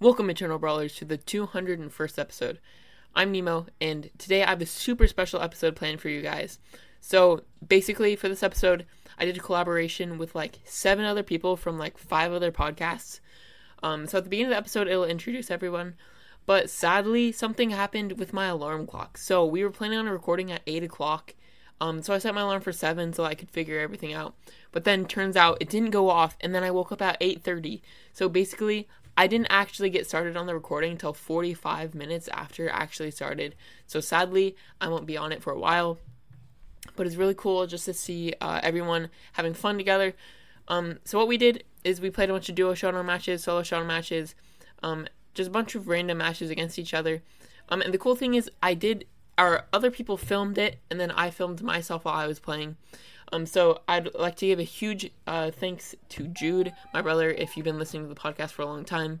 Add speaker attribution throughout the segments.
Speaker 1: Welcome, Eternal Brawlers, to the 201st episode. I'm Nemo, and today I have a super special episode planned for you guys. So, basically, for this episode, I did a collaboration with like seven other people from like five other podcasts. Um, so, at the beginning of the episode, it'll introduce everyone. But sadly, something happened with my alarm clock. So, we were planning on recording at 8 o'clock. Um, so, I set my alarm for 7 so I could figure everything out. But then, turns out it didn't go off, and then I woke up at 8.30. So, basically, I didn't actually get started on the recording until 45 minutes after it actually started. So sadly, I won't be on it for a while. But it's really cool just to see uh, everyone having fun together. Um, so what we did is we played a bunch of duo showdown matches, solo showdown matches, um, just a bunch of random matches against each other. Um, and the cool thing is, I did. Our other people filmed it, and then I filmed myself while I was playing. Um, so I'd like to give a huge uh, thanks to Jude, my brother, if you've been listening to the podcast for a long time.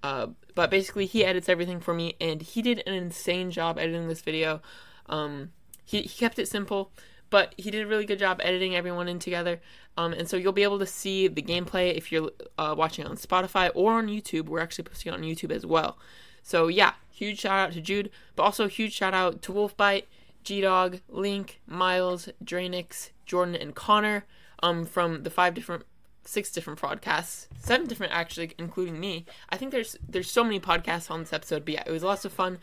Speaker 1: Uh, but basically, he edits everything for me, and he did an insane job editing this video. Um, he, he kept it simple, but he did a really good job editing everyone in together. Um, and so you'll be able to see the gameplay if you're uh, watching on Spotify or on YouTube. We're actually posting it on YouTube as well. So yeah, huge shout out to Jude, but also huge shout out to Wolfbite, G Dog, Link, Miles, Drainix, Jordan, and Connor um, from the five different, six different podcasts, seven different actually, including me. I think there's there's so many podcasts on this episode, but yeah, it was lots of fun.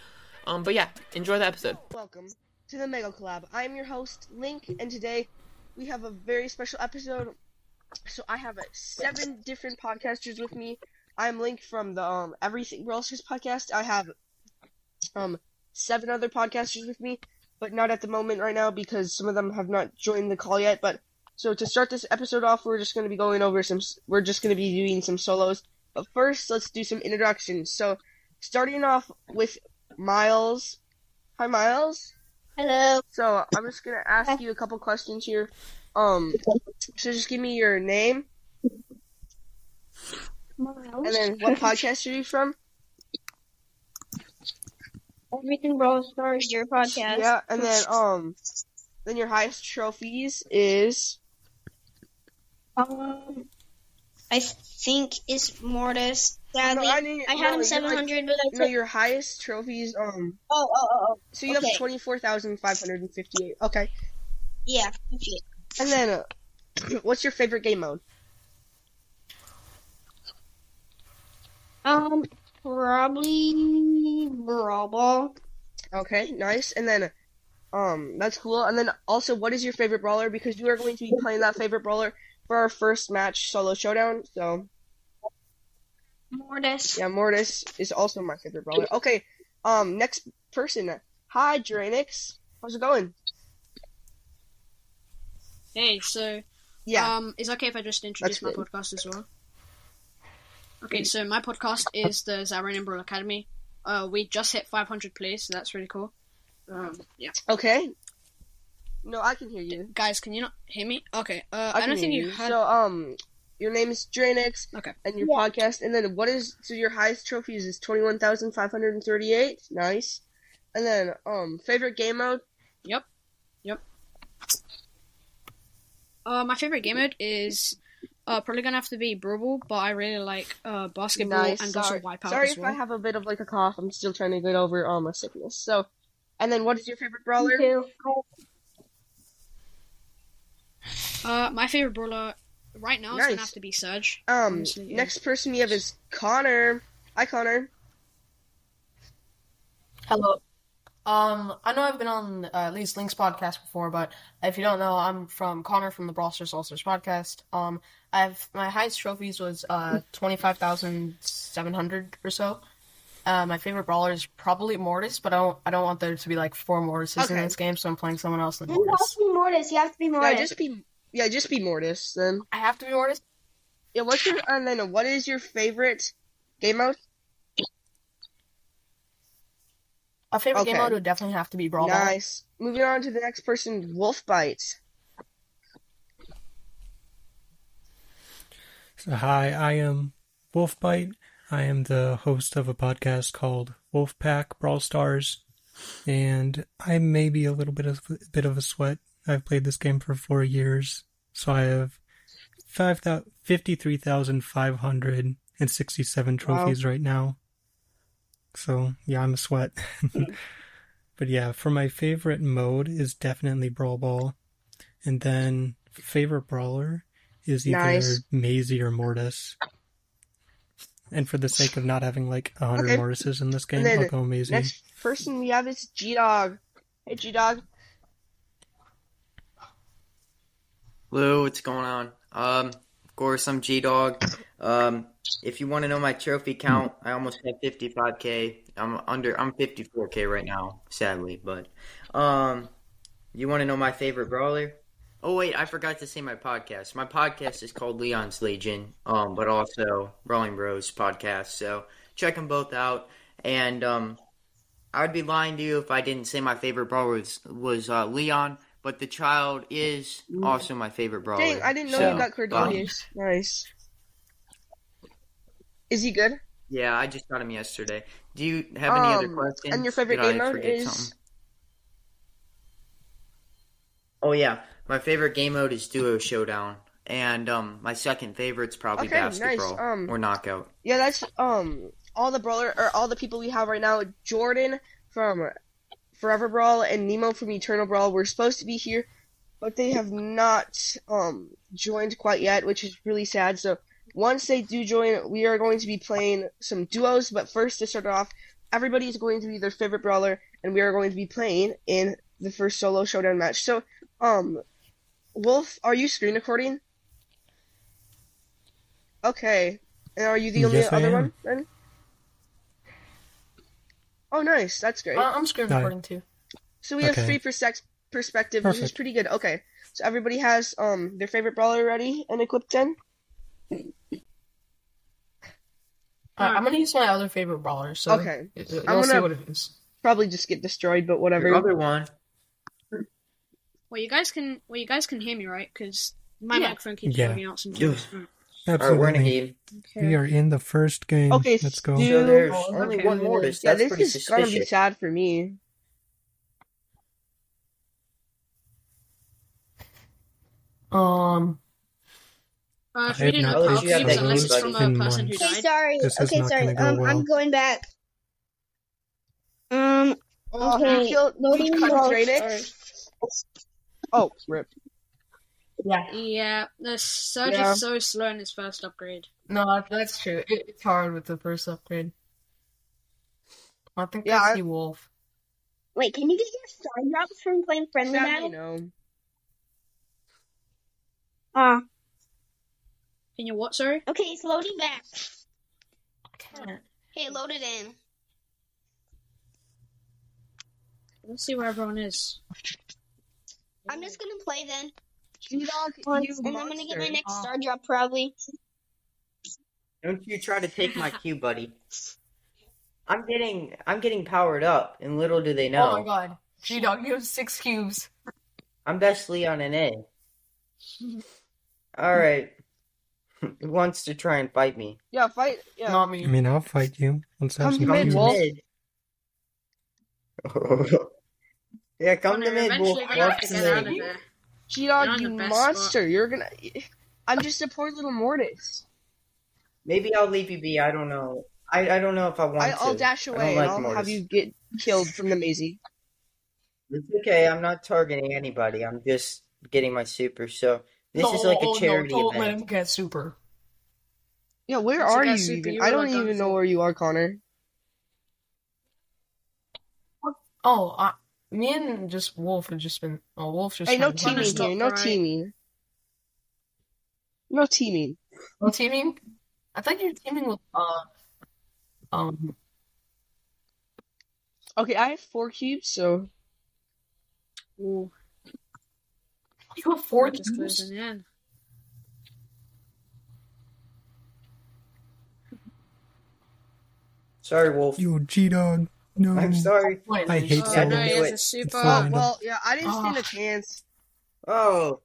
Speaker 1: Um, but yeah, enjoy the episode.
Speaker 2: Welcome to the Mega Collab. I'm your host, Link, and today we have a very special episode. So I have uh, seven different podcasters with me. I'm Link from the um, Everything Brawlers podcast. I have um, seven other podcasters with me, but not at the moment right now because some of them have not joined the call yet. But so to start this episode off, we're just going to be going over some. s- We're just going to be doing some solos. But first, let's do some introductions. So starting off with Miles. Hi, Miles.
Speaker 3: Hello.
Speaker 2: So I'm just gonna ask you a couple questions here. Um, so just give me your name and then what podcast are you from?
Speaker 3: Everything Brawl Stars, your podcast.
Speaker 2: Yeah, and then um, then your highest trophies is
Speaker 3: Um, I think it's Mortis.
Speaker 2: no,
Speaker 3: Sadly,
Speaker 2: I,
Speaker 3: I,
Speaker 2: mean, no,
Speaker 3: had him
Speaker 2: you're, like-
Speaker 3: 700, but I
Speaker 2: no,
Speaker 3: took...
Speaker 2: your highest trophies. Um,
Speaker 3: Oh, oh, oh, oh.
Speaker 2: so you
Speaker 3: Okay.
Speaker 2: have twenty four thousand five hundred and fifty eight. Okay,
Speaker 3: Yeah. okay.
Speaker 2: and then uh, what's your favorite game mode?
Speaker 3: Um, probably Brawl Ball.
Speaker 2: Okay, nice. And then, um, that's cool. And then also, what is your favorite brawler? Because you are going to be playing that favorite brawler for our first match solo showdown. So
Speaker 3: Mortis.
Speaker 2: yeah, Mortis is also my favorite brawler. Okay, um, next person. Hi, Drainix. How's it going?
Speaker 4: Hey, so
Speaker 2: Yeah.
Speaker 4: um, it's okay if I just introduce my
Speaker 2: That's good.
Speaker 4: podcast as well. Okay, so my podcast is the Zarin and Brawl Academy. Uh, we just hit 500 plays, so that's really cool. Um, yeah,
Speaker 2: okay. No, I can hear you.
Speaker 4: guys, can you not hear me? Okay, uh,
Speaker 2: I,
Speaker 4: I,
Speaker 2: can
Speaker 4: don't
Speaker 2: hear
Speaker 4: think
Speaker 2: you.
Speaker 4: you heard.
Speaker 2: So um, your name is Drainix.
Speaker 4: Okay.
Speaker 2: And your podcast, and then what is so your highest trophies is twenty one thousand five hundred and thirty eight. Nice. And then um, favorite game mode.
Speaker 4: Yep, yep. Uh, my favorite game mode is uh probably gonna have to be Brawl, Ball, but I really like uh basketball and
Speaker 2: sorry,
Speaker 4: also Wipeout
Speaker 2: sorry
Speaker 4: as
Speaker 2: if
Speaker 4: well.
Speaker 2: I have a bit of like a cough. I'm still trying to get over um, my sickness. So, and then what is your favorite brawler?
Speaker 3: Two.
Speaker 4: Uh, my favorite brawler right now is gonna
Speaker 2: Nice.
Speaker 4: have to be Surge.
Speaker 2: Um,
Speaker 4: Honestly, yeah.
Speaker 2: next person we have is Connor. Hi, Connor.
Speaker 5: Hello. Um, I know I've been on uh, at least Link's podcast before, but if you don't know, I'm from Connor from the Brawl Stars All Stars podcast. Um, I've my highest trophies was uh twenty five thousand seven hundred or so. Uh, my favorite brawler is probably Mortis, but I don't I don't want there to be like four Mortises in
Speaker 2: Okay.
Speaker 5: this game, so I'm playing someone else than
Speaker 3: You have
Speaker 5: Mortis.
Speaker 3: to be Mortis. You have to be
Speaker 2: Yeah,
Speaker 3: Mortis.
Speaker 2: just be yeah, just be Mortis then.
Speaker 5: I have to be Mortis.
Speaker 2: Yeah, what's your and then what is your favorite game mode?
Speaker 5: A favorite game
Speaker 2: Okay.
Speaker 5: mode would definitely have to be Brawl. Ball.
Speaker 2: Nice. Moving on to the next person, Wolf Bites.
Speaker 6: So hi, I am Wolfbite. I am the host of a podcast called Wolfpack Brawl Stars, and I may be a little bit of bit of a sweat. I've played this game for four years, so I have five fifty three thousand five hundred and sixty seven trophies right now. So yeah, I'm a sweat. but yeah, for my favorite mode is definitely Brawl Ball, and then favorite brawler is either
Speaker 2: Nice.
Speaker 6: Maisie or Mortis. And for the sake of not having like a hundred
Speaker 2: Okay.
Speaker 6: Mortises in this game,
Speaker 2: then
Speaker 6: I'll go Maisie.
Speaker 2: Next person we have is G Dog. Hey G Dog.
Speaker 7: Lou, what's going on? Um, of course, I'm G Dog. Um, if you want to know my trophy count, I almost had 55k. I'm under. I'm 54k right now, sadly. But, um, you want to know my favorite brawler? Oh wait, I forgot to say my podcast. My podcast is called Leon's Legion, um, but also Brawling Bros podcast. So check them both out. And um, I would be lying to you if I didn't say my favorite brawler was, was uh, Leon. But the child is also my favorite brawler.
Speaker 2: Mm. Dang, I didn't know
Speaker 7: So,
Speaker 2: you got
Speaker 7: um,
Speaker 2: Cordonius. nice. Is he good?
Speaker 7: yeah, I just got him yesterday. Do you have any other
Speaker 2: Um,
Speaker 7: questions?
Speaker 2: and your favorite
Speaker 7: Did I
Speaker 2: game mode
Speaker 7: forget
Speaker 2: is-
Speaker 7: something? Oh yeah, my favorite game mode is Duo Showdown, and um, my second favorite's probably
Speaker 2: Okay, nice.
Speaker 7: basketball
Speaker 2: Um,
Speaker 7: or knockout.
Speaker 2: Yeah, that's um all the brawler or all the people we have right now. Jordan from Forever Brawl and Nemo from Eternal Brawl were supposed to be here, but they have not um joined quite yet, which is really sad. So once they do join, we are going to be playing some duos. But first, to start off, everybody is going to be their favorite brawler, and we are going to be playing in the first solo showdown match. So um, Wolf, are you screen recording? Okay. And are you the only
Speaker 6: Yes, I
Speaker 2: other
Speaker 6: am.
Speaker 2: one then? Oh, nice. That's great.
Speaker 5: I- Uh, I'm screen
Speaker 6: Alright.
Speaker 5: recording too.
Speaker 2: So we
Speaker 6: Okay.
Speaker 2: have three perspec- perspectives, which is
Speaker 6: Perfect.
Speaker 2: pretty good. Okay, so everybody has um their favorite brawler ready and equipped. Then
Speaker 5: Uh, I'm gonna use my other favorite brawler. So
Speaker 2: Okay.
Speaker 5: y- y- you'll
Speaker 2: gonna-
Speaker 5: see what it is.
Speaker 2: probably just get destroyed, but whatever.
Speaker 7: Your other one.
Speaker 4: Well, you guys can well you guys can hear me right because my
Speaker 5: Yeah.
Speaker 4: microphone keeps
Speaker 6: Yeah.
Speaker 4: bugging out
Speaker 7: Yeah.
Speaker 4: sometimes. Mm,
Speaker 7: All right,
Speaker 6: Absolutely,
Speaker 7: we're in a game.
Speaker 4: Okay.
Speaker 6: we are in the first game.
Speaker 2: Okay,
Speaker 6: let's go.
Speaker 2: Stu-
Speaker 7: So there's
Speaker 2: Okay.
Speaker 7: only one more. That's
Speaker 2: yeah,
Speaker 7: pretty
Speaker 2: this is gonna be
Speaker 7: suspicious.
Speaker 2: sad for me.
Speaker 5: Um,
Speaker 4: Uh, if you
Speaker 6: I have
Speaker 4: didn't
Speaker 6: not
Speaker 4: know,
Speaker 7: played
Speaker 4: Pops
Speaker 7: Shadow
Speaker 4: leaves a
Speaker 7: Legends
Speaker 4: list from a
Speaker 6: in
Speaker 4: person
Speaker 6: one.
Speaker 4: who
Speaker 3: Okay,
Speaker 4: died.
Speaker 3: sorry.
Speaker 6: This is
Speaker 3: okay,
Speaker 6: not
Speaker 3: sorry.
Speaker 6: gonna go
Speaker 3: um,
Speaker 6: well.
Speaker 3: I'm going back. Um.
Speaker 2: Oh,
Speaker 3: okay.
Speaker 2: you killed
Speaker 3: loading
Speaker 2: you cut
Speaker 3: results
Speaker 2: Draenei? Oh, rip.
Speaker 5: yeah,
Speaker 4: Yeah, the Surge
Speaker 5: Yeah.
Speaker 4: is so slow in his first upgrade.
Speaker 5: no, that- that's true. It, it's hard with the first upgrade. I think
Speaker 2: Yeah,
Speaker 5: I
Speaker 2: I-
Speaker 5: see Wolf.
Speaker 3: Wait, can you get your star drops from playing friendly
Speaker 2: Sadly,
Speaker 3: battle?
Speaker 2: no.
Speaker 3: Ah,
Speaker 4: Can you what, sorry?
Speaker 3: okay, it's loading back. Hey, load it in.
Speaker 4: Let's see where everyone is.
Speaker 3: I'm just gonna play then,
Speaker 2: G Dog,
Speaker 3: once,
Speaker 2: you
Speaker 3: and I'm gonna get my
Speaker 2: monster.
Speaker 3: next star drop probably.
Speaker 7: Don't you try to take my cue, buddy. I'm getting I'm getting powered up, and little do they know
Speaker 5: Oh my God, G Dog, you have six cubes.
Speaker 7: I'm best Leon and A. All right, who wants to try and fight me?
Speaker 2: Yeah, fight. Yeah.
Speaker 5: Not
Speaker 6: I
Speaker 5: me.
Speaker 6: mean, I'll fight you. Let's have
Speaker 2: Come
Speaker 6: some
Speaker 2: to
Speaker 7: Come
Speaker 2: Mid,
Speaker 7: to
Speaker 6: fun.
Speaker 2: Wolf.
Speaker 7: mid. yeah, come
Speaker 4: Connor,
Speaker 7: to mid, Wolf.
Speaker 4: eventually we
Speaker 7: Wolf
Speaker 4: have to
Speaker 7: to
Speaker 4: get out of
Speaker 7: mid.
Speaker 4: there.
Speaker 2: G
Speaker 4: You're
Speaker 2: Dog,
Speaker 4: on
Speaker 2: you
Speaker 4: the best
Speaker 2: monster. You're gonna. I'm just a poor little Mortis.
Speaker 7: Maybe I'll leave you be. I don't know. I, I don't know if I want
Speaker 2: I,
Speaker 7: to.
Speaker 2: I'll dash
Speaker 7: I don't
Speaker 2: away and
Speaker 7: like
Speaker 2: I'll have
Speaker 7: Mortis.
Speaker 2: you get killed from the Maisie.
Speaker 7: It's okay. I'm not targeting anybody. I'm just getting my super. So this
Speaker 5: No,
Speaker 7: is like
Speaker 5: oh,
Speaker 7: a
Speaker 5: no,
Speaker 7: charity
Speaker 5: don't let
Speaker 7: event.
Speaker 5: him get super.
Speaker 2: Yeah, where
Speaker 4: It's a
Speaker 2: are you
Speaker 4: guess if
Speaker 2: even?
Speaker 4: you
Speaker 2: I
Speaker 4: were
Speaker 2: don't
Speaker 4: like
Speaker 2: even
Speaker 4: on
Speaker 2: know
Speaker 4: some-
Speaker 2: where you are, Connor.
Speaker 5: Oh, I, me and just Wolf have just been. Oh, Wolf just.
Speaker 2: Hey, no
Speaker 5: been-
Speaker 4: Connor,
Speaker 2: teaming
Speaker 4: stop
Speaker 2: here. No
Speaker 4: crying.
Speaker 2: teaming. No teaming.
Speaker 5: No teaming. I think you're teaming with. Uh, um.
Speaker 2: Okay, I have four cubes, so
Speaker 4: Ooh,
Speaker 5: You have four
Speaker 4: just
Speaker 5: cubes.
Speaker 4: closing in.
Speaker 7: Sorry, Wolf.
Speaker 6: You G dog. No.
Speaker 7: I'm sorry.
Speaker 5: Wait,
Speaker 6: I
Speaker 5: wait,
Speaker 6: hate
Speaker 5: uh,
Speaker 4: Oh,
Speaker 6: Solos.
Speaker 4: no, he has a
Speaker 7: It's
Speaker 4: super.
Speaker 6: fine.
Speaker 2: oh, well, yeah, I didn't stand a
Speaker 5: Ah.
Speaker 2: chance.
Speaker 7: Oh,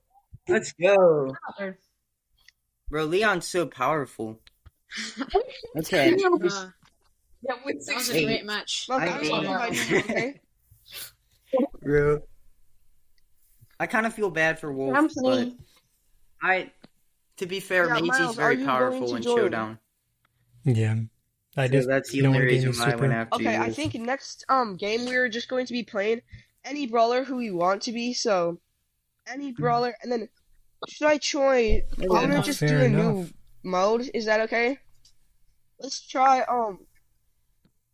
Speaker 7: let's go,
Speaker 5: another.
Speaker 7: bro. Leon's so powerful. Okay.
Speaker 4: Uh,
Speaker 5: Yeah, with
Speaker 4: that
Speaker 5: six
Speaker 4: was
Speaker 5: cubes.
Speaker 4: a great match.
Speaker 2: Look,
Speaker 7: I
Speaker 2: I'm
Speaker 7: mean-
Speaker 2: sorry if I did, okay?
Speaker 7: Bro. I kind of feel bad for Wolf,
Speaker 3: I'm
Speaker 7: but
Speaker 3: playing.
Speaker 7: I, to be fair,
Speaker 2: Yeah,
Speaker 7: Maisie's
Speaker 2: Miles, are
Speaker 7: very
Speaker 2: you going
Speaker 7: powerful
Speaker 2: to
Speaker 7: in
Speaker 2: join?
Speaker 7: Showdown.
Speaker 6: Yeah, I
Speaker 7: So
Speaker 6: just
Speaker 7: that's the
Speaker 6: no
Speaker 7: only
Speaker 6: one gave me
Speaker 7: reason why I
Speaker 6: super.
Speaker 7: went after
Speaker 2: Okay,
Speaker 7: you.
Speaker 2: I think next um game we are just going to be playing any brawler who we want to be. So any brawler, and then should I try? I'm gonna
Speaker 6: enough.
Speaker 2: just
Speaker 6: Fair
Speaker 2: do a new
Speaker 6: enough.
Speaker 2: mode. Is that okay? Let's try. Um,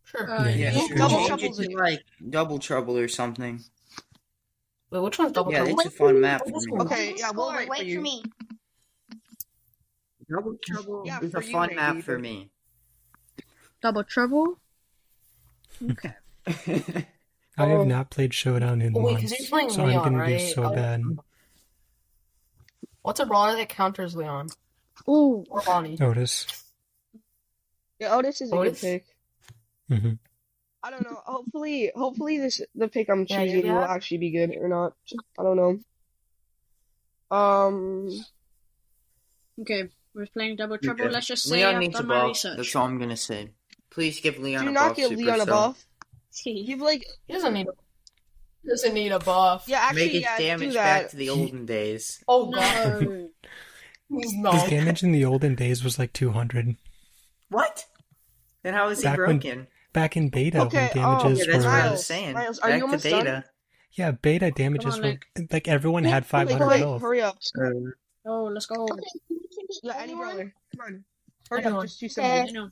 Speaker 5: Sure.
Speaker 4: Uh, you
Speaker 6: Yeah,
Speaker 2: sure.
Speaker 4: can
Speaker 2: Double
Speaker 7: Change
Speaker 4: change
Speaker 7: it
Speaker 2: Trouble's
Speaker 7: to, like double trouble or something.
Speaker 5: Wait, which one's double
Speaker 7: Yeah,
Speaker 5: trouble?
Speaker 7: it's a fun map.
Speaker 5: This
Speaker 7: for me.
Speaker 5: one.
Speaker 2: okay, yeah, we'll wait for
Speaker 3: wait
Speaker 2: you.
Speaker 3: for me.
Speaker 7: Double trouble
Speaker 2: Yeah,
Speaker 7: is
Speaker 2: for
Speaker 7: a
Speaker 2: you,
Speaker 7: fun map
Speaker 2: maybe,
Speaker 7: for
Speaker 2: but-
Speaker 7: me.
Speaker 4: Double trouble. Okay.
Speaker 6: I have not played Showdown in
Speaker 5: Oh, wait, because he's
Speaker 6: months,
Speaker 5: playing
Speaker 6: so
Speaker 5: Leon,
Speaker 6: I'm gonna
Speaker 5: right?
Speaker 6: do so
Speaker 5: Oh.
Speaker 6: bad.
Speaker 5: What's a brawler that counters Leon
Speaker 4: Ooh.
Speaker 5: or Bonnie?
Speaker 6: Otis.
Speaker 2: Yeah, Otis is a good
Speaker 5: Otis?
Speaker 2: pick.
Speaker 6: hmm
Speaker 2: I don't know. Hopefully, hopefully this the pick I'm
Speaker 5: Yeah, you
Speaker 2: choosing will
Speaker 5: got-
Speaker 2: actually be good or not. I don't know. Um,
Speaker 4: Okay. We're playing double trouble.
Speaker 7: Okay.
Speaker 4: Let's just say
Speaker 7: Leon
Speaker 4: I've
Speaker 7: needs a
Speaker 4: done my
Speaker 7: buff.
Speaker 4: research.
Speaker 7: That's all I'm gonna say. Please give Leon
Speaker 2: do
Speaker 7: a
Speaker 2: not
Speaker 7: buff.
Speaker 2: give
Speaker 7: super
Speaker 2: Leon a
Speaker 7: sub.
Speaker 2: buff.
Speaker 4: See.
Speaker 2: Give like
Speaker 5: He doesn't need a. He doesn't need a buff.
Speaker 2: yeah, actually,
Speaker 7: Make his
Speaker 2: yeah,
Speaker 7: damage
Speaker 2: do
Speaker 7: back
Speaker 2: that.
Speaker 7: to the olden days.
Speaker 5: Oh god,
Speaker 4: No.
Speaker 5: he's
Speaker 6: His
Speaker 5: not.
Speaker 6: damage in the olden days was like 200.
Speaker 7: What? Then how is he
Speaker 6: Back when-
Speaker 7: broken?
Speaker 6: Back in beta,
Speaker 2: Okay,
Speaker 6: when damages
Speaker 7: Yeah,
Speaker 2: Just
Speaker 7: that's
Speaker 6: were
Speaker 7: what I
Speaker 2: Miles,
Speaker 7: was saying.
Speaker 2: Miles, are you
Speaker 7: back to
Speaker 2: almost done?
Speaker 7: data.
Speaker 6: yeah, beta damages
Speaker 4: on,
Speaker 6: were like everyone had 500
Speaker 2: Wait,
Speaker 6: health.
Speaker 2: hurry up.
Speaker 7: Um,
Speaker 4: Oh, let's go.
Speaker 2: Yeah, any
Speaker 3: Anyone? Uh,
Speaker 2: brother. Come on. Hurry up,
Speaker 5: Anyone.
Speaker 2: just do
Speaker 3: Okay.
Speaker 4: I
Speaker 2: something.
Speaker 4: know.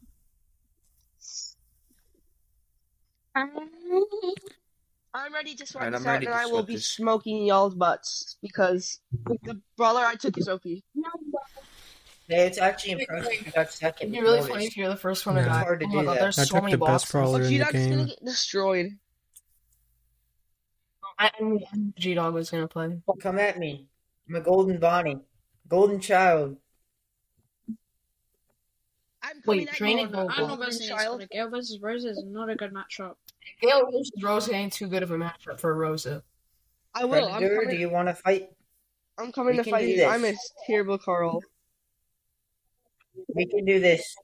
Speaker 3: Um,
Speaker 2: I'm ready to swap
Speaker 7: Alright,
Speaker 2: this
Speaker 7: I'm
Speaker 2: out,
Speaker 7: ready
Speaker 2: and
Speaker 7: to
Speaker 2: I will
Speaker 7: swap
Speaker 2: be
Speaker 7: this.
Speaker 2: smoking y'all's butts because the brawler I took is OP.
Speaker 7: hey, it's actually impressive you got second.
Speaker 5: It'd be really
Speaker 7: Notice.
Speaker 5: funny if you're the first one to
Speaker 6: Yeah.
Speaker 5: die.
Speaker 7: It's hard to
Speaker 5: oh my
Speaker 7: do
Speaker 5: god,
Speaker 7: that.
Speaker 5: there's
Speaker 6: I
Speaker 5: so
Speaker 6: took
Speaker 5: many
Speaker 6: the best
Speaker 5: bosses.
Speaker 6: brawler in the
Speaker 2: G-Dog's gonna
Speaker 6: game.
Speaker 2: get destroyed.
Speaker 5: I, I knew G Dog was gonna play.
Speaker 7: Come at me. I'm a golden Bonnie. Golden child.
Speaker 2: I'm
Speaker 5: Wait,
Speaker 2: coming at
Speaker 5: Drain
Speaker 2: you,
Speaker 5: and
Speaker 2: Golden
Speaker 5: Gold.
Speaker 4: Animal
Speaker 2: Golden
Speaker 4: versus
Speaker 2: Child.
Speaker 4: like Gale versus Roses is not a good matchup.
Speaker 5: Gale versus Rosa ain't too good of a matchup for Rosa.
Speaker 2: I will. I'm
Speaker 7: Predator, do
Speaker 2: coming,
Speaker 7: you want to fight?
Speaker 2: I'm coming
Speaker 7: We
Speaker 2: to
Speaker 7: can
Speaker 2: fight
Speaker 7: do
Speaker 2: you.
Speaker 7: this.
Speaker 2: I'm a terrible Carl.
Speaker 7: We can do this.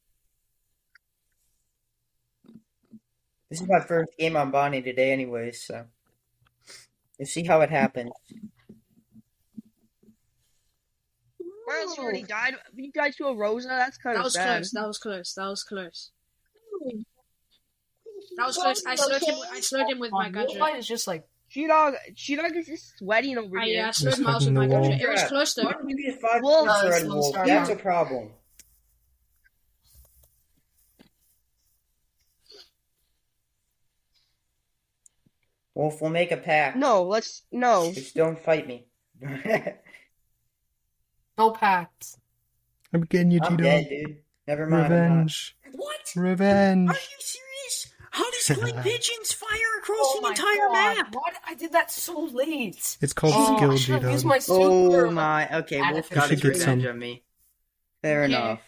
Speaker 7: This is my first game on Bonnie today, anyway, so. You see how it happens.
Speaker 2: Miles, you already died. You died to a Rosa? That's kind
Speaker 4: That
Speaker 2: of
Speaker 4: was
Speaker 2: sad.
Speaker 4: close. That was close. That was close. That was close. I slowed him. I slowed him with Oh my
Speaker 5: Um,
Speaker 4: gadget.
Speaker 5: Wolfbite is just like
Speaker 2: G-Dog, G-Dog is just sweating over
Speaker 4: I uh,
Speaker 2: here.
Speaker 4: yeah, I slowed
Speaker 6: Just
Speaker 4: Miles with
Speaker 6: hitting
Speaker 4: my
Speaker 6: the wall.
Speaker 4: gadget. It was close though.
Speaker 7: Why don't you get five
Speaker 2: Wolf.
Speaker 7: points,
Speaker 5: No,
Speaker 7: Red
Speaker 5: slow
Speaker 7: Wolf?
Speaker 5: start.
Speaker 7: That's a problem. Wolf, we'll make a pact.
Speaker 2: No, let's no.
Speaker 7: Just don't fight me. I'm
Speaker 5: no pact.
Speaker 6: I'm getting you, G-Dog.
Speaker 7: dead, dude. Never mind. I'm not.
Speaker 6: Revenge.
Speaker 7: What?
Speaker 6: Revenge.
Speaker 7: Are you serious? How does killing pigeons fire across
Speaker 5: Oh
Speaker 7: an
Speaker 5: my
Speaker 7: entire
Speaker 5: god,
Speaker 7: map?
Speaker 5: Why did, I did that so late?
Speaker 6: It's called
Speaker 5: Oh, I
Speaker 6: Skill,
Speaker 5: should've used
Speaker 6: G-Dog.
Speaker 5: Oh my
Speaker 2: Oh
Speaker 5: super.
Speaker 7: Okay,
Speaker 5: I
Speaker 7: Wolf
Speaker 5: should
Speaker 7: got his
Speaker 6: get
Speaker 7: revenge
Speaker 6: some.
Speaker 7: on me. Fair
Speaker 4: Okay.
Speaker 7: enough.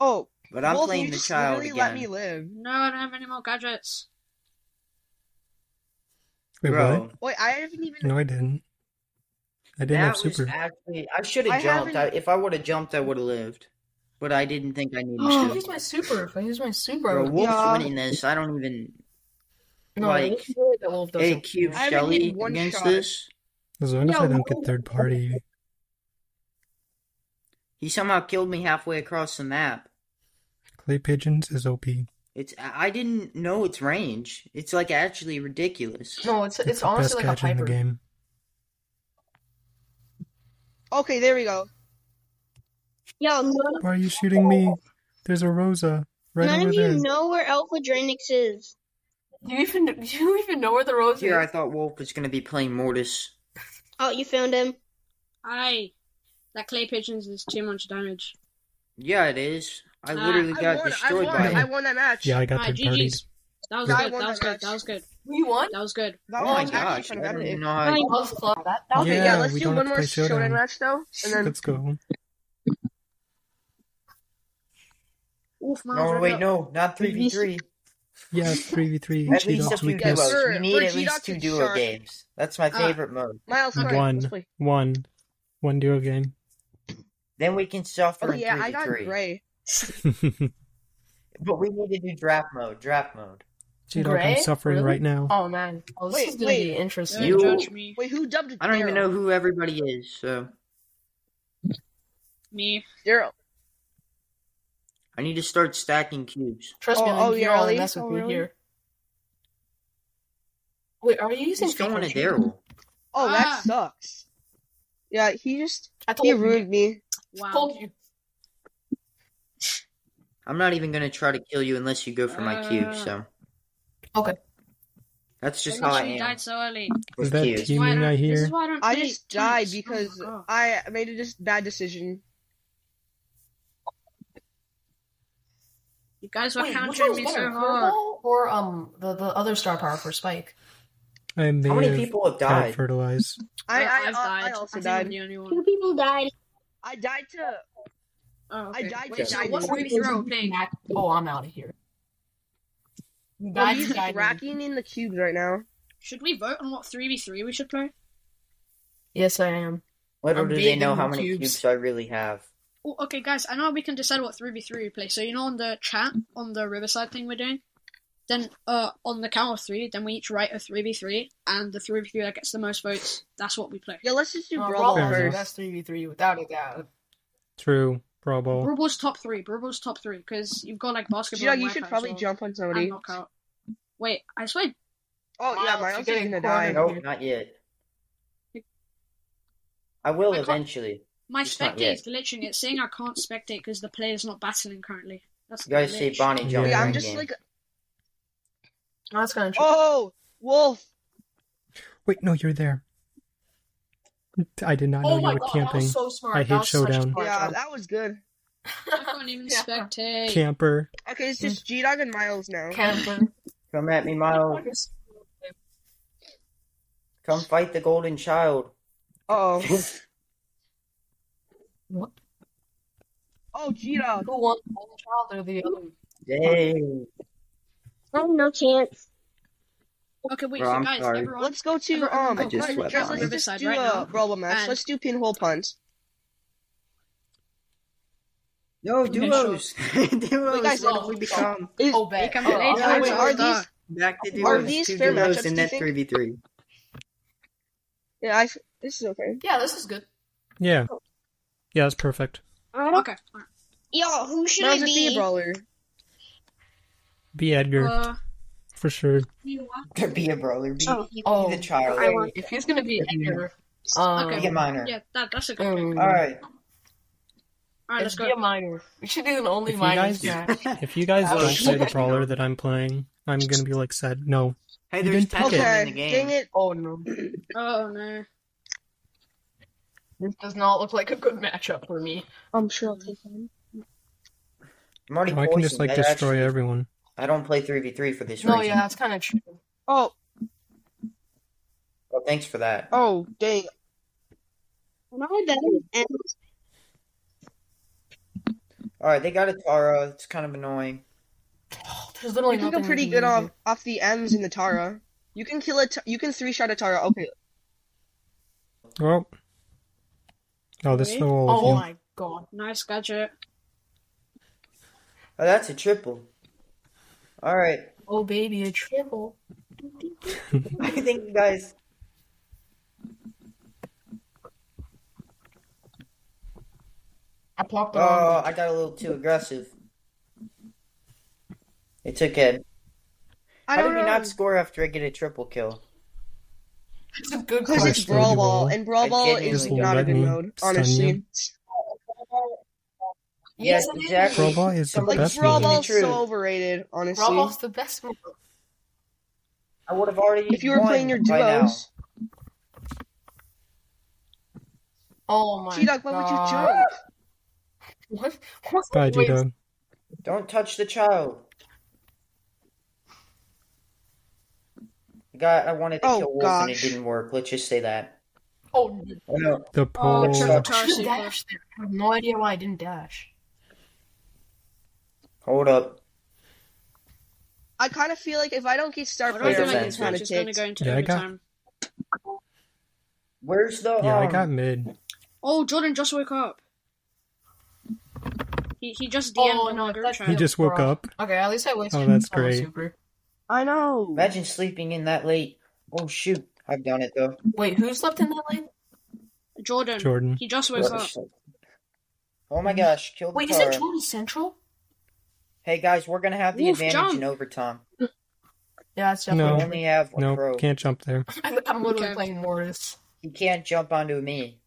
Speaker 2: Oh,
Speaker 7: But I'm
Speaker 2: Wolf,
Speaker 7: playing
Speaker 2: you
Speaker 7: the
Speaker 2: just
Speaker 7: child
Speaker 2: literally
Speaker 7: again.
Speaker 2: let me live.
Speaker 4: No, I don't have any more gadgets.
Speaker 6: Wait,
Speaker 7: Bro,
Speaker 6: what?
Speaker 2: Wait, I haven't even.
Speaker 6: No, I didn't. I didn't
Speaker 7: that
Speaker 6: have
Speaker 7: was
Speaker 6: super.
Speaker 7: actually. I should
Speaker 2: I
Speaker 7: have jumped. I,
Speaker 2: haven't-
Speaker 7: if I would have jumped, I would have lived. But I didn't think I needed
Speaker 5: I
Speaker 2: Oh,
Speaker 5: should
Speaker 7: to.
Speaker 5: use Oh, my super. If I use my super, I
Speaker 7: Bro,
Speaker 5: would-
Speaker 7: Wolf's
Speaker 2: Yeah.
Speaker 7: winning this. I don't even.
Speaker 5: no,
Speaker 7: like,
Speaker 5: it's really that Wolf doesn't.
Speaker 7: Hey, Cube
Speaker 2: I haven't
Speaker 7: Shelly
Speaker 2: hit one
Speaker 7: against
Speaker 2: shot.
Speaker 7: this.
Speaker 6: As long as
Speaker 5: Yeah,
Speaker 6: I don't
Speaker 5: well-
Speaker 6: get third party.
Speaker 7: He somehow killed me halfway across the map.
Speaker 6: Clay Pigeons is OP.
Speaker 7: It's. I I didn't know its range. It's like actually ridiculous.
Speaker 5: No, it's it's,
Speaker 6: It's, the best
Speaker 5: honestly like a
Speaker 6: gadget in the
Speaker 5: hyper.
Speaker 6: game.
Speaker 2: Okay, there we go.
Speaker 3: Yo, none,
Speaker 6: Why are you shooting me? There's a Rosa right
Speaker 3: none
Speaker 6: over
Speaker 3: of you
Speaker 6: there.
Speaker 3: know where Alpha Drainix is.
Speaker 5: Do you even do you even know where the rose
Speaker 7: Here, I
Speaker 5: is?
Speaker 7: thought Wolf was gonna be playing Mortis.
Speaker 3: Oh, you found him.
Speaker 4: Aye. That clay pigeons is too much damage.
Speaker 7: Yeah, it is. I
Speaker 4: Ah,
Speaker 7: literally
Speaker 2: Uh, I
Speaker 7: got
Speaker 2: won. I
Speaker 7: destroyed
Speaker 2: won.
Speaker 7: by
Speaker 2: I
Speaker 7: it.
Speaker 2: won that match.
Speaker 6: Yeah, I got
Speaker 4: Alright,
Speaker 6: third partied.
Speaker 4: GG's. That was
Speaker 2: Yeah, I
Speaker 4: good.
Speaker 2: won
Speaker 4: That was
Speaker 2: that
Speaker 4: good. That
Speaker 2: match.
Speaker 4: was good.
Speaker 5: We won.
Speaker 4: That was good.
Speaker 2: That
Speaker 7: Oh
Speaker 2: was
Speaker 7: my
Speaker 2: actually
Speaker 7: gosh! I
Speaker 2: kind of
Speaker 7: don't
Speaker 2: epic.
Speaker 7: even know how I-
Speaker 5: That was close. That, that was
Speaker 2: Okay, yeah,
Speaker 6: Yeah,
Speaker 2: let's
Speaker 6: we
Speaker 2: do
Speaker 6: don't
Speaker 2: one
Speaker 6: have to
Speaker 2: more
Speaker 6: play
Speaker 2: showdown.
Speaker 6: showdown.
Speaker 2: match though, and then
Speaker 6: Let's go.
Speaker 4: Oof, Miles.
Speaker 7: No,
Speaker 4: red
Speaker 7: wait,
Speaker 4: up.
Speaker 7: no, not three v three.
Speaker 6: Yeah, 3v3.
Speaker 7: At
Speaker 6: G
Speaker 7: least a
Speaker 6: Dog's
Speaker 7: few
Speaker 6: weakness.
Speaker 7: duos.
Speaker 2: for-
Speaker 7: You need
Speaker 2: for
Speaker 7: at least
Speaker 2: G-Doc
Speaker 7: two
Speaker 2: to
Speaker 7: duo
Speaker 2: shark.
Speaker 7: games. That's my
Speaker 2: Uh,
Speaker 4: Ah.
Speaker 7: favorite mode.
Speaker 2: Miles. Come on,
Speaker 6: One.
Speaker 2: let's play.
Speaker 6: One. One duo game.
Speaker 7: Then we can suffer
Speaker 2: Oh
Speaker 7: in
Speaker 2: yeah,
Speaker 7: three
Speaker 2: I
Speaker 7: v
Speaker 2: got
Speaker 7: three.
Speaker 2: Gray.
Speaker 7: But we need to do draft mode. Draft mode.
Speaker 6: G Dog, I'm
Speaker 5: Gray?
Speaker 6: suffering
Speaker 5: Really?
Speaker 6: right now.
Speaker 5: Oh man, oh, this
Speaker 2: Wait,
Speaker 5: is gonna
Speaker 2: wait.
Speaker 5: be
Speaker 4: Don't
Speaker 5: interesting.
Speaker 7: You-
Speaker 4: judge me.
Speaker 2: Wait, who dubbed?
Speaker 7: I don't even
Speaker 2: Daryl?
Speaker 7: know who everybody is. So
Speaker 4: Me.
Speaker 2: Daryl.
Speaker 7: I need to start stacking cubes.
Speaker 5: Trust me,
Speaker 2: Oh,
Speaker 5: like,
Speaker 2: oh,
Speaker 5: you're
Speaker 2: yeah,
Speaker 5: all in
Speaker 2: really?
Speaker 5: mess with
Speaker 2: Oh,
Speaker 5: me
Speaker 2: really?
Speaker 5: here. Wait, are you using
Speaker 7: He's going to
Speaker 5: Pikachu?
Speaker 7: Daryl.
Speaker 2: Oh,
Speaker 4: Ah.
Speaker 2: that sucks. Yeah, he just
Speaker 5: I told
Speaker 2: he
Speaker 5: you.
Speaker 2: ruined me.
Speaker 4: Wow.
Speaker 5: Told you.
Speaker 7: I'm not even gonna try to kill you unless you go for my cube.
Speaker 2: Uh,
Speaker 7: So.
Speaker 5: Okay.
Speaker 7: That's just how
Speaker 4: Unless
Speaker 7: I
Speaker 4: you
Speaker 7: am
Speaker 4: died so early.
Speaker 7: with
Speaker 6: Is that
Speaker 7: cubes.
Speaker 4: This is why I
Speaker 6: Teaming, I
Speaker 4: don't- This
Speaker 6: hear.
Speaker 4: is why I don't
Speaker 2: I
Speaker 4: play
Speaker 2: just died
Speaker 4: tanks. Oh my
Speaker 2: because
Speaker 4: God.
Speaker 2: I made a just bad decision.
Speaker 4: you guys were
Speaker 5: Wait, which
Speaker 4: countering
Speaker 5: one's
Speaker 4: me
Speaker 5: better,
Speaker 4: so hard.
Speaker 5: Kerbal or um the, the other star power for Spike?
Speaker 6: I may
Speaker 7: How many
Speaker 6: have
Speaker 7: people have
Speaker 6: died.
Speaker 7: died?
Speaker 6: fertilized.
Speaker 2: I
Speaker 4: Uh,
Speaker 2: I,
Speaker 4: I've
Speaker 2: I,
Speaker 4: died.
Speaker 2: I also
Speaker 4: I think I'm
Speaker 2: died.
Speaker 4: the only one.
Speaker 3: Two people died.
Speaker 2: I died to
Speaker 4: Oh,
Speaker 2: I
Speaker 4: okay.
Speaker 2: died
Speaker 4: Wait,
Speaker 2: to
Speaker 4: so
Speaker 2: diving.
Speaker 4: what's Ruby Throw playing?
Speaker 5: Mac- Oh, I'm out of here.
Speaker 2: well,
Speaker 5: You guys
Speaker 2: Oh, he's just
Speaker 5: died.
Speaker 2: racking in the cubes right now.
Speaker 4: Should we vote on what 3v3 we should play?
Speaker 5: Yes, I am.
Speaker 7: Little
Speaker 5: I'm
Speaker 7: do they
Speaker 5: being
Speaker 7: know
Speaker 5: in
Speaker 7: how many
Speaker 5: cubes.
Speaker 7: cubes I really have.
Speaker 4: Oh, okay, guys, I know we can decide what 3v3 we play. So, you know, on the chat, on the Riverside thing we're doing, then uh, on the count of three, then we each write a 3v3, and the 3v3 that gets the most votes, that's what we play.
Speaker 2: Yeah, let's just do
Speaker 4: Oh,
Speaker 5: Uh,
Speaker 2: Brawl
Speaker 5: Brawl
Speaker 6: Fair
Speaker 5: is the
Speaker 6: enough.
Speaker 2: first.
Speaker 5: best three v three without a doubt.
Speaker 6: True. Brawl ball.
Speaker 4: Brubal's top three. Brubal's top three, because you've got like basketball.
Speaker 2: Jug,
Speaker 4: and
Speaker 2: you should
Speaker 4: wipeout as
Speaker 2: probably
Speaker 4: well,
Speaker 2: jump on
Speaker 4: And
Speaker 2: somebody.
Speaker 4: knockout. Wait, I swear.
Speaker 2: Oh yeah,
Speaker 5: Miles,
Speaker 2: Miles
Speaker 5: you're
Speaker 2: is
Speaker 5: getting
Speaker 2: gonna die.
Speaker 5: cornered. Nope.
Speaker 7: Nope, not yet. I will
Speaker 4: I can't-
Speaker 7: eventually.
Speaker 4: My
Speaker 7: It's not
Speaker 4: spectate's glitching. It's saying I can't spectate because the player's not battling currently. That's
Speaker 7: You guys see
Speaker 4: glitch.
Speaker 7: Bonnie
Speaker 6: Yeah,
Speaker 7: jump.
Speaker 2: Oh, Yeah,
Speaker 7: during
Speaker 2: I'm just
Speaker 7: game.
Speaker 2: like,
Speaker 5: No, that's kind of true.
Speaker 2: oh, Wolf.
Speaker 6: Wait, no, you're there. I did not know
Speaker 5: Oh
Speaker 6: you were camping.
Speaker 5: so smart.
Speaker 6: I hate Showdown.
Speaker 2: Yeah, that was good.
Speaker 4: I can't even
Speaker 5: Yeah.
Speaker 4: spectate.
Speaker 6: Camper.
Speaker 2: Okay, it's
Speaker 4: Mm.
Speaker 2: just G Dog and Miles now.
Speaker 5: Camping.
Speaker 7: Come at me, Miles. Come fight the golden child.
Speaker 2: Oh,
Speaker 5: What?
Speaker 2: oh, G Dog.
Speaker 5: Who won, one child or the other?
Speaker 7: Dang.
Speaker 3: I have no chance.
Speaker 4: Okay, wait,
Speaker 7: Bro,
Speaker 4: so
Speaker 7: I'm
Speaker 4: guys,
Speaker 7: sorry.
Speaker 4: everyone.
Speaker 2: Let's go to
Speaker 4: Everyone
Speaker 2: um.
Speaker 4: go. I
Speaker 7: just
Speaker 2: Riverside.
Speaker 7: swept
Speaker 2: Guys,
Speaker 7: on
Speaker 2: let's just
Speaker 4: Riverside
Speaker 2: do
Speaker 4: right
Speaker 2: a
Speaker 4: now.
Speaker 2: Brawl match.
Speaker 4: And-
Speaker 2: Let's do pinhole punch.
Speaker 7: No,
Speaker 4: Okay,
Speaker 7: duos. duos.
Speaker 2: Wait, guys,
Speaker 7: what have
Speaker 5: oh,
Speaker 7: we become?
Speaker 2: Is,
Speaker 5: Oh, bad.
Speaker 4: Become
Speaker 5: Oh,
Speaker 4: late.
Speaker 2: are,
Speaker 5: oh,
Speaker 4: I'm
Speaker 2: wait, are
Speaker 4: sorry.
Speaker 2: these?
Speaker 7: Back to duos.
Speaker 2: Are these
Speaker 7: two
Speaker 2: fair
Speaker 7: duos
Speaker 2: matchups,
Speaker 7: and
Speaker 2: do you
Speaker 7: that
Speaker 2: think?
Speaker 7: 3v3.
Speaker 2: Yeah, I. f- This is okay.
Speaker 5: Yeah, this is good.
Speaker 6: Yeah. Yeah, that's perfect.
Speaker 3: I don't.
Speaker 4: Okay. alright.
Speaker 3: Yo, who should
Speaker 2: Miles
Speaker 3: I
Speaker 2: is the
Speaker 3: be?
Speaker 2: brawler.
Speaker 6: Be Edgar,
Speaker 4: Uh,
Speaker 6: for sure.
Speaker 7: There be a brawler. Be,
Speaker 3: Oh.
Speaker 7: be
Speaker 5: Oh,
Speaker 7: the child.
Speaker 3: I want-
Speaker 5: If he's gonna be
Speaker 7: If you-
Speaker 5: Edgar, um,
Speaker 4: Okay.
Speaker 7: Be a minor.
Speaker 4: yeah, that, that's a good pick.
Speaker 5: um,
Speaker 7: Alright.
Speaker 4: Alright, let's
Speaker 5: let's
Speaker 4: go.
Speaker 5: be a minor. We should do an only
Speaker 6: If you
Speaker 5: minor
Speaker 6: guys-
Speaker 5: match.
Speaker 6: If you guys
Speaker 5: Oh,
Speaker 6: don't play the
Speaker 5: shit.
Speaker 6: brawler that I'm playing, I'm gonna be like sad. No.
Speaker 7: Hey,
Speaker 6: You
Speaker 7: there's
Speaker 6: didn't
Speaker 7: 10 of
Speaker 6: pick
Speaker 7: them
Speaker 2: Okay,
Speaker 7: in the
Speaker 2: dang
Speaker 7: game.
Speaker 2: it.
Speaker 5: Oh no,
Speaker 4: Oh no.
Speaker 5: this does not look like a good matchup for me.
Speaker 3: I'm sure I'll take him.
Speaker 7: I'm already
Speaker 6: No, Oh, I can just like
Speaker 7: poisoned. I
Speaker 6: destroy
Speaker 7: actually-
Speaker 6: everyone.
Speaker 7: I don't play 3v3 for this
Speaker 5: No,
Speaker 7: reason.
Speaker 5: yeah, that's kind of true.
Speaker 2: Oh,
Speaker 7: Well, thanks for that.
Speaker 2: oh, dang.
Speaker 3: Am I better than
Speaker 7: Alright, they got a Tara. It's kind of annoying.
Speaker 5: There's literally
Speaker 2: You can go
Speaker 5: nothing
Speaker 2: pretty
Speaker 5: we
Speaker 2: good
Speaker 5: can
Speaker 2: off
Speaker 5: do.
Speaker 2: off the M's in the Tara. You can kill a. T- you can three shot a Tara. Okay.
Speaker 6: Well. Oh, this is all
Speaker 5: Oh
Speaker 6: of you.
Speaker 5: my god.
Speaker 4: Nice gadget.
Speaker 7: Oh, that's a triple. Alright.
Speaker 5: Oh baby, a triple.
Speaker 7: I think you guys.
Speaker 5: I plopped it
Speaker 7: Oh,
Speaker 5: on.
Speaker 7: I got a little too aggressive. It's okay.
Speaker 2: I
Speaker 7: How
Speaker 2: don't
Speaker 7: did we
Speaker 2: know.
Speaker 7: not score after I get a triple kill?
Speaker 5: It's a good
Speaker 2: Because
Speaker 5: question.
Speaker 2: it's
Speaker 6: First
Speaker 2: Brawl
Speaker 6: Lady
Speaker 2: Ball,
Speaker 6: Brawl.
Speaker 2: and Brawl
Speaker 7: It
Speaker 2: Ball
Speaker 7: genuinely
Speaker 2: is
Speaker 7: won't
Speaker 2: not a
Speaker 6: let
Speaker 2: good
Speaker 6: me
Speaker 2: mode,
Speaker 6: stun you.
Speaker 2: honestly.
Speaker 7: Yes,
Speaker 5: it is.
Speaker 7: exactly.
Speaker 6: Brawl Ball is the
Speaker 7: Like,
Speaker 2: Like,
Speaker 6: best
Speaker 2: Brawl
Speaker 7: Brawl
Speaker 6: mode.
Speaker 2: Ball
Speaker 7: Ball's
Speaker 2: is
Speaker 7: True.
Speaker 2: so overrated, honestly.
Speaker 5: Roblox the best move.
Speaker 7: I would have already.
Speaker 2: If you were
Speaker 7: won
Speaker 2: playing your
Speaker 7: by now.
Speaker 2: duos,
Speaker 5: Oh my
Speaker 2: G Dog, why would you
Speaker 5: god.
Speaker 2: jump?
Speaker 5: What? What's
Speaker 6: Bye,
Speaker 5: wait,
Speaker 6: G-Dog.
Speaker 7: Don't touch the child. God, I wanted to
Speaker 2: Oh,
Speaker 7: kill Wolf and it
Speaker 2: gosh.
Speaker 7: didn't work. Let's just say that.
Speaker 5: Oh, no.
Speaker 7: Oh, no.
Speaker 6: The
Speaker 4: Oh,
Speaker 6: pole.
Speaker 4: triple
Speaker 5: I
Speaker 4: Tara
Speaker 5: should
Speaker 4: super.
Speaker 5: dash there. I have no idea why I didn't dash.
Speaker 7: Hold up.
Speaker 2: I kind of feel like if I don't get star
Speaker 4: I don't
Speaker 2: player,
Speaker 4: feel
Speaker 7: Wait a
Speaker 4: like
Speaker 7: minute,
Speaker 2: I'm
Speaker 4: this
Speaker 7: second.
Speaker 2: kind
Speaker 4: match
Speaker 2: of
Speaker 4: is going to
Speaker 2: ticked.
Speaker 4: go into
Speaker 6: Yeah, I got-
Speaker 4: overtime.
Speaker 7: Where's the?
Speaker 6: Yeah, I
Speaker 7: um,
Speaker 6: got mid.
Speaker 4: Oh, Jordan just woke up. He, he just DM'd
Speaker 5: Oh,
Speaker 4: on
Speaker 5: no,
Speaker 4: the group
Speaker 5: that's-
Speaker 4: chat.
Speaker 6: He just woke
Speaker 5: Brawl.
Speaker 6: up.
Speaker 5: Okay, at least I wasted.
Speaker 6: Oh, that's
Speaker 5: on the
Speaker 6: great.
Speaker 5: Super.
Speaker 2: I know.
Speaker 7: Imagine sleeping in that late. Oh shoot, I've done it though.
Speaker 5: Wait, who slept in that lane?
Speaker 4: Jordan.
Speaker 6: Jordan.
Speaker 4: He just woke up.
Speaker 7: Oh my gosh, kill the
Speaker 5: Wait,
Speaker 7: Tara.
Speaker 5: isn't Jordan central?
Speaker 7: Hey guys, we're gonna have the
Speaker 4: Wolf,
Speaker 7: advantage in
Speaker 4: jump.
Speaker 7: overtime.
Speaker 5: Yeah, it's
Speaker 7: We
Speaker 5: definitely.
Speaker 6: No.
Speaker 7: only have one
Speaker 6: Nope,
Speaker 7: throw.
Speaker 6: can't jump there.
Speaker 5: I'm, I'm literally
Speaker 4: Okay.
Speaker 5: playing Mortis.
Speaker 7: He can't jump onto me.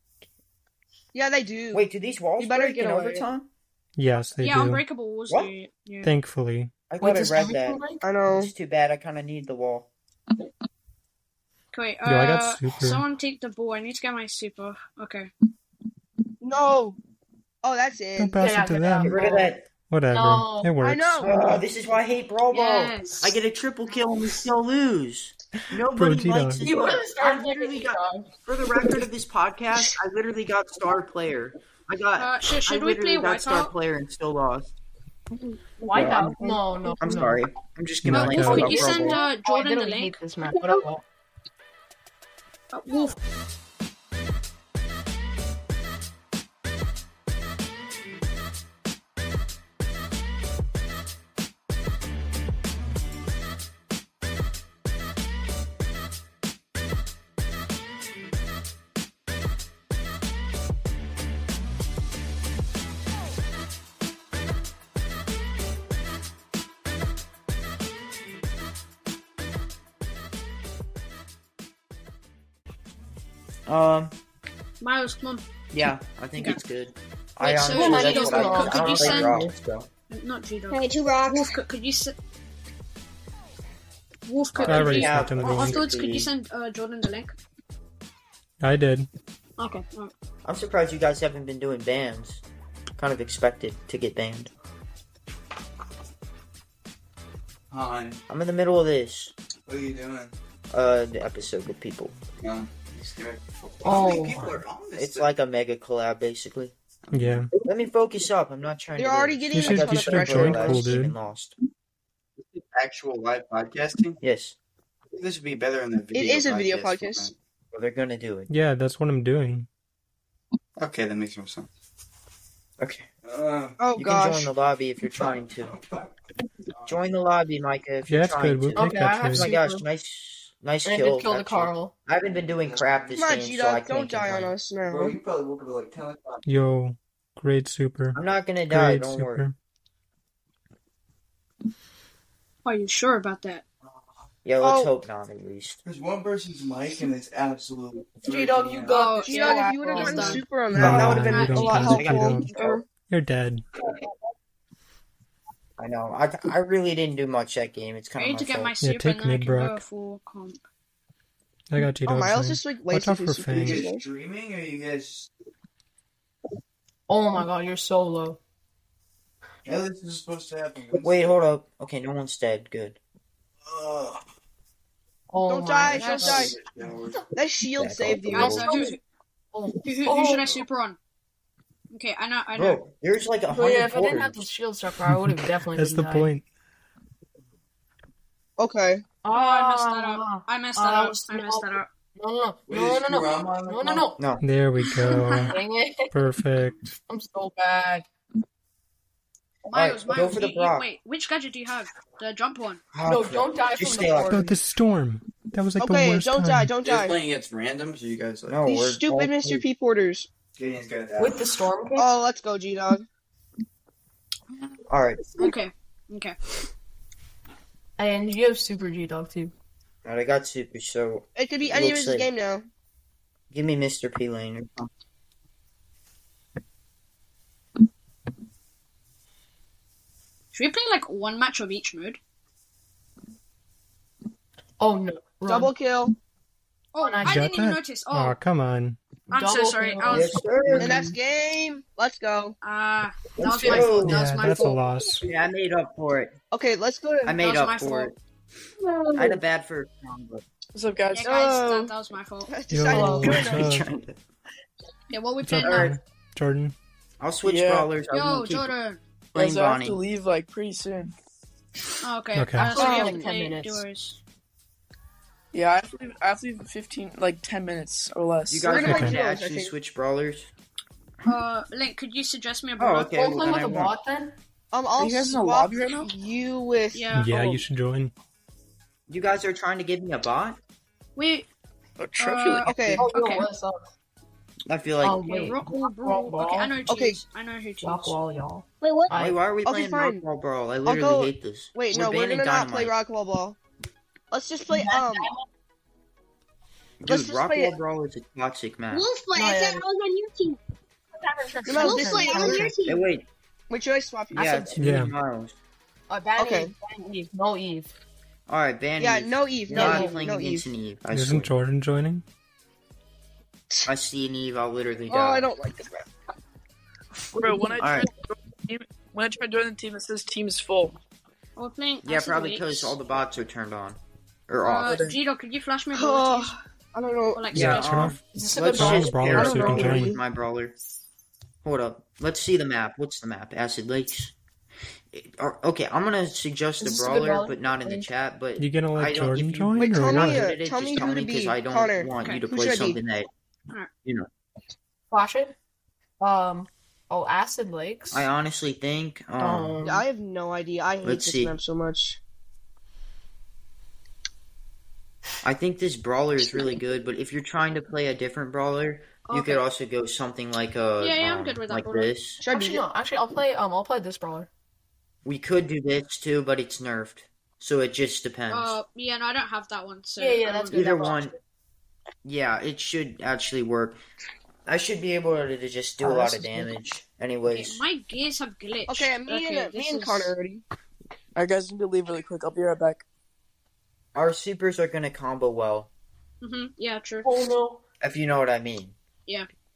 Speaker 2: Yeah, they do.
Speaker 7: Wait, do these walls
Speaker 2: You better
Speaker 7: break in
Speaker 2: get away.
Speaker 7: overtime?
Speaker 6: Yes, they
Speaker 4: yeah,
Speaker 6: do.
Speaker 4: unbreakable walls
Speaker 7: What?
Speaker 4: do. Yeah.
Speaker 6: Thankfully.
Speaker 7: I thought
Speaker 5: Wait,
Speaker 7: I
Speaker 5: does
Speaker 7: read that.
Speaker 5: everything break?
Speaker 2: I know.
Speaker 7: It's too bad. I kind of need the wall.
Speaker 4: Okay, uh,
Speaker 6: Yo, I got super.
Speaker 4: someone take the ball. I need to get my super. Okay.
Speaker 2: No. Oh, that's
Speaker 6: Don't
Speaker 2: it.
Speaker 6: pass
Speaker 5: Yeah,
Speaker 6: it to
Speaker 5: get
Speaker 6: them.
Speaker 7: Get rid of that.
Speaker 6: Whatever.
Speaker 5: No.
Speaker 6: It works.
Speaker 2: I know.
Speaker 7: Oh, this is why I hate Brawl Ball.
Speaker 4: Yes.
Speaker 7: I get a triple kill and we still lose. Nobody
Speaker 6: Bro,
Speaker 7: likes
Speaker 6: G-Dog.
Speaker 7: this.
Speaker 5: You
Speaker 7: one.
Speaker 5: would've started
Speaker 7: I literally
Speaker 5: it,
Speaker 7: got,
Speaker 5: G-Dog.
Speaker 7: for the record of this podcast, I literally got star player. I got.
Speaker 4: Uh, sh- should
Speaker 7: I
Speaker 4: we play
Speaker 7: literally got star
Speaker 4: Whiteout?
Speaker 7: player and still lost.
Speaker 5: Why
Speaker 7: Yeah.
Speaker 5: not? No, no.
Speaker 7: I'm
Speaker 5: no.
Speaker 7: sorry. I'm just
Speaker 6: No,
Speaker 7: gonna.
Speaker 6: no.
Speaker 7: like,
Speaker 6: Wolf,
Speaker 7: talk
Speaker 6: could
Speaker 7: about
Speaker 4: you
Speaker 7: Brawl
Speaker 4: send
Speaker 7: Ball.
Speaker 4: uh,
Speaker 5: Oh, I
Speaker 4: Jordan the
Speaker 5: literally
Speaker 4: link?
Speaker 5: hate this map. But, oh, well.
Speaker 4: Uh, Wolf,
Speaker 7: Um.
Speaker 4: Miles, come on.
Speaker 7: Yeah, I think
Speaker 4: Okay.
Speaker 7: it's good.
Speaker 4: Wait,
Speaker 7: I
Speaker 4: so
Speaker 7: honestly,
Speaker 5: G-Dog,
Speaker 7: that's what I
Speaker 5: could-
Speaker 7: want.
Speaker 5: could you
Speaker 7: I don't play
Speaker 5: send-
Speaker 7: Brawl, so.
Speaker 4: Not G Dog.
Speaker 3: Okay, two rocks.
Speaker 4: Wolf, could, could you send? Wolf, could,
Speaker 6: I
Speaker 4: could
Speaker 6: already
Speaker 4: you?
Speaker 6: sent him the
Speaker 4: Oh,
Speaker 6: link.
Speaker 4: afterwards, could you send uh, Jordan the link?
Speaker 6: I did.
Speaker 4: Okay. alright.
Speaker 7: I'm surprised you guys haven't been doing bans. Kind of expected to get banned.
Speaker 8: Hi,
Speaker 7: I'm in the middle of this
Speaker 8: what are you doing?
Speaker 7: uh the episode with people.
Speaker 8: Yeah. Just give it-
Speaker 5: Oh.
Speaker 8: How many people are on this
Speaker 7: It's
Speaker 8: thing?
Speaker 7: like a mega collab, basically.
Speaker 6: Yeah.
Speaker 7: Let me focus up. I'm not trying.
Speaker 2: They're
Speaker 7: to
Speaker 2: already
Speaker 7: lose.
Speaker 2: getting
Speaker 6: You
Speaker 2: a ton
Speaker 6: should- you
Speaker 2: of
Speaker 6: should have
Speaker 2: pressure.
Speaker 6: joined
Speaker 7: Last
Speaker 6: Cool,
Speaker 7: team
Speaker 6: dude.
Speaker 7: Lost.
Speaker 8: actual live podcasting.
Speaker 7: Yes,
Speaker 8: This would be better than the video.
Speaker 2: is a video podcast.
Speaker 7: well, they're gonna do it.
Speaker 6: Yeah, that's what I'm doing.
Speaker 8: format. Okay, that makes more sense.
Speaker 7: Okay.
Speaker 8: Uh,
Speaker 2: Oh
Speaker 7: you can
Speaker 2: gosh.
Speaker 7: join the lobby if you're trying to. Join the lobby, Micah. If
Speaker 6: Yeah,
Speaker 7: you're
Speaker 6: that's good.
Speaker 7: trying
Speaker 6: We'll
Speaker 7: to.
Speaker 6: take
Speaker 5: Okay, I
Speaker 6: that
Speaker 5: have
Speaker 7: Oh
Speaker 6: too.
Speaker 7: my
Speaker 5: some-
Speaker 7: gosh, nice, nice
Speaker 5: And I
Speaker 7: kill.
Speaker 5: did kill the
Speaker 7: actually.
Speaker 5: Carl.
Speaker 7: I haven't been doing crap this
Speaker 2: Come on,
Speaker 7: game, so I
Speaker 2: G-Dog,
Speaker 7: can't
Speaker 2: don't die on
Speaker 7: complain.
Speaker 2: us now.
Speaker 8: Bro, you probably woke up at like 10 o'clock.
Speaker 6: Yo, great super.
Speaker 7: I'm not gonna die.
Speaker 6: Great
Speaker 7: Don't worry.
Speaker 6: super.
Speaker 4: Are you sure about that?
Speaker 7: Yeah, let's
Speaker 2: Oh.
Speaker 7: hope not at least.
Speaker 8: There's one person's mic and it's absolutely.
Speaker 5: G-Dog, you
Speaker 8: go.
Speaker 5: go.
Speaker 2: G-Dog, if you would have
Speaker 4: Well
Speaker 2: gotten
Speaker 4: done.
Speaker 2: super on
Speaker 6: No,
Speaker 2: that, that would
Speaker 4: you
Speaker 2: have been a
Speaker 4: don't
Speaker 2: lot
Speaker 4: count it,
Speaker 2: helpful.
Speaker 6: G-Dog. You're dead.
Speaker 7: I know. I I really didn't do much that game. It's
Speaker 4: I
Speaker 7: kind
Speaker 4: need
Speaker 7: of
Speaker 4: to get my
Speaker 6: Yeah,
Speaker 4: super and
Speaker 6: take
Speaker 4: then I can go
Speaker 6: mid-brock.
Speaker 4: for comp.
Speaker 7: Oh.
Speaker 6: I got you.
Speaker 2: Oh,
Speaker 6: dog
Speaker 2: Miles
Speaker 6: sign.
Speaker 2: just like
Speaker 6: Watch
Speaker 2: wasted
Speaker 6: out for
Speaker 2: his super
Speaker 8: Are
Speaker 6: Fang.
Speaker 8: you
Speaker 2: today.
Speaker 8: guys dreaming or are you guys.
Speaker 5: Oh my god, you're so low.
Speaker 8: Yeah, this is supposed to happen.
Speaker 7: Wait, hold up. Okay, no one's dead. Good.
Speaker 8: Ugh.
Speaker 5: Oh
Speaker 2: Don't
Speaker 5: my
Speaker 2: die,
Speaker 5: God.
Speaker 2: don't die.
Speaker 8: Shower.
Speaker 2: That shield
Speaker 7: Back
Speaker 2: saved
Speaker 7: off
Speaker 2: you.
Speaker 7: the
Speaker 4: Guys,
Speaker 7: wall.
Speaker 4: uh, who, who,
Speaker 5: Oh,
Speaker 4: who, who
Speaker 5: Oh.
Speaker 4: should I super on? Okay, I know, I know.
Speaker 7: Bro, there's like a
Speaker 5: But yeah,
Speaker 7: hundred
Speaker 5: if I didn't have the
Speaker 7: quarters.
Speaker 5: shield sucker, I would have definitely.
Speaker 6: That's the
Speaker 5: been died.
Speaker 6: point.
Speaker 2: Okay.
Speaker 5: Oh,
Speaker 4: Oh, I messed that up. I messed that
Speaker 5: I
Speaker 4: up.
Speaker 5: was-
Speaker 4: I messed that up.
Speaker 5: No, no,
Speaker 8: Wait,
Speaker 5: no,
Speaker 8: is
Speaker 5: no, no, no,
Speaker 8: Kurama on the
Speaker 5: no, no,
Speaker 8: call?
Speaker 5: no.
Speaker 7: No,
Speaker 6: There we go.
Speaker 5: Dang it!
Speaker 6: Perfect.
Speaker 5: I'm so bad.
Speaker 4: Miles,
Speaker 7: Alright, go
Speaker 4: Miles,
Speaker 7: for
Speaker 4: you,
Speaker 7: the
Speaker 4: you,
Speaker 7: Brock.
Speaker 4: wait, which gadget do you have? The jump one.
Speaker 7: Ah,
Speaker 5: no,
Speaker 7: crap.
Speaker 5: don't die
Speaker 7: Just
Speaker 5: from
Speaker 7: stay
Speaker 5: the
Speaker 7: up.
Speaker 5: corner.
Speaker 6: About the storm. That was like the
Speaker 2: Okay,
Speaker 6: worst
Speaker 2: don't
Speaker 6: time.
Speaker 2: die, don't
Speaker 8: They're
Speaker 2: die.
Speaker 8: playing against random, so you guys like.
Speaker 7: No,
Speaker 2: These
Speaker 7: we're
Speaker 2: stupid
Speaker 7: all-
Speaker 2: Mr. P Porters.
Speaker 8: Gideon's gonna die.
Speaker 5: With the storm king?
Speaker 2: Oh, let's go, G Dog.
Speaker 7: All right,
Speaker 4: Okay, okay.
Speaker 5: and you have super G dog too.
Speaker 7: all right. I got super. So
Speaker 2: It could be
Speaker 7: It
Speaker 2: any of
Speaker 7: looks
Speaker 2: his
Speaker 7: like-
Speaker 2: game now.
Speaker 7: give me Mr. P Lane. or something.
Speaker 4: Should we play like one match of each mode?
Speaker 5: Oh no! Run.
Speaker 2: Double kill.
Speaker 4: Oh,
Speaker 5: I
Speaker 4: I
Speaker 5: got
Speaker 4: didn't even
Speaker 6: that.
Speaker 4: notice.
Speaker 6: Aw,
Speaker 4: Oh,
Speaker 6: come on.
Speaker 4: I'm so
Speaker 5: Double
Speaker 4: sorry.
Speaker 5: kill.
Speaker 4: I
Speaker 7: Yes,
Speaker 4: was,
Speaker 2: The
Speaker 7: sir.
Speaker 2: next game. Let's go.
Speaker 4: ah, that
Speaker 7: Let's
Speaker 4: was my fault.
Speaker 7: go.
Speaker 4: That was
Speaker 6: Yeah,
Speaker 4: my
Speaker 6: that's a
Speaker 4: fault.
Speaker 6: loss.
Speaker 7: Yeah, I made up for it.
Speaker 2: Okay, let's go
Speaker 7: I
Speaker 2: to.
Speaker 7: made
Speaker 4: was my
Speaker 7: up for
Speaker 4: fault.
Speaker 7: it. I had a bad first round, but
Speaker 5: What's up, guys?
Speaker 4: Yeah, guys,
Speaker 2: No.
Speaker 7: oh.
Speaker 4: that, that was my fault.
Speaker 2: Let's
Speaker 6: Yo,
Speaker 2: decide
Speaker 5: Oh,
Speaker 2: to do it.
Speaker 6: what's up?
Speaker 7: trying to-
Speaker 4: Yeah, what we
Speaker 6: What's
Speaker 4: playing
Speaker 6: up,
Speaker 4: now?
Speaker 6: man? Jordan?
Speaker 7: I'll switch
Speaker 9: Yeah.
Speaker 7: brawlers. I
Speaker 4: Yo,
Speaker 7: won't keep
Speaker 4: Jordan.
Speaker 7: playing
Speaker 9: Guys, I have to
Speaker 7: Bonnie.
Speaker 9: leave like pretty soon.
Speaker 4: Oh, okay.
Speaker 6: Okay.
Speaker 4: Uh, so we
Speaker 5: Oh,
Speaker 4: have
Speaker 5: like
Speaker 4: to
Speaker 5: 10
Speaker 4: play
Speaker 5: minutes.
Speaker 4: duos.
Speaker 9: Yeah, I have to leave, I have to leave in 15, like 10 minutes or less.
Speaker 7: You
Speaker 2: We're
Speaker 7: guys
Speaker 2: gonna
Speaker 7: are
Speaker 2: play
Speaker 7: gonna
Speaker 2: duos, I
Speaker 7: actually
Speaker 2: think.
Speaker 7: switch brawlers.
Speaker 4: Uh, Link, could you suggest me a
Speaker 7: Oh,
Speaker 4: brawler?
Speaker 7: okay.
Speaker 5: We're
Speaker 7: Well,
Speaker 5: playing
Speaker 7: then
Speaker 5: with
Speaker 7: I
Speaker 5: a
Speaker 7: won't.
Speaker 5: bot then.
Speaker 2: Um, I'll
Speaker 9: you guys in the
Speaker 2: swap
Speaker 9: lobby right now?
Speaker 2: you with.
Speaker 4: Yeah.
Speaker 6: yeah,
Speaker 9: oh.
Speaker 6: you should join.
Speaker 7: You guys are trying to give me a bot?
Speaker 4: Wait.
Speaker 9: A trophy.
Speaker 4: Uh,
Speaker 9: like-
Speaker 2: Okay.
Speaker 5: Oh,
Speaker 4: Okay.
Speaker 5: what's up?
Speaker 7: I feel like.
Speaker 5: Oh,
Speaker 4: Okay,
Speaker 5: wait.
Speaker 4: Rockwool Brawl.
Speaker 5: Rockwool.
Speaker 4: Okay, I know cheese.
Speaker 2: Okay.
Speaker 4: I know who cheese.
Speaker 5: Rock wall, y'all.
Speaker 3: Wait, what?
Speaker 7: Wait, why are we
Speaker 2: Okay,
Speaker 7: playing
Speaker 2: fine.
Speaker 7: Rockball Brawl? I literally
Speaker 2: go-
Speaker 7: hate this.
Speaker 2: Wait, no, we're
Speaker 7: banning
Speaker 2: gonna not play
Speaker 7: Dynamite.
Speaker 2: Rockwall Ball. Let's just play um.
Speaker 7: Dude,
Speaker 2: let's just play
Speaker 7: Rockwall
Speaker 2: it.
Speaker 7: Brawl is a toxic map.
Speaker 3: Wolfboy,
Speaker 5: No,
Speaker 3: I
Speaker 5: yeah.
Speaker 3: said I was on your team.
Speaker 2: No,
Speaker 3: Wolfboy,
Speaker 2: this
Speaker 3: I'm on
Speaker 2: is-
Speaker 3: your
Speaker 7: Hey,
Speaker 3: team.
Speaker 7: wait.
Speaker 2: Wait, should I swap you?
Speaker 5: I
Speaker 7: Yeah,
Speaker 5: said-
Speaker 7: it's two
Speaker 6: Yeah.
Speaker 7: miles.
Speaker 5: Uh, ban
Speaker 2: Okay.
Speaker 5: Eve, ban Eve, no Eve.
Speaker 7: All right, ban.
Speaker 2: Yeah,
Speaker 7: Eve.
Speaker 2: no Eve, no
Speaker 7: not
Speaker 2: Eve,
Speaker 7: playing
Speaker 2: no
Speaker 7: against
Speaker 2: Eve.
Speaker 7: an Eve. I,
Speaker 6: Isn't
Speaker 7: swear.
Speaker 6: Jordan joining?
Speaker 7: I see an Eve, I'll literally
Speaker 2: Oh,
Speaker 7: die.
Speaker 2: I don't like this map.
Speaker 9: Bro, when I
Speaker 7: All
Speaker 9: tried
Speaker 7: right.
Speaker 9: to join the team, when I tried to join the team, it says team's full.
Speaker 4: We're playing.
Speaker 7: Yeah,
Speaker 4: Ice and
Speaker 7: probably
Speaker 4: Leaks.
Speaker 7: because all the bots are turned on or
Speaker 4: Uh,
Speaker 7: off.
Speaker 4: G-Dog, could you flash me your cheese?
Speaker 2: Oh, I don't know.
Speaker 4: Or like
Speaker 7: Yeah,
Speaker 4: yeah,
Speaker 6: turn
Speaker 7: um,
Speaker 6: off.
Speaker 5: Is this a
Speaker 7: Let's
Speaker 5: good
Speaker 6: Brawler
Speaker 7: just
Speaker 6: Brawler
Speaker 7: pair
Speaker 6: so you
Speaker 7: up
Speaker 6: can join.
Speaker 7: with my brawler. Hold up. Let's see the map. What's the map? Acid Lakes. It- or- Okay, I'm gonna
Speaker 5: Is
Speaker 7: suggest a
Speaker 5: this a good
Speaker 7: brawler,
Speaker 5: brawler?
Speaker 7: but not in the chat. But
Speaker 6: You gonna let
Speaker 7: I don't-
Speaker 6: Jordan
Speaker 7: if you-
Speaker 6: join
Speaker 2: Wait,
Speaker 6: or
Speaker 2: tell me,
Speaker 6: what?
Speaker 2: uh,
Speaker 7: Edited,
Speaker 2: tell
Speaker 7: just
Speaker 2: me who to be,
Speaker 7: because I don't
Speaker 2: Connor.
Speaker 7: want
Speaker 4: Okay,
Speaker 7: you to
Speaker 2: who
Speaker 7: play
Speaker 2: should I be?
Speaker 7: something that
Speaker 4: Alright.
Speaker 7: you know.
Speaker 5: Flash it. Um. Oh, acid lakes.
Speaker 7: I honestly think. Um,
Speaker 5: um.
Speaker 2: I have no idea. I hate
Speaker 7: Let's
Speaker 2: this
Speaker 7: see.
Speaker 2: map so much.
Speaker 7: I think this brawler is really good, but if you're trying to play a different brawler, you
Speaker 4: Okay.
Speaker 7: could also go something like a
Speaker 4: Yeah, yeah, I'm
Speaker 7: um,
Speaker 4: good with that
Speaker 7: like
Speaker 4: brawler.
Speaker 7: this.
Speaker 2: Should I be?
Speaker 5: actually, no. Actually, I'll play. Um, I'll play this brawler.
Speaker 7: We could do this too, but it's nerfed, so it just depends.
Speaker 4: Uh, yeah, no, I don't have that one. So um,
Speaker 5: Yeah, yeah,
Speaker 4: I won't-
Speaker 5: that's good.
Speaker 7: Either
Speaker 5: that
Speaker 7: one.
Speaker 5: works.
Speaker 7: Yeah, it should actually work. I should be able to just do
Speaker 5: Oh,
Speaker 7: a
Speaker 5: this
Speaker 7: lot of
Speaker 5: is good.
Speaker 7: damage.
Speaker 4: Okay,
Speaker 7: Anyways,
Speaker 4: my gears have glitched.
Speaker 2: Okay, me and me
Speaker 4: this
Speaker 2: and
Speaker 4: is-
Speaker 2: Connor already.
Speaker 9: Alright, guys, I need to leave really quick. I'll be right back.
Speaker 7: our supers are gonna combo well,
Speaker 4: Mhm, Yeah, true.
Speaker 5: Oh no.
Speaker 7: if you know what I mean.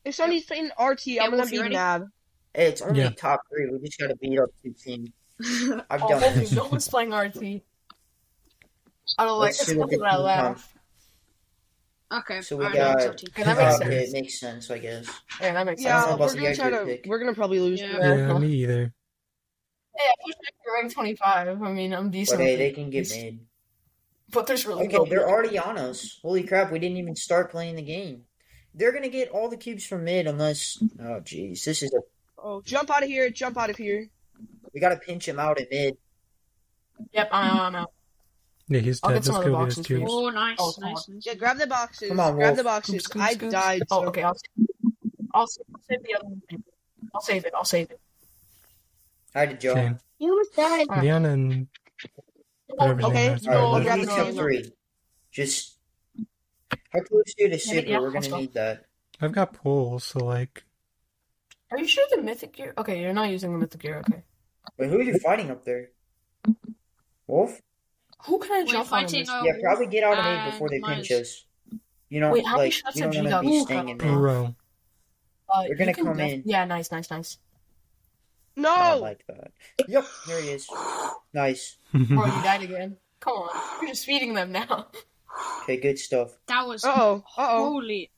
Speaker 2: If somebody's playing RT, I'm gonna
Speaker 4: Wolf, you
Speaker 2: be
Speaker 4: ready?
Speaker 2: mad.
Speaker 7: It's only
Speaker 6: Yeah.
Speaker 7: top three. We just gotta beat up two teams. I've
Speaker 5: Oh,
Speaker 7: done
Speaker 5: holy,
Speaker 7: this.
Speaker 5: no one's playing RT. I don't like.
Speaker 7: Let's
Speaker 5: That's
Speaker 7: see what
Speaker 5: something
Speaker 7: the
Speaker 5: that I
Speaker 7: team
Speaker 5: laugh.
Speaker 4: Okay.
Speaker 7: So we
Speaker 4: alright,
Speaker 7: got- uh,
Speaker 4: that's our team.
Speaker 5: Yeah, that
Speaker 7: comes.
Speaker 5: makes
Speaker 7: Okay,
Speaker 5: sense.
Speaker 7: it makes sense, I guess.
Speaker 5: Yeah, that makes sense.
Speaker 2: Yeah,
Speaker 7: not
Speaker 2: we're
Speaker 7: supposed to
Speaker 2: gonna
Speaker 7: be
Speaker 2: try
Speaker 7: accurate
Speaker 2: to.
Speaker 7: pick.
Speaker 2: We're gonna probably lose.
Speaker 4: Yeah.
Speaker 6: Yeah, me either.
Speaker 5: Hey, I pushed back to rank 25. I mean, I'm
Speaker 7: But
Speaker 5: decent.
Speaker 7: hey,
Speaker 5: with
Speaker 7: they
Speaker 5: it.
Speaker 7: can get mid.
Speaker 5: But there's really
Speaker 7: Okay,
Speaker 5: no.
Speaker 7: they're already on us. Holy crap, we didn't even start playing the game. They're gonna get all the cubes from mid unless. Oh, jeez, this is a.
Speaker 2: Oh, jump out of here! Jump out of here!
Speaker 7: We gotta pinch him out at mid.
Speaker 5: Yep, I know.
Speaker 6: Yeah, he's
Speaker 5: I'll
Speaker 6: dead.
Speaker 5: get
Speaker 6: Let's
Speaker 5: some
Speaker 6: go
Speaker 5: other
Speaker 6: get his
Speaker 5: boxes for you.
Speaker 6: tubes.
Speaker 4: Oh, nice,
Speaker 5: Oh, come
Speaker 4: nice, nice.
Speaker 2: Yeah, grab the boxes.
Speaker 7: Come on,
Speaker 2: grab
Speaker 7: Wolf.
Speaker 2: the boxes.
Speaker 5: Scoops, scoops,
Speaker 2: I
Speaker 5: scoops.
Speaker 2: died.
Speaker 5: Oh,
Speaker 2: so-
Speaker 5: okay. I'll save, I'll save, I'll save the other one. I'll save it. I'll save it.
Speaker 7: Hi to Joe.
Speaker 6: Okay.
Speaker 3: You almost died.
Speaker 5: Alright.
Speaker 6: Leon and whatever
Speaker 5: Oh,
Speaker 6: his
Speaker 2: Okay,
Speaker 6: name is.
Speaker 7: All right,
Speaker 5: No,
Speaker 7: we
Speaker 2: grab
Speaker 7: need
Speaker 2: the
Speaker 7: some
Speaker 2: cubes.
Speaker 7: three. Just how close are you to
Speaker 5: Yeah, but
Speaker 7: super?
Speaker 5: yeah,
Speaker 7: We're
Speaker 5: let's
Speaker 7: gonna
Speaker 5: go.
Speaker 7: need that.
Speaker 6: I've got poles, so like
Speaker 5: Are you sure the mythic gear? Okay, you're not using the mythic gear. Okay.
Speaker 7: Wait, who are you fighting up there? Wolf?
Speaker 5: Who can I
Speaker 4: We're
Speaker 5: jump on? in
Speaker 4: fighting
Speaker 5: this? Uh,
Speaker 4: a- Oh,
Speaker 7: yeah, probably get out of mid
Speaker 4: and
Speaker 7: before they
Speaker 4: Myers.
Speaker 7: pinch us. You know,
Speaker 5: Wait, how many
Speaker 7: like
Speaker 5: shots
Speaker 7: we
Speaker 5: have
Speaker 7: don't
Speaker 5: you
Speaker 7: want to
Speaker 5: got?
Speaker 7: be
Speaker 5: Ooh,
Speaker 7: staying in
Speaker 5: God.
Speaker 7: mid.
Speaker 6: bro.
Speaker 5: Uh,
Speaker 7: We're gonna
Speaker 5: you can
Speaker 7: come
Speaker 5: def-
Speaker 7: in.
Speaker 5: Yeah, nice, nice, nice.
Speaker 7: I don't
Speaker 2: No.
Speaker 7: like that. Yep, there he is. Nice.
Speaker 5: Bro, you died again. Come on. You're just feeding them now.
Speaker 7: Okay, good stuff.
Speaker 4: That was
Speaker 2: Uh oh. Uh oh.
Speaker 4: holy.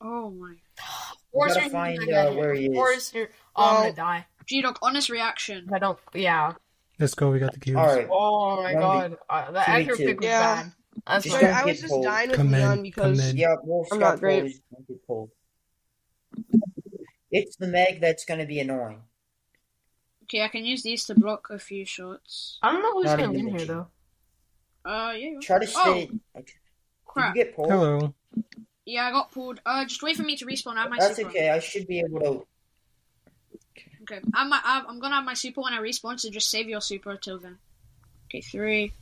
Speaker 4: Oh my.
Speaker 5: Or
Speaker 7: gotta
Speaker 5: you're
Speaker 7: find,
Speaker 5: gonna die.
Speaker 7: uh, where he is.
Speaker 5: Or is you're. Oh, I'm
Speaker 2: Well-
Speaker 5: gonna die.
Speaker 4: G-Dog, honest reaction.
Speaker 5: If I don't. Yeah.
Speaker 6: Let's go. We got the cubes.
Speaker 7: All right,
Speaker 5: Oh my
Speaker 7: One
Speaker 5: god. Uh, the
Speaker 7: Two v
Speaker 5: accurate
Speaker 7: two.
Speaker 5: pick was
Speaker 2: Yeah.
Speaker 5: bad. That's what-
Speaker 7: Just
Speaker 2: Sorry,
Speaker 7: don't
Speaker 2: I was
Speaker 7: get
Speaker 2: just
Speaker 7: pulled.
Speaker 2: dying with
Speaker 6: Come in,
Speaker 2: Leon
Speaker 6: come
Speaker 2: because
Speaker 6: in.
Speaker 7: yeah, Wolf's
Speaker 2: I'm
Speaker 7: got
Speaker 2: not great.
Speaker 7: poles. Don't get pulled. It's the Meg that's gonna be annoying.
Speaker 4: Okay, I can use these to block a few shots.
Speaker 5: I don't know who's
Speaker 7: Not
Speaker 5: gonna
Speaker 7: even
Speaker 5: win here
Speaker 7: mentioned.
Speaker 5: though.
Speaker 4: Uh, yeah.
Speaker 7: Try to stay. Okay. Did you
Speaker 4: Crap.
Speaker 7: get pulled?
Speaker 6: Hello.
Speaker 4: Yeah, I got pulled. Uh, just wait for me to respawn. I have my
Speaker 7: That's
Speaker 4: super.
Speaker 7: okay. I should be able to.
Speaker 4: Okay. I'm, my, I'm I'm gonna have my super when I respawn, so just save your super till then. Okay, three,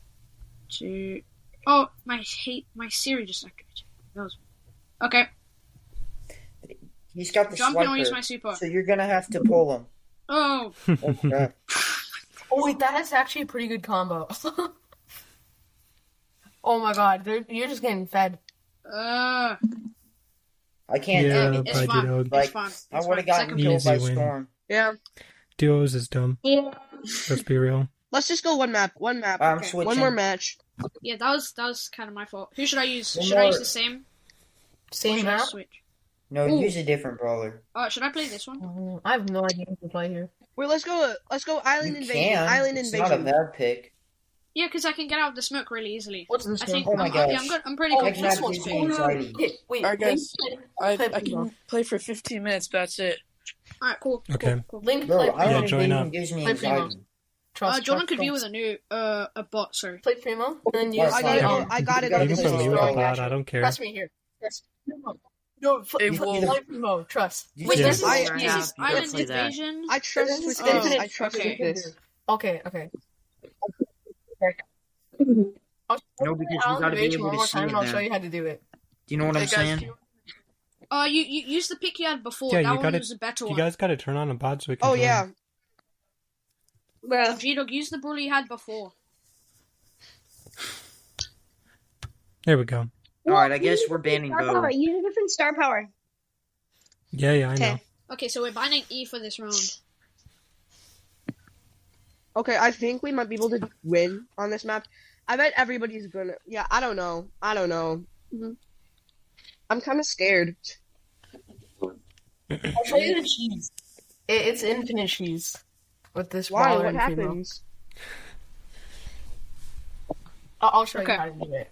Speaker 4: two. Oh, my hate, my Siri just activated. That was. Okay,
Speaker 7: He's got the
Speaker 4: jump in or use
Speaker 7: swiper.
Speaker 4: my super.
Speaker 7: So you're gonna have to pull him.
Speaker 4: Oh,
Speaker 7: Oh, crap.
Speaker 5: Oh wait, that is actually a pretty good combo. oh my god, they're, you're just getting fed.
Speaker 4: uh, eh,
Speaker 7: I can't aim
Speaker 6: Yeah,
Speaker 7: it.
Speaker 4: it's
Speaker 6: bye,
Speaker 4: fine.
Speaker 6: dog.
Speaker 7: Like,
Speaker 4: it's fine.
Speaker 7: I
Speaker 4: It's
Speaker 7: would
Speaker 4: fine.
Speaker 7: have gotten
Speaker 4: Second
Speaker 6: Easy
Speaker 7: killed by
Speaker 6: win.
Speaker 7: storm.
Speaker 2: Yeah.
Speaker 6: Duos is dumb.
Speaker 3: Yeah.
Speaker 6: Let's be real.
Speaker 2: Let's just go one map. One map.
Speaker 7: I'm
Speaker 4: Okay.
Speaker 7: switching.
Speaker 2: One more match.
Speaker 4: Yeah, that was that was kind of my fault. Who should I use?
Speaker 7: One
Speaker 4: should I
Speaker 7: more.
Speaker 4: use the same? Or
Speaker 5: Same
Speaker 4: should I
Speaker 5: map.
Speaker 4: switch?
Speaker 7: No,
Speaker 4: Ooh.
Speaker 7: use a different brawler.
Speaker 4: Uh, should I play this one?
Speaker 5: Mm, I have no idea who to play here.
Speaker 2: Wait, let's go. Let's go.
Speaker 7: You
Speaker 2: Island invasion.
Speaker 7: can.
Speaker 2: Island
Speaker 7: it's
Speaker 2: invasion.
Speaker 7: not a bad pick.
Speaker 4: Yeah, because I can get out of the smoke really easily.
Speaker 5: What's this
Speaker 4: I
Speaker 5: one?
Speaker 4: think.
Speaker 7: Oh my
Speaker 4: I'm, I'm- yeah,
Speaker 7: gosh.
Speaker 4: I'm, good. I'm pretty
Speaker 5: Oh,
Speaker 7: I
Speaker 4: good.
Speaker 7: can
Speaker 5: this
Speaker 7: have
Speaker 5: one's
Speaker 7: these
Speaker 5: cool.
Speaker 7: things already.
Speaker 5: Wait, wait.
Speaker 9: Alright, guys.
Speaker 5: Link played-
Speaker 9: I,
Speaker 5: played
Speaker 9: I
Speaker 5: Pokemon.
Speaker 9: can play for 15 minutes, but that's it.
Speaker 4: All right, cool.
Speaker 6: Okay.
Speaker 4: Cool. cool.
Speaker 5: Link
Speaker 7: Bro,
Speaker 5: played.
Speaker 7: Island
Speaker 6: Yeah, join
Speaker 7: invasion
Speaker 6: up.
Speaker 7: gives me
Speaker 5: Play Primo.
Speaker 7: anxiety.
Speaker 5: Trust,
Speaker 4: Uh, Jordan could
Speaker 5: trust,
Speaker 4: be with
Speaker 5: trust.
Speaker 4: a new uh a bot. Sorry.
Speaker 5: Played Primo, and then you.
Speaker 7: Alright,
Speaker 2: I
Speaker 7: fine.
Speaker 2: got it. I got
Speaker 7: You
Speaker 2: it.
Speaker 7: gotta
Speaker 2: on
Speaker 6: You can
Speaker 2: this
Speaker 7: put
Speaker 6: put
Speaker 7: me
Speaker 2: one.
Speaker 6: me
Speaker 7: with
Speaker 6: with
Speaker 7: a
Speaker 6: a
Speaker 7: bot,
Speaker 6: bot. I don't care.
Speaker 5: Press me here. Press. Primo. No, fl-
Speaker 9: It
Speaker 5: fl-
Speaker 9: will-
Speaker 5: live remote, trust.
Speaker 8: You
Speaker 4: Wait,
Speaker 8: should
Speaker 4: this is,
Speaker 7: I-
Speaker 4: this
Speaker 7: yeah,
Speaker 4: is Island
Speaker 7: definitely that.
Speaker 4: Invasion.
Speaker 2: I trust with
Speaker 4: is
Speaker 2: this.
Speaker 4: infinite.
Speaker 2: I trust
Speaker 4: Okay.
Speaker 2: with this.
Speaker 5: Okay, okay.
Speaker 7: No, because you gotta be able to see
Speaker 5: time
Speaker 7: it
Speaker 5: and I'll show
Speaker 7: then.
Speaker 5: you how to do it.
Speaker 7: Do you know what I'm
Speaker 9: Hey, guys,
Speaker 7: saying?
Speaker 9: do
Speaker 4: Uh, you, you use the pick you had before.
Speaker 6: Yeah,
Speaker 4: that
Speaker 6: you
Speaker 4: one
Speaker 6: gotta-
Speaker 4: was a better
Speaker 6: You
Speaker 4: one.
Speaker 6: guys got to turn on a bot so we can.
Speaker 2: Oh
Speaker 6: join.
Speaker 2: yeah,
Speaker 3: Bro,
Speaker 4: G Dog, use the brawler you had before.
Speaker 6: There we go.
Speaker 7: All right, I guess we're banning
Speaker 3: star power.
Speaker 7: Bo.
Speaker 3: Use a different star power.
Speaker 6: Yeah, yeah, I know.
Speaker 3: Okay.
Speaker 4: Okay, so we're banning E for this round.
Speaker 2: Okay, I think we might be able to win on this map. I bet everybody's gonna. Yeah, I don't know. I don't know.
Speaker 4: Mhm.
Speaker 2: I'm kind of scared.
Speaker 5: I'll show you the cheese. It, it's infinite cheese. With this
Speaker 2: Why?
Speaker 5: brawler
Speaker 2: What
Speaker 5: and female.
Speaker 2: happens?
Speaker 5: I'll, I'll show
Speaker 4: Okay.
Speaker 5: you how to do it.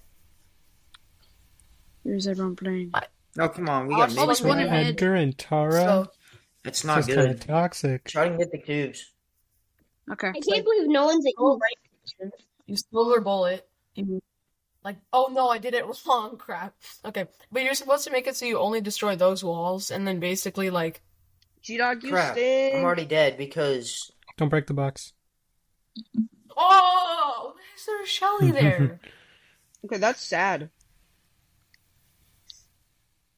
Speaker 4: Where's everyone playing?
Speaker 7: No, come on, we
Speaker 5: Oh,
Speaker 7: got
Speaker 5: so
Speaker 7: mixed.
Speaker 5: it's
Speaker 4: one
Speaker 7: man.
Speaker 4: of them.
Speaker 6: Edgar and Tara.
Speaker 5: So,
Speaker 7: It's
Speaker 6: This
Speaker 7: not
Speaker 6: is kind of
Speaker 7: good.
Speaker 6: toxic.
Speaker 7: Try to get the cubes.
Speaker 4: Okay.
Speaker 3: I can't believe no one's oh, at you right.
Speaker 5: you silver bullet.
Speaker 2: Mm-hmm.
Speaker 9: Mhm.
Speaker 5: Like, oh no, I did it wrong. Crap. Okay, but you're supposed to make it so you only destroy those walls, and then basically like
Speaker 2: G Dog, you
Speaker 7: Crap,
Speaker 2: stink.
Speaker 7: I'm already dead because
Speaker 6: Don't break the box.
Speaker 5: Oh, why is there a Shelly there?
Speaker 2: Okay, that's sad.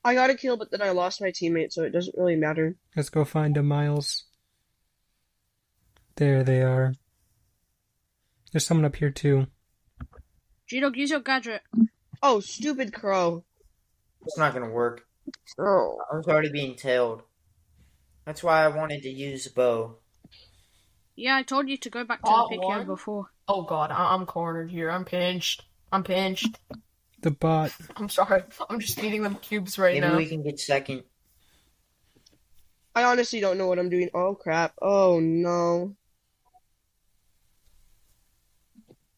Speaker 2: I got a kill, but then I lost my teammate, so it doesn't really matter.
Speaker 6: Let's go find a Miles. There they are. There's someone up here too.
Speaker 4: G Dog, use your gadget.
Speaker 2: Oh, stupid crow.
Speaker 7: it's not gonna work.
Speaker 2: Oh.
Speaker 7: I was already being tailed. That's why I wanted to use Bo.
Speaker 4: Yeah, I told you to go back to
Speaker 5: Got
Speaker 4: the pick you
Speaker 5: one?
Speaker 4: had before.
Speaker 5: oh god, I- I'm cornered here. I'm pinched. I'm pinched.
Speaker 6: The bot.
Speaker 5: I'm sorry. I'm just eating them cubes right
Speaker 7: Maybe
Speaker 5: now.
Speaker 7: we can get second.
Speaker 2: I honestly don't know what I'm doing. Oh crap. Oh no.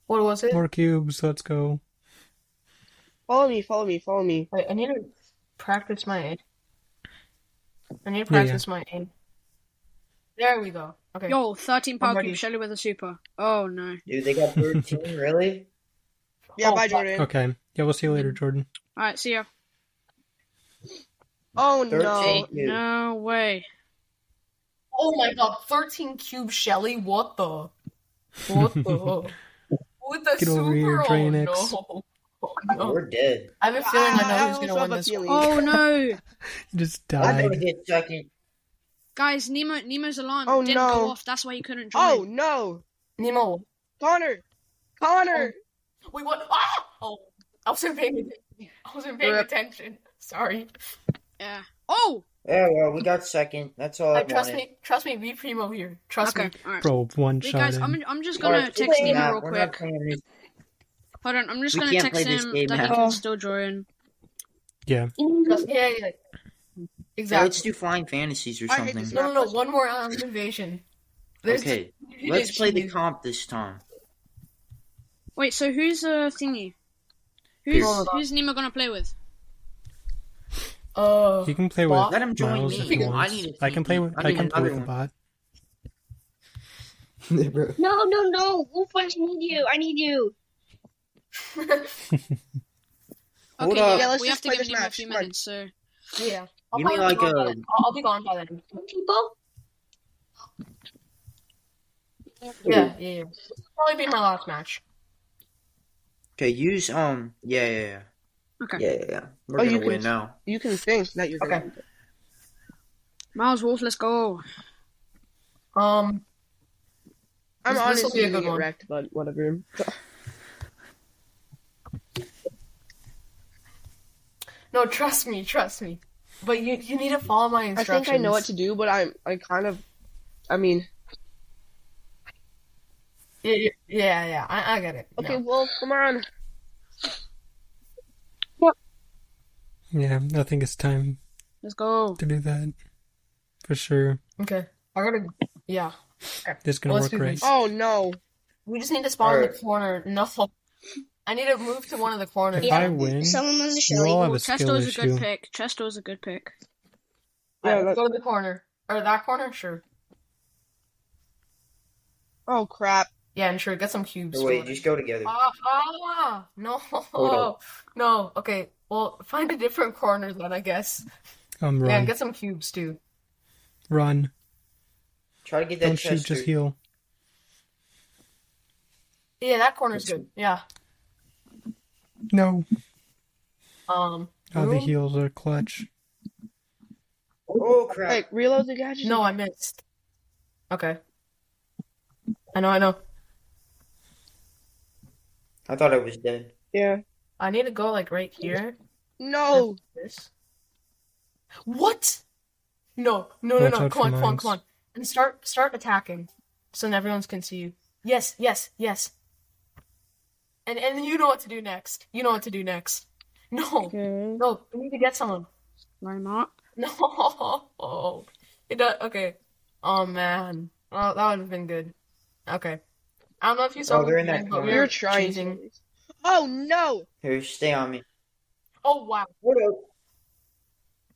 Speaker 5: What was it?
Speaker 6: More cubes. Let's go.
Speaker 2: Follow me, follow me, follow me.
Speaker 5: Wait, I need to practice my aim. I need to
Speaker 6: Yeah, yeah.
Speaker 5: practice my aim. There we go. Okay.
Speaker 4: Yo, 13
Speaker 5: I'm
Speaker 4: power
Speaker 5: ready.
Speaker 4: cube, Shelly with a super. Oh no.
Speaker 7: Dude, they got 13, really?
Speaker 2: Yeah,
Speaker 5: Oh,
Speaker 2: bye,
Speaker 5: fuck.
Speaker 2: Jordan.
Speaker 6: Okay. Yeah, we'll see you later, Jordan.
Speaker 4: Alright, see ya.
Speaker 2: Oh
Speaker 7: 13
Speaker 2: no.
Speaker 7: cubes.
Speaker 4: No way.
Speaker 5: Oh my god, 13 cube Shelly? What the? What the? With the
Speaker 6: Get
Speaker 5: super?
Speaker 6: over here, Drainix.
Speaker 5: Oh, no. Oh, no. Ah,
Speaker 7: We're dead.
Speaker 5: I have a feeling I know who's
Speaker 2: almost
Speaker 5: gonna
Speaker 2: have
Speaker 5: win
Speaker 2: a
Speaker 5: this one.
Speaker 2: feeling.
Speaker 4: Oh no.
Speaker 6: You just
Speaker 7: I thought we
Speaker 6: died.
Speaker 7: get second.
Speaker 4: Guys, Nemo Nemo's alarm
Speaker 2: Oh,
Speaker 4: didn't
Speaker 2: no.
Speaker 4: go off. That's why you couldn't join.
Speaker 2: Oh no.
Speaker 5: Nemo.
Speaker 2: Connor. Connor.
Speaker 5: Wait, what? Ah! Oh, I wasn't paying attention. I wasn't paying
Speaker 4: Rip.
Speaker 5: attention. Sorry.
Speaker 4: Yeah. Oh.
Speaker 7: Yeah, well, we got second. That's all I,
Speaker 5: Uh, trust
Speaker 7: wanted.
Speaker 5: me. Trust me. Be primo here. Trust
Speaker 4: Okay.
Speaker 5: me.
Speaker 4: All right.
Speaker 6: Bro, one
Speaker 4: Wait,
Speaker 6: shot.
Speaker 4: guys,
Speaker 6: in.
Speaker 4: I'm I'm just
Speaker 7: All
Speaker 4: gonna
Speaker 7: right,
Speaker 4: text
Speaker 7: we're
Speaker 4: Nemo
Speaker 7: not-
Speaker 4: real
Speaker 7: we're
Speaker 4: quick.
Speaker 7: not playing this-
Speaker 4: Hold on, I'm just
Speaker 7: uh, We
Speaker 4: gonna
Speaker 7: can't
Speaker 4: text
Speaker 7: play this
Speaker 4: him
Speaker 7: game
Speaker 4: that he
Speaker 7: now.
Speaker 4: can still join.
Speaker 6: Yeah.
Speaker 5: Trust Yeah, yeah.
Speaker 7: Yeah, let's
Speaker 5: Exactly.
Speaker 7: do flying fantasies or
Speaker 2: I hate
Speaker 7: something.
Speaker 2: this
Speaker 5: No, no, no. One more on invasion. There's-
Speaker 7: Okay, let's play the comp this time.
Speaker 4: Wait, so who's uh thingy? Who's
Speaker 7: Here.
Speaker 4: who's Nemo gonna play with?
Speaker 5: Uh,
Speaker 6: You can play with
Speaker 5: Bot?
Speaker 7: Let him join
Speaker 6: Miles
Speaker 7: me.
Speaker 6: if he
Speaker 7: I
Speaker 6: wants.
Speaker 7: need a
Speaker 6: I can play
Speaker 7: team.
Speaker 6: with.
Speaker 7: I
Speaker 6: I
Speaker 7: need
Speaker 6: can play
Speaker 7: another
Speaker 6: with the
Speaker 7: one.
Speaker 6: bot.
Speaker 3: No, no, no. Wolf, I need you. I need you.
Speaker 7: Hold
Speaker 4: Okay,
Speaker 7: up.
Speaker 2: Yeah,
Speaker 4: yeah,
Speaker 2: let's
Speaker 4: we
Speaker 2: just
Speaker 4: have to
Speaker 2: play
Speaker 4: give
Speaker 2: this
Speaker 4: Nemo a
Speaker 2: match.
Speaker 4: few
Speaker 2: Come on.
Speaker 4: minutes. So
Speaker 5: yeah. I'll
Speaker 7: You mean
Speaker 5: probably be
Speaker 7: like
Speaker 5: gone by
Speaker 7: a-
Speaker 5: then. I'll, I'll be gone by then.
Speaker 3: People.
Speaker 5: Yeah, yeah, yeah. Probably be my last match.
Speaker 7: Okay, use um. Yeah, yeah, yeah.
Speaker 4: Okay.
Speaker 7: Yeah, yeah, yeah. We're
Speaker 2: Oh, you
Speaker 7: gonna
Speaker 2: can-
Speaker 7: win now.
Speaker 2: You can think that you're gonna
Speaker 5: Okay.
Speaker 4: Miles Wolf, let's go.
Speaker 5: Um,
Speaker 2: I'm
Speaker 5: This- this'll
Speaker 2: honestly
Speaker 5: be a
Speaker 2: gonna
Speaker 5: good
Speaker 2: get
Speaker 5: one.
Speaker 2: wrecked, but whatever.
Speaker 5: no, trust me, trust me. But you you need to follow my
Speaker 2: I
Speaker 5: instructions.
Speaker 2: think I know what to do, but I'm I kind of I mean
Speaker 5: Yeah, yeah, yeah. yeah, I, I get it.
Speaker 2: Okay,
Speaker 5: No.
Speaker 2: well come on.
Speaker 6: Yeah, I think it's time
Speaker 4: Let's go.
Speaker 6: to do that. For sure.
Speaker 5: Okay. I gotta. Yeah.
Speaker 6: This is gonna
Speaker 5: Let's
Speaker 6: work
Speaker 5: do
Speaker 6: great.
Speaker 5: this.
Speaker 2: Oh no.
Speaker 5: We just need to spawn in the
Speaker 7: Alright.
Speaker 5: corner. No. I need to move to one of the corners.
Speaker 6: If I win,
Speaker 3: Someone was a
Speaker 6: you
Speaker 3: Shelly.
Speaker 6: all have
Speaker 4: Well,
Speaker 6: a skill
Speaker 4: Chesto's a good
Speaker 6: issue.
Speaker 4: pick. Chesto's a good pick.
Speaker 2: Yeah,
Speaker 5: Alright,
Speaker 2: that-
Speaker 5: go to the corner or that corner. Sure.
Speaker 2: Oh crap.
Speaker 5: Yeah, and sure. Get some cubes.
Speaker 7: wait,
Speaker 5: going.
Speaker 7: just go together.
Speaker 5: Ah, ah, no,
Speaker 7: Hold on.
Speaker 5: no. Okay, Well, find a different corner then, I guess.
Speaker 6: Um,
Speaker 5: Yeah,
Speaker 6: run.
Speaker 5: get some cubes too.
Speaker 6: Run.
Speaker 7: Try to get that
Speaker 6: Don't
Speaker 7: chest.
Speaker 6: shoot, just
Speaker 7: here.
Speaker 6: heal.
Speaker 5: Yeah, that corner's good. Yeah.
Speaker 6: No.
Speaker 5: Um.
Speaker 6: Oh, the
Speaker 5: room?
Speaker 6: heals are clutch.
Speaker 7: Oh crap!
Speaker 2: Like reload the gadget.
Speaker 5: No, I missed. Okay. I know. I know.
Speaker 7: I thought I was dead.
Speaker 2: Yeah.
Speaker 5: I need to go like right here.
Speaker 2: No.
Speaker 5: This. What? No, no, no,
Speaker 6: Watch
Speaker 5: no!
Speaker 6: out
Speaker 5: Come on,
Speaker 6: for
Speaker 5: come on,
Speaker 6: mines.
Speaker 5: come on! And start, start attacking, so that everyone can see you. Yes, yes, yes. And and you know what to do next. You know what to do next. No,
Speaker 4: Okay.
Speaker 5: no, we need to get someone.
Speaker 4: Why not?
Speaker 5: No, it does. Okay. Oh man, oh, that would have been good. Okay. I don't know if you saw
Speaker 7: Oh, they're
Speaker 5: the
Speaker 7: in that
Speaker 5: thing, but we
Speaker 7: corner.
Speaker 5: were
Speaker 2: You're trying
Speaker 5: choosing-
Speaker 2: to. Oh no!
Speaker 7: Here, stay on me.
Speaker 5: Oh wow!
Speaker 7: What up?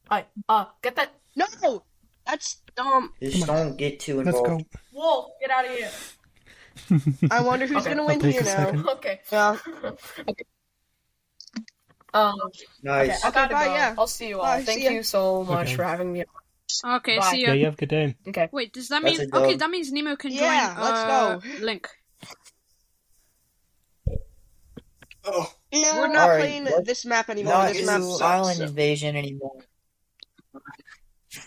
Speaker 5: All right, uh, get that
Speaker 2: No! That's um.
Speaker 7: Just don't get too
Speaker 6: Let's
Speaker 7: involved.
Speaker 6: go.
Speaker 5: wolf. Get out of here.
Speaker 2: I wonder who's
Speaker 5: Okay.
Speaker 2: gonna
Speaker 6: I'll
Speaker 2: win
Speaker 6: take
Speaker 2: here
Speaker 6: a
Speaker 2: now.
Speaker 6: second.
Speaker 5: Okay.
Speaker 2: Yeah.
Speaker 5: Um. Okay,
Speaker 7: Nice.
Speaker 5: I gotta
Speaker 2: bye,
Speaker 5: go.
Speaker 2: yeah.
Speaker 5: I'll see you all.
Speaker 2: Bye,
Speaker 5: Thank
Speaker 2: see ya.
Speaker 5: you so much
Speaker 6: Okay.
Speaker 5: for having me.
Speaker 4: Okay,
Speaker 5: Bye.
Speaker 4: see
Speaker 6: Yeah,
Speaker 4: ya.
Speaker 6: you have a good day.
Speaker 5: Okay.
Speaker 4: Wait, does that
Speaker 7: That's
Speaker 4: mean
Speaker 7: a
Speaker 4: okay?
Speaker 7: dub.
Speaker 4: That means Nemo can join.
Speaker 2: Yeah, let's
Speaker 4: uh,
Speaker 2: go.
Speaker 4: Link.
Speaker 8: Oh,
Speaker 3: No.
Speaker 2: We're not
Speaker 7: Alright,
Speaker 2: playing
Speaker 7: what?
Speaker 2: this map anymore.
Speaker 7: Not
Speaker 2: this
Speaker 7: Zoo
Speaker 2: map sucks.
Speaker 7: Island Invasion anymore.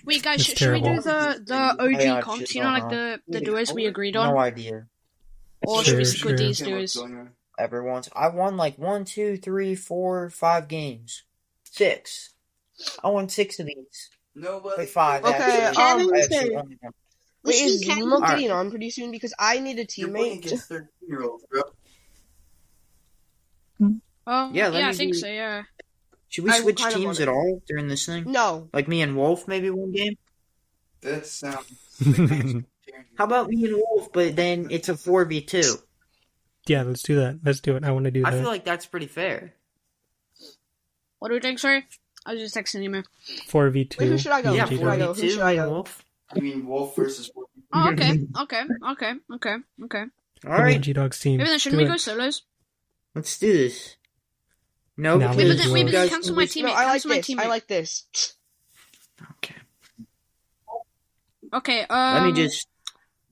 Speaker 4: Wait, guys,
Speaker 6: It's
Speaker 4: should, should we do
Speaker 6: terrible.
Speaker 4: the the
Speaker 7: Hey, uh,
Speaker 4: OG comps?
Speaker 7: shit,
Speaker 4: You know, like
Speaker 7: uh-huh.
Speaker 4: the the duos we agreed
Speaker 7: No
Speaker 4: on,
Speaker 7: idea.
Speaker 4: or should we
Speaker 6: Sure,
Speaker 4: stick with
Speaker 6: sure.
Speaker 4: these duos?
Speaker 7: Everyone's. I won like one, two, three, four, five games. Six. I won six of these.
Speaker 8: Nobody.
Speaker 7: Wait, five.
Speaker 2: Okay,
Speaker 7: actually. I
Speaker 2: um,
Speaker 7: actually
Speaker 2: okay.
Speaker 7: only won.
Speaker 2: Wait,
Speaker 3: Listen,
Speaker 2: is
Speaker 3: Ken,
Speaker 2: Nemo
Speaker 7: Alright.
Speaker 2: getting on pretty soon? Because I need a
Speaker 8: You're playing
Speaker 2: teammate.
Speaker 8: against 13 year olds, bro.
Speaker 4: Um,
Speaker 7: Yeah,
Speaker 4: yeah,
Speaker 7: let
Speaker 4: yeah,
Speaker 7: me
Speaker 4: I think
Speaker 7: do-
Speaker 4: so. Yeah.
Speaker 7: Should we
Speaker 2: I
Speaker 7: switch
Speaker 2: kind of
Speaker 7: teams
Speaker 2: wanna-
Speaker 7: at all during this
Speaker 4: Hmm?
Speaker 7: thing?
Speaker 2: No.
Speaker 7: Like me and Wolf, maybe one game.
Speaker 8: That sounds. like-
Speaker 7: How about me and Wolf, but then it's a four v two.
Speaker 6: Yeah, let's do that. Let's do it. I want to do
Speaker 7: I feel
Speaker 6: that.
Speaker 7: like that's pretty fair.
Speaker 4: What do we think, sorry? I was just texting Nemo.
Speaker 6: 4v2.
Speaker 2: Wait, who should I go?
Speaker 7: Yeah,
Speaker 2: Who should
Speaker 7: four
Speaker 2: I
Speaker 7: v
Speaker 2: go? Who
Speaker 7: two.
Speaker 2: should I
Speaker 7: and
Speaker 2: go?
Speaker 7: Wolf.
Speaker 8: You mean Wolf versus Wolf?
Speaker 4: Oh, okay, okay, okay, okay, okay.
Speaker 7: All right,
Speaker 6: G Dog's team.
Speaker 4: Maybe then shouldn't
Speaker 6: Do
Speaker 4: we
Speaker 6: it.
Speaker 4: go solos?
Speaker 7: let's do this. No,
Speaker 6: Now
Speaker 4: Wait,
Speaker 6: Please
Speaker 4: but
Speaker 7: because
Speaker 4: then,
Speaker 6: do
Speaker 4: wait,
Speaker 6: it.
Speaker 4: but
Speaker 7: you
Speaker 4: then
Speaker 7: guys
Speaker 4: cancel
Speaker 7: can
Speaker 4: my
Speaker 7: lose-
Speaker 2: No,
Speaker 4: teammate.
Speaker 2: I like
Speaker 4: Cancel my
Speaker 2: this. I
Speaker 4: teammate.
Speaker 2: like this.
Speaker 7: Okay.
Speaker 4: Okay. Um.
Speaker 7: Let me just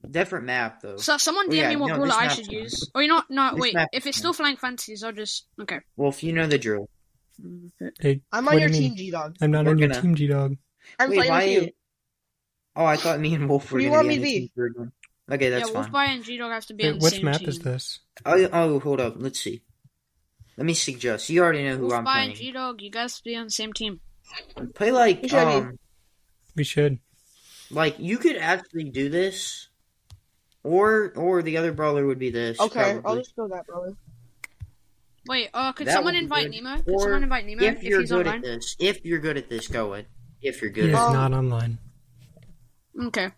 Speaker 7: different map though.
Speaker 4: So someone
Speaker 7: Oh,
Speaker 4: DM
Speaker 7: yeah,
Speaker 4: me what
Speaker 7: no,
Speaker 4: ruler
Speaker 7: this
Speaker 4: I
Speaker 7: map's
Speaker 4: should
Speaker 7: fine.
Speaker 4: use. Or you know, what? no,
Speaker 7: This
Speaker 4: wait.
Speaker 7: map
Speaker 4: If
Speaker 7: is
Speaker 4: it's
Speaker 7: fine.
Speaker 4: still flying fantasies, I'll just okay.
Speaker 7: Wolf, you know the drill.
Speaker 6: Hey,
Speaker 2: I'm
Speaker 6: what
Speaker 2: on
Speaker 6: do
Speaker 2: your
Speaker 6: you mean?
Speaker 2: team, G Dog.
Speaker 6: I'm not
Speaker 7: We're
Speaker 6: on your
Speaker 7: gonna-
Speaker 6: team, G Dog.
Speaker 2: I'm
Speaker 7: Wait,
Speaker 2: playing
Speaker 7: why?
Speaker 2: with you.
Speaker 7: Oh, I thought me and Wolf were
Speaker 2: Who you
Speaker 7: gonna
Speaker 2: want me
Speaker 7: be on the
Speaker 2: to
Speaker 7: team for everyone. Okay, that's
Speaker 4: yeah,
Speaker 7: fine.
Speaker 4: Wolfby and G Dog have to be
Speaker 6: Wait,
Speaker 4: on the
Speaker 6: which
Speaker 4: same
Speaker 6: map
Speaker 4: team.
Speaker 6: is this?
Speaker 7: Oh, oh, hold up. Let's see. Let me suggest. You already know who I'm
Speaker 4: Wolfby
Speaker 7: playing.
Speaker 4: and G Dog, you guys have to be on the same team.
Speaker 7: Play like
Speaker 2: Who's your
Speaker 7: um,
Speaker 6: We should.
Speaker 7: like you could actually do this, or or the other brawler would be this.
Speaker 2: Okay, I'll
Speaker 7: probably.
Speaker 2: just go that, brother.
Speaker 4: Wait, uh, could
Speaker 7: That
Speaker 4: someone
Speaker 7: would be
Speaker 4: invite
Speaker 7: good.
Speaker 4: Nemo? Could
Speaker 7: Or
Speaker 4: someone invite Nemo
Speaker 7: if you're
Speaker 4: he's
Speaker 7: good
Speaker 4: online?
Speaker 7: at this, if you're good at this, go in. If you're
Speaker 6: He
Speaker 7: good,
Speaker 6: is
Speaker 7: at
Speaker 2: Um,
Speaker 6: not online.
Speaker 4: Okay.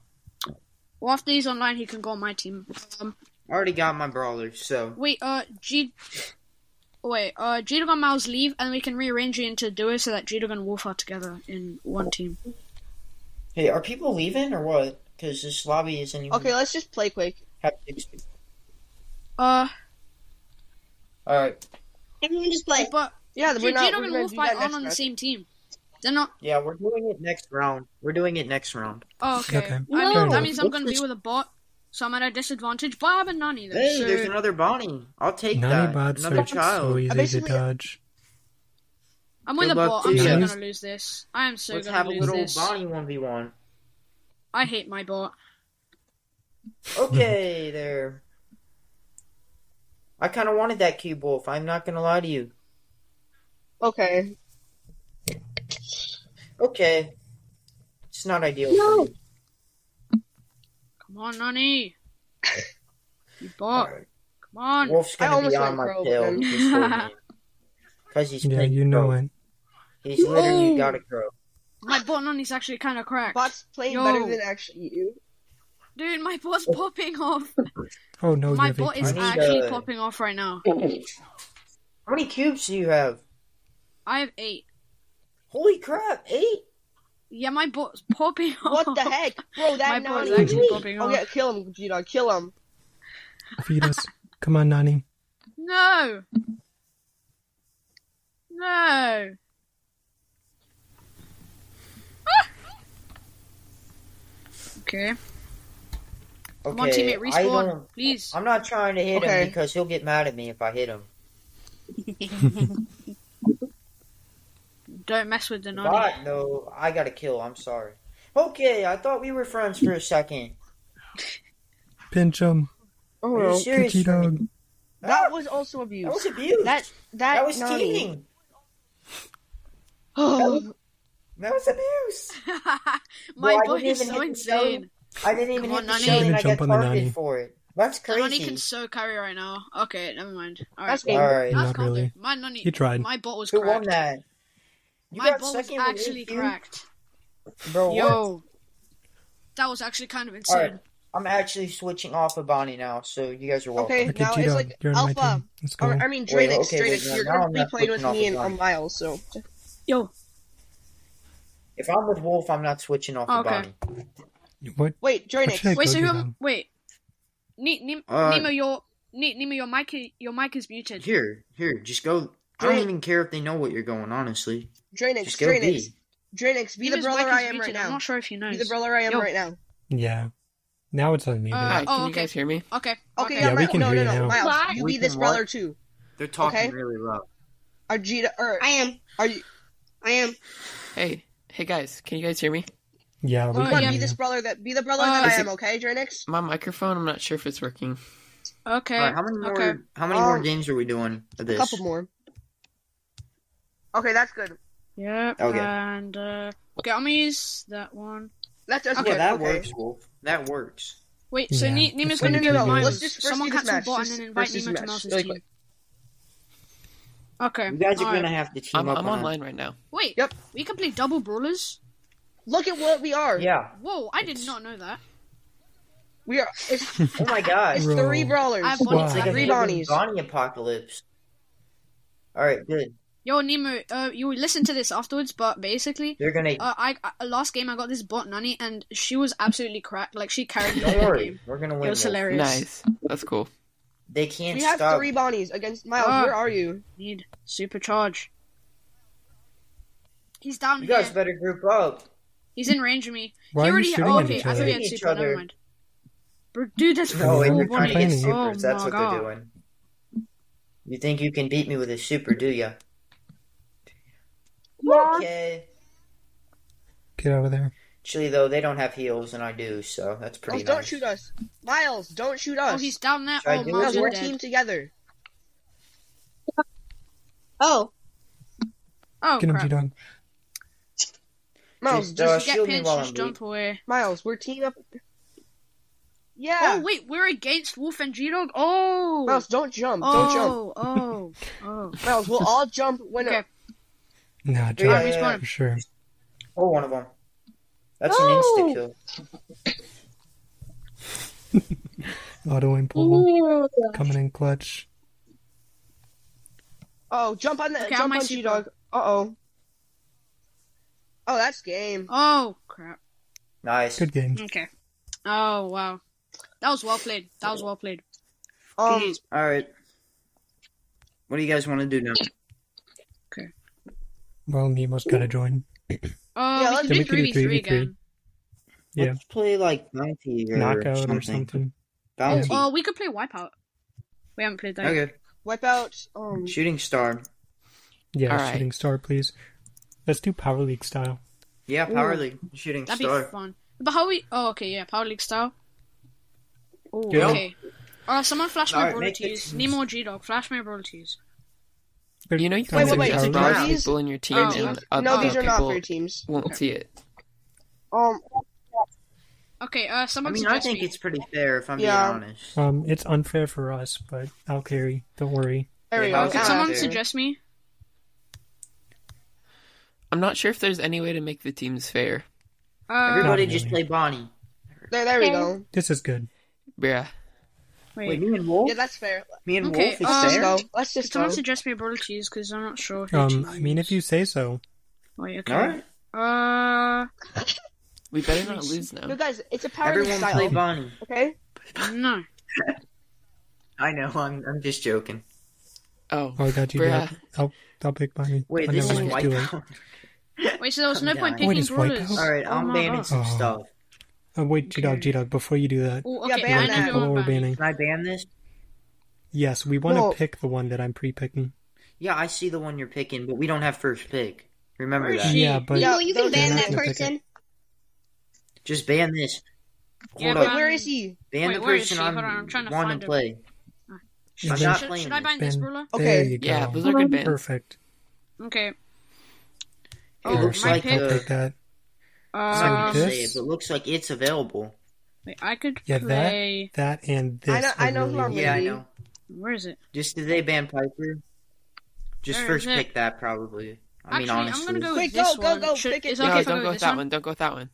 Speaker 4: Well, after he's online, he can go on my team. Um,
Speaker 7: I already got my brawler, so
Speaker 4: wait, uh, G. Wait, uh, G Dog and Miles leave, and we can rearrange it into duos so that G Dog and Wolf are together in one team.
Speaker 7: hey, are people leaving or what? Because this lobby isn't even
Speaker 2: Okay, let's just play quick.
Speaker 7: have six people.
Speaker 4: Uh,
Speaker 7: All right,
Speaker 3: Everyone just play.
Speaker 4: but
Speaker 2: Yeah,
Speaker 4: G
Speaker 2: we're not.
Speaker 4: Dog
Speaker 2: We're
Speaker 4: and
Speaker 2: gonna do
Speaker 4: Wolfby
Speaker 2: that
Speaker 4: aren't
Speaker 2: next
Speaker 4: on the
Speaker 2: match.
Speaker 4: same team. They're not.
Speaker 7: yeah, we're doing it next round. We're doing it next round.
Speaker 4: Oh, okay.
Speaker 6: Okay.
Speaker 4: I mean,
Speaker 6: No.
Speaker 4: that means I'm
Speaker 7: What's
Speaker 4: gonna
Speaker 7: this-
Speaker 4: be with a bot, so I'm at a disadvantage. But I have a nanny though.
Speaker 7: Hey,
Speaker 4: so...
Speaker 7: there's another Bonnie. I'll take
Speaker 6: Nani Oh,
Speaker 7: that.
Speaker 6: bots
Speaker 7: another
Speaker 6: are
Speaker 7: child.
Speaker 6: so easy to
Speaker 2: basically-
Speaker 6: dodge.
Speaker 4: I'm with
Speaker 7: Good
Speaker 4: a
Speaker 7: luck
Speaker 4: bot.
Speaker 7: to
Speaker 4: I'm so
Speaker 6: you.
Speaker 4: gonna lose this. I am so
Speaker 7: Let's
Speaker 4: gonna
Speaker 7: have a
Speaker 4: lose
Speaker 7: little
Speaker 4: this.
Speaker 7: Bonnie one v one.
Speaker 4: I hate my bot.
Speaker 7: Okay, there. I kind of wanted that cube wolf. I'm not gonna lie to you.
Speaker 2: Okay.
Speaker 7: Okay, it's not ideal.
Speaker 3: No.
Speaker 7: For me.
Speaker 4: Come on, Nani. You bot. Come on.
Speaker 7: Wolf's
Speaker 2: I
Speaker 7: gonna be
Speaker 2: almost went
Speaker 7: on my
Speaker 2: pro,
Speaker 7: tail
Speaker 2: but-
Speaker 7: this whole game because he's
Speaker 6: Yeah,
Speaker 7: big
Speaker 6: you know
Speaker 7: crow.
Speaker 6: it.
Speaker 7: He's literally
Speaker 4: No.
Speaker 7: got a crow.
Speaker 4: My bot Nani's actually kind of cracked.
Speaker 2: Bot's playing
Speaker 4: Yo.
Speaker 2: better than actually you.
Speaker 4: Dude, my bot's popping off.
Speaker 6: Oh no,
Speaker 4: my
Speaker 6: you have
Speaker 4: bot
Speaker 6: eight
Speaker 4: is
Speaker 7: I need,
Speaker 6: points.
Speaker 4: actually
Speaker 7: uh,
Speaker 4: popping off right now.
Speaker 7: How many cubes do you have?
Speaker 4: I have eight.
Speaker 7: Holy crap, eight!
Speaker 4: Yeah, my bot's popping off.
Speaker 2: What the heck, bro?
Speaker 4: My
Speaker 2: That
Speaker 4: bot
Speaker 2: Nani.
Speaker 4: is actually popping
Speaker 2: Oh
Speaker 4: off.
Speaker 2: yeah, kill him, G Dog. Kill him.
Speaker 6: Feed us. Come on, Nani.
Speaker 4: No. No. Okay.
Speaker 7: Okay,
Speaker 4: Come on, teammate,
Speaker 7: I
Speaker 4: respawn,
Speaker 7: don't,
Speaker 4: please.
Speaker 7: I'm not trying to hit
Speaker 2: Okay.
Speaker 7: him because he'll get mad at me if I hit him.
Speaker 4: Don't mess with the nanny.
Speaker 7: But no, I got a kill. I'm sorry. Okay, I thought we were friends for a second.
Speaker 6: Pinch him,
Speaker 7: Are you serious?
Speaker 6: Pinky dog.
Speaker 2: Oh, That was also abuse.
Speaker 7: That was abuse.
Speaker 2: That that,
Speaker 7: That was
Speaker 2: naughty.
Speaker 7: cheating. That was abuse.
Speaker 4: My
Speaker 7: Well, I
Speaker 4: boy
Speaker 7: didn't
Speaker 4: is
Speaker 7: even
Speaker 4: so
Speaker 7: hit the zone.
Speaker 4: insane.
Speaker 7: I didn't
Speaker 4: Come
Speaker 7: even hit
Speaker 4: on,
Speaker 7: the
Speaker 4: Nani.
Speaker 7: shell and I
Speaker 6: Jump
Speaker 7: got
Speaker 6: on the
Speaker 7: targeted
Speaker 6: Nani.
Speaker 7: for it. That's
Speaker 4: The nanny can
Speaker 7: crazy.
Speaker 4: so carry right now. Okay, never mind. All right.
Speaker 2: That's
Speaker 7: All
Speaker 2: game.
Speaker 7: right,
Speaker 4: That's
Speaker 6: Not
Speaker 4: calm,
Speaker 6: really.
Speaker 4: dude. My nanny.
Speaker 6: He tried.
Speaker 4: My bot was
Speaker 7: who won
Speaker 4: cracked.
Speaker 7: that? You
Speaker 4: My
Speaker 7: got
Speaker 4: bot was
Speaker 7: second with
Speaker 4: actually
Speaker 7: Luke, you?
Speaker 4: cracked.
Speaker 2: Oh,
Speaker 7: Bro, what?
Speaker 4: Yo, that was actually kind of
Speaker 7: All
Speaker 4: insane.
Speaker 7: right, I'm actually switching off of Bonnie now, so you guys are welcome.
Speaker 2: Okay,
Speaker 6: Okay,
Speaker 2: now
Speaker 6: G
Speaker 2: it's
Speaker 6: dog,
Speaker 2: like
Speaker 6: you're on my
Speaker 2: Alpha.
Speaker 6: team. Let's go.
Speaker 2: Or, I mean,
Speaker 7: Wait,
Speaker 2: Draenix,
Speaker 7: okay,
Speaker 2: Draenix,
Speaker 7: wait,
Speaker 2: you're
Speaker 7: now
Speaker 2: gonna
Speaker 7: I'm
Speaker 2: be
Speaker 7: not
Speaker 2: playing
Speaker 7: switching
Speaker 2: with
Speaker 7: off
Speaker 2: me and
Speaker 7: the
Speaker 2: um, Miles, so
Speaker 4: Yo,
Speaker 7: If I'm with Wolf, I'm not switching off of
Speaker 4: Okay.
Speaker 7: Bonnie.
Speaker 6: What?
Speaker 2: wait,
Speaker 6: what should I
Speaker 2: Draenix.
Speaker 4: wait.
Speaker 6: go
Speaker 4: So
Speaker 6: do
Speaker 4: who? Am,
Speaker 6: now?
Speaker 4: wait. Ne- ne-
Speaker 7: Uh,
Speaker 4: Nemo, your ne- Nemo, your mic, i- your mic is muted.
Speaker 7: Here, here, just go. I
Speaker 2: Wait.
Speaker 7: don't even care if they know what you're going. Honestly,
Speaker 2: Draenix,
Speaker 7: just go
Speaker 2: Draenix,
Speaker 7: B.
Speaker 2: Draenix, be the
Speaker 4: Nemo's
Speaker 2: brother
Speaker 4: mic is
Speaker 2: I am right
Speaker 4: muted. I'm
Speaker 2: now.
Speaker 4: not sure if he knows.
Speaker 2: Be the brother I am
Speaker 4: Yo.
Speaker 2: right now.
Speaker 6: Yeah. Now it's unmuted.
Speaker 4: Uh,
Speaker 1: Hi,
Speaker 4: oh,
Speaker 1: can you
Speaker 4: okay.
Speaker 1: guys hear me?
Speaker 4: Okay.
Speaker 2: Okay,
Speaker 6: Yeah,
Speaker 2: I'm
Speaker 6: we
Speaker 2: right.
Speaker 6: can
Speaker 2: no,
Speaker 6: hear
Speaker 2: no,
Speaker 6: you
Speaker 2: no,
Speaker 6: now.
Speaker 2: Miles, you
Speaker 7: We
Speaker 2: be this
Speaker 7: can
Speaker 2: brother
Speaker 7: what?
Speaker 2: too.
Speaker 7: They're talking
Speaker 2: Okay.
Speaker 7: really loud.
Speaker 2: Arjita, or
Speaker 3: I am.
Speaker 2: are you?
Speaker 3: I am.
Speaker 1: Hey, hey guys, can you guys hear me?
Speaker 6: Yeah, we
Speaker 4: Oh,
Speaker 2: Come
Speaker 6: can
Speaker 2: on,
Speaker 4: yeah.
Speaker 2: be
Speaker 6: hear
Speaker 2: this
Speaker 6: you.
Speaker 2: brother that be the brother
Speaker 4: Uh,
Speaker 2: that
Speaker 4: is
Speaker 2: I
Speaker 4: it-
Speaker 2: am. Okay, Draenix.
Speaker 1: My microphone, I'm not sure if it's working.
Speaker 4: Okay.
Speaker 7: All right, how many
Speaker 4: okay.
Speaker 7: more? How many more
Speaker 2: Um,
Speaker 7: games are we doing of
Speaker 2: A
Speaker 7: this?
Speaker 2: couple more. Okay, that's good.
Speaker 4: Yep.
Speaker 7: Okay.
Speaker 4: And uh, okay, I'm gonna use that one.
Speaker 2: That's that's
Speaker 4: Okay,
Speaker 2: good.
Speaker 7: Yeah, that
Speaker 2: okay.
Speaker 7: works, Wolf. That works.
Speaker 4: Wait. So
Speaker 6: Yeah,
Speaker 4: ne- Nemo's
Speaker 6: it's
Speaker 4: gonna go
Speaker 6: gonna be
Speaker 4: with
Speaker 6: good.
Speaker 4: Miles.
Speaker 2: Let's just first
Speaker 4: Someone
Speaker 2: do this
Speaker 4: cancel
Speaker 2: match.
Speaker 4: bot
Speaker 2: Just
Speaker 4: and then invite
Speaker 2: first do
Speaker 4: Nemo
Speaker 2: this
Speaker 4: to
Speaker 2: match.
Speaker 4: Miles's
Speaker 2: Really
Speaker 4: team.
Speaker 2: quick.
Speaker 4: Okay.
Speaker 7: You guys are
Speaker 4: alright.
Speaker 7: gonna have to team
Speaker 1: I'm,
Speaker 7: up
Speaker 1: I'm
Speaker 7: on a-
Speaker 1: online right now.
Speaker 4: Wait.
Speaker 2: Yep.
Speaker 4: We can play double brawlers.
Speaker 2: Look at what we are.
Speaker 7: Yeah.
Speaker 4: Whoa! I did not know that.
Speaker 2: We are. It's,
Speaker 7: Oh my god.
Speaker 2: it's
Speaker 6: Bro.
Speaker 2: three brawlers.
Speaker 4: I have
Speaker 6: Wow.
Speaker 4: Bonnie
Speaker 6: It's like
Speaker 7: a
Speaker 4: Tyler.
Speaker 2: Three
Speaker 7: freaking
Speaker 2: Bonnies.
Speaker 7: Bonnie apocalypse. All right, good.
Speaker 4: Yo, Nemo, uh, you will listen to this afterwards, but basically,
Speaker 7: They're gonna.
Speaker 4: uh, I, I last game I got this bot nanny, and she was absolutely cracked. Like she carried me
Speaker 7: don't
Speaker 4: in the
Speaker 7: worry,
Speaker 4: game.
Speaker 7: we're gonna win.
Speaker 4: It was
Speaker 7: Wolf.
Speaker 4: hilarious.
Speaker 1: Nice. That's cool.
Speaker 7: They can't
Speaker 2: We have
Speaker 7: stop.
Speaker 2: three Bonnies against Miles.
Speaker 4: Ah.
Speaker 2: Where are you?
Speaker 4: Need supercharge. He's down
Speaker 7: You
Speaker 4: here.
Speaker 7: guys better group up.
Speaker 4: He's in range of me.
Speaker 6: Why
Speaker 4: he
Speaker 6: are you
Speaker 4: already.
Speaker 6: shooting
Speaker 4: oh,
Speaker 6: at
Speaker 4: okay.
Speaker 6: each
Speaker 4: I thought he had
Speaker 7: other? Each
Speaker 4: super. Never
Speaker 7: other.
Speaker 4: mind. Bro, dude, that's
Speaker 7: No,
Speaker 6: Oh,
Speaker 7: and
Speaker 4: four
Speaker 7: they're
Speaker 6: we're
Speaker 7: trying
Speaker 4: Bonnie.
Speaker 7: to get
Speaker 6: complaining.
Speaker 4: Oh
Speaker 7: supers. That's
Speaker 4: my
Speaker 7: what
Speaker 4: god.
Speaker 7: they're doing. You think you can beat me with a super, do ya? Okay.
Speaker 6: Get over there.
Speaker 7: Actually, though, they don't have heels, and I do, so that's
Speaker 2: Oh,
Speaker 7: pretty
Speaker 2: don't
Speaker 7: nice.
Speaker 2: shoot us, Miles. Don't shoot
Speaker 4: Oh,
Speaker 2: us.
Speaker 4: he's down there.
Speaker 7: Should I
Speaker 4: Oh,
Speaker 7: do
Speaker 4: Miles
Speaker 2: Miles,
Speaker 7: it?
Speaker 2: we're
Speaker 4: is
Speaker 7: We're
Speaker 2: a team
Speaker 4: dead.
Speaker 2: together.
Speaker 3: Oh,
Speaker 4: Oh
Speaker 6: Get him, G
Speaker 4: crap.
Speaker 6: dog.
Speaker 2: Miles,
Speaker 7: Just,
Speaker 2: just
Speaker 7: uh,
Speaker 4: Get
Speaker 7: shield me
Speaker 4: pinched.
Speaker 7: while
Speaker 4: Just
Speaker 7: I'm
Speaker 4: jump away.
Speaker 2: Miles. We're team up.
Speaker 4: Oh
Speaker 2: Yeah.
Speaker 4: wait, we're against Wolf and G Dog. Oh.
Speaker 2: Miles, don't jump. Don't jump.
Speaker 4: Oh, oh, oh.
Speaker 2: Miles, we'll all jump when
Speaker 4: Okay.
Speaker 6: No, G
Speaker 7: Yeah,
Speaker 6: dog
Speaker 7: yeah, yeah.
Speaker 6: for sure.
Speaker 7: Oh, one of them. That's an insta kill.
Speaker 6: Auto and pull. Coming in clutch.
Speaker 2: Oh, jump on the
Speaker 4: Okay, on
Speaker 2: jump
Speaker 4: my
Speaker 2: on
Speaker 4: super.
Speaker 2: G Dog. Uh oh. Oh, that's game.
Speaker 4: Oh crap.
Speaker 7: Nice.
Speaker 6: Good game.
Speaker 4: Okay. Oh wow. That was well played. That was well played. Oh,
Speaker 2: Um,
Speaker 7: All right. What do you guys want to do now?
Speaker 6: Well, Nemo's gotta join.
Speaker 4: Oh,
Speaker 2: Yeah,
Speaker 4: we
Speaker 2: let's
Speaker 4: can do
Speaker 6: make it a
Speaker 4: three v three
Speaker 6: 3v3.
Speaker 4: again.
Speaker 6: Yeah.
Speaker 7: Let's play like bounty or
Speaker 6: Knockout
Speaker 7: something.
Speaker 6: or something.
Speaker 7: Bounty.
Speaker 4: Oh, we could play Wipeout. We haven't played that. yet.
Speaker 7: Okay.
Speaker 2: wipe out. Um,
Speaker 7: Shooting star.
Speaker 6: Yeah,
Speaker 1: All right.
Speaker 6: shooting star, please. Let's do Power League style.
Speaker 7: Yeah, power league. Shooting
Speaker 4: That'd
Speaker 7: star.
Speaker 4: be fun. But how we? Oh, okay, yeah, Power League style. Oh,
Speaker 6: Yeah.
Speaker 4: okay. Alright, someone flash my
Speaker 7: Alright,
Speaker 4: brawler
Speaker 7: make
Speaker 4: to
Speaker 7: it-
Speaker 4: use. Nemo G Dog, flash my brawler to use.
Speaker 1: You know you
Speaker 6: Power
Speaker 1: can
Speaker 2: wait, wait,
Speaker 6: League
Speaker 1: suggest
Speaker 2: wait,
Speaker 6: style.
Speaker 1: broad
Speaker 2: Power League?
Speaker 1: people in your team,
Speaker 4: Oh.
Speaker 1: and other
Speaker 2: no, these are not for
Speaker 1: people
Speaker 2: your teams.
Speaker 1: won't see it.
Speaker 2: Um,
Speaker 4: Okay, uh,
Speaker 7: I
Speaker 4: someone
Speaker 7: mean, I
Speaker 4: suggest
Speaker 7: think
Speaker 4: me.
Speaker 7: it's pretty fair if I'm
Speaker 2: Yeah.
Speaker 7: being honest.
Speaker 6: Um, it's unfair for us, but I'll carry. Don't worry.
Speaker 2: there we
Speaker 7: Hey,
Speaker 2: go.
Speaker 7: how's
Speaker 4: Could
Speaker 7: it
Speaker 2: Now
Speaker 4: someone
Speaker 2: that's
Speaker 7: there?
Speaker 2: fair.
Speaker 4: suggest me?
Speaker 1: I'm not sure if there's any way to make the teams fair.
Speaker 4: Uh,
Speaker 7: Everybody
Speaker 6: Not
Speaker 7: just play
Speaker 6: really.
Speaker 7: Bonnie.
Speaker 2: There, there we go.
Speaker 6: This is good.
Speaker 1: Yeah.
Speaker 7: Wait,
Speaker 4: wait.
Speaker 7: you and Wolf?
Speaker 2: Yeah, that's fair.
Speaker 7: Me and
Speaker 4: Okay,
Speaker 7: Wolf is
Speaker 4: um,
Speaker 2: Let's
Speaker 7: fair?
Speaker 2: just go. Let's just
Speaker 4: Could
Speaker 2: go.
Speaker 4: someone suggest me a brawler to use? Because I'm not sure. Who
Speaker 6: Um,
Speaker 4: to
Speaker 6: I mean, if you
Speaker 4: use.
Speaker 6: say so.
Speaker 4: Wait, okay.
Speaker 7: All right.
Speaker 4: Uh,
Speaker 1: We better not lose
Speaker 2: No,
Speaker 1: now.
Speaker 2: guys, it's a power league
Speaker 7: Everyone
Speaker 2: style.
Speaker 7: play Bonnie.
Speaker 2: Okay.
Speaker 4: Uh, no.
Speaker 7: I know. I'm. I'm just joking.
Speaker 1: Oh,
Speaker 6: Oh, I got you.
Speaker 1: Bruh.
Speaker 6: Dad. I'll, I'll pick mine.
Speaker 7: Wait,
Speaker 6: oh,
Speaker 7: this
Speaker 6: never
Speaker 7: is
Speaker 6: mind, it's too late.
Speaker 7: Wipeout.
Speaker 4: Wait, so there was
Speaker 7: I'm
Speaker 4: no point
Speaker 7: dying.
Speaker 6: Wait,
Speaker 4: picking
Speaker 6: it's
Speaker 4: brawlers.
Speaker 6: Wipeout?
Speaker 7: All right,
Speaker 4: Oh
Speaker 7: I'm
Speaker 4: my
Speaker 7: banning
Speaker 4: god.
Speaker 7: some
Speaker 6: Oh.
Speaker 7: stuff.
Speaker 6: Uh, wait, G Dog, G Dog, before you do that,
Speaker 4: Oh,
Speaker 2: Yeah,
Speaker 4: okay.
Speaker 2: ban
Speaker 4: ban
Speaker 2: that.
Speaker 6: what
Speaker 4: everyone
Speaker 6: we're
Speaker 4: ban.
Speaker 6: banning.
Speaker 7: Can I ban this?
Speaker 6: Yes, we want
Speaker 2: No.
Speaker 6: to pick the one that I'm pre-picking.
Speaker 7: Yeah, I see the one you're picking, but we don't have first pick. Remember
Speaker 2: Where's
Speaker 7: that.
Speaker 2: she?
Speaker 6: Yeah, but
Speaker 2: Yeah,
Speaker 3: no, you can
Speaker 2: those-
Speaker 3: ban
Speaker 6: they're
Speaker 3: that
Speaker 6: not gonna pick it.
Speaker 3: person.
Speaker 7: Just ban this.
Speaker 4: Yeah,
Speaker 7: Hold
Speaker 2: Wait,
Speaker 7: up.
Speaker 2: where is he?
Speaker 7: Ban
Speaker 4: Wait,
Speaker 7: the
Speaker 4: where is
Speaker 7: person
Speaker 4: she?
Speaker 7: I'm,
Speaker 4: Hold on, I'm trying to
Speaker 7: wanting
Speaker 4: find
Speaker 7: to
Speaker 4: her.
Speaker 7: play.
Speaker 6: Yeah,
Speaker 7: I'm
Speaker 6: there-
Speaker 7: not
Speaker 4: Should,
Speaker 7: playing
Speaker 4: should I
Speaker 7: this.
Speaker 4: ban this
Speaker 6: Ben.
Speaker 4: ruler?
Speaker 6: There
Speaker 2: Okay.
Speaker 6: you go.
Speaker 1: Yeah, those are good bans.
Speaker 6: Perfect.
Speaker 4: Okay.
Speaker 7: It
Speaker 4: Oh,
Speaker 7: looks
Speaker 4: my
Speaker 7: like
Speaker 4: pick.
Speaker 6: I'll
Speaker 7: the-
Speaker 6: take that.
Speaker 7: Sorry
Speaker 4: Um,
Speaker 7: to say it,
Speaker 6: this-
Speaker 7: but looks like it's available.
Speaker 4: wait, I could
Speaker 6: Yeah,
Speaker 4: play.
Speaker 6: that, that, and this.
Speaker 2: I know- I know
Speaker 6: really
Speaker 2: who I'm
Speaker 6: want.
Speaker 7: Yeah, I
Speaker 2: Maybe.
Speaker 7: know.
Speaker 4: Where is it?
Speaker 7: Just did they ban Piper? Just
Speaker 4: Where
Speaker 7: first
Speaker 4: is it?
Speaker 7: pick that probably. I
Speaker 4: Actually,
Speaker 7: mean, honestly,
Speaker 4: I'm gonna go
Speaker 2: Quick,
Speaker 4: with this
Speaker 2: go, go,
Speaker 4: one.
Speaker 2: go,
Speaker 4: Should,
Speaker 2: pick it.
Speaker 4: is it
Speaker 1: No,
Speaker 4: okay if I
Speaker 1: don't
Speaker 4: go
Speaker 1: go
Speaker 4: with
Speaker 1: with
Speaker 4: this
Speaker 1: that
Speaker 4: one?
Speaker 1: one. Don't go with that one.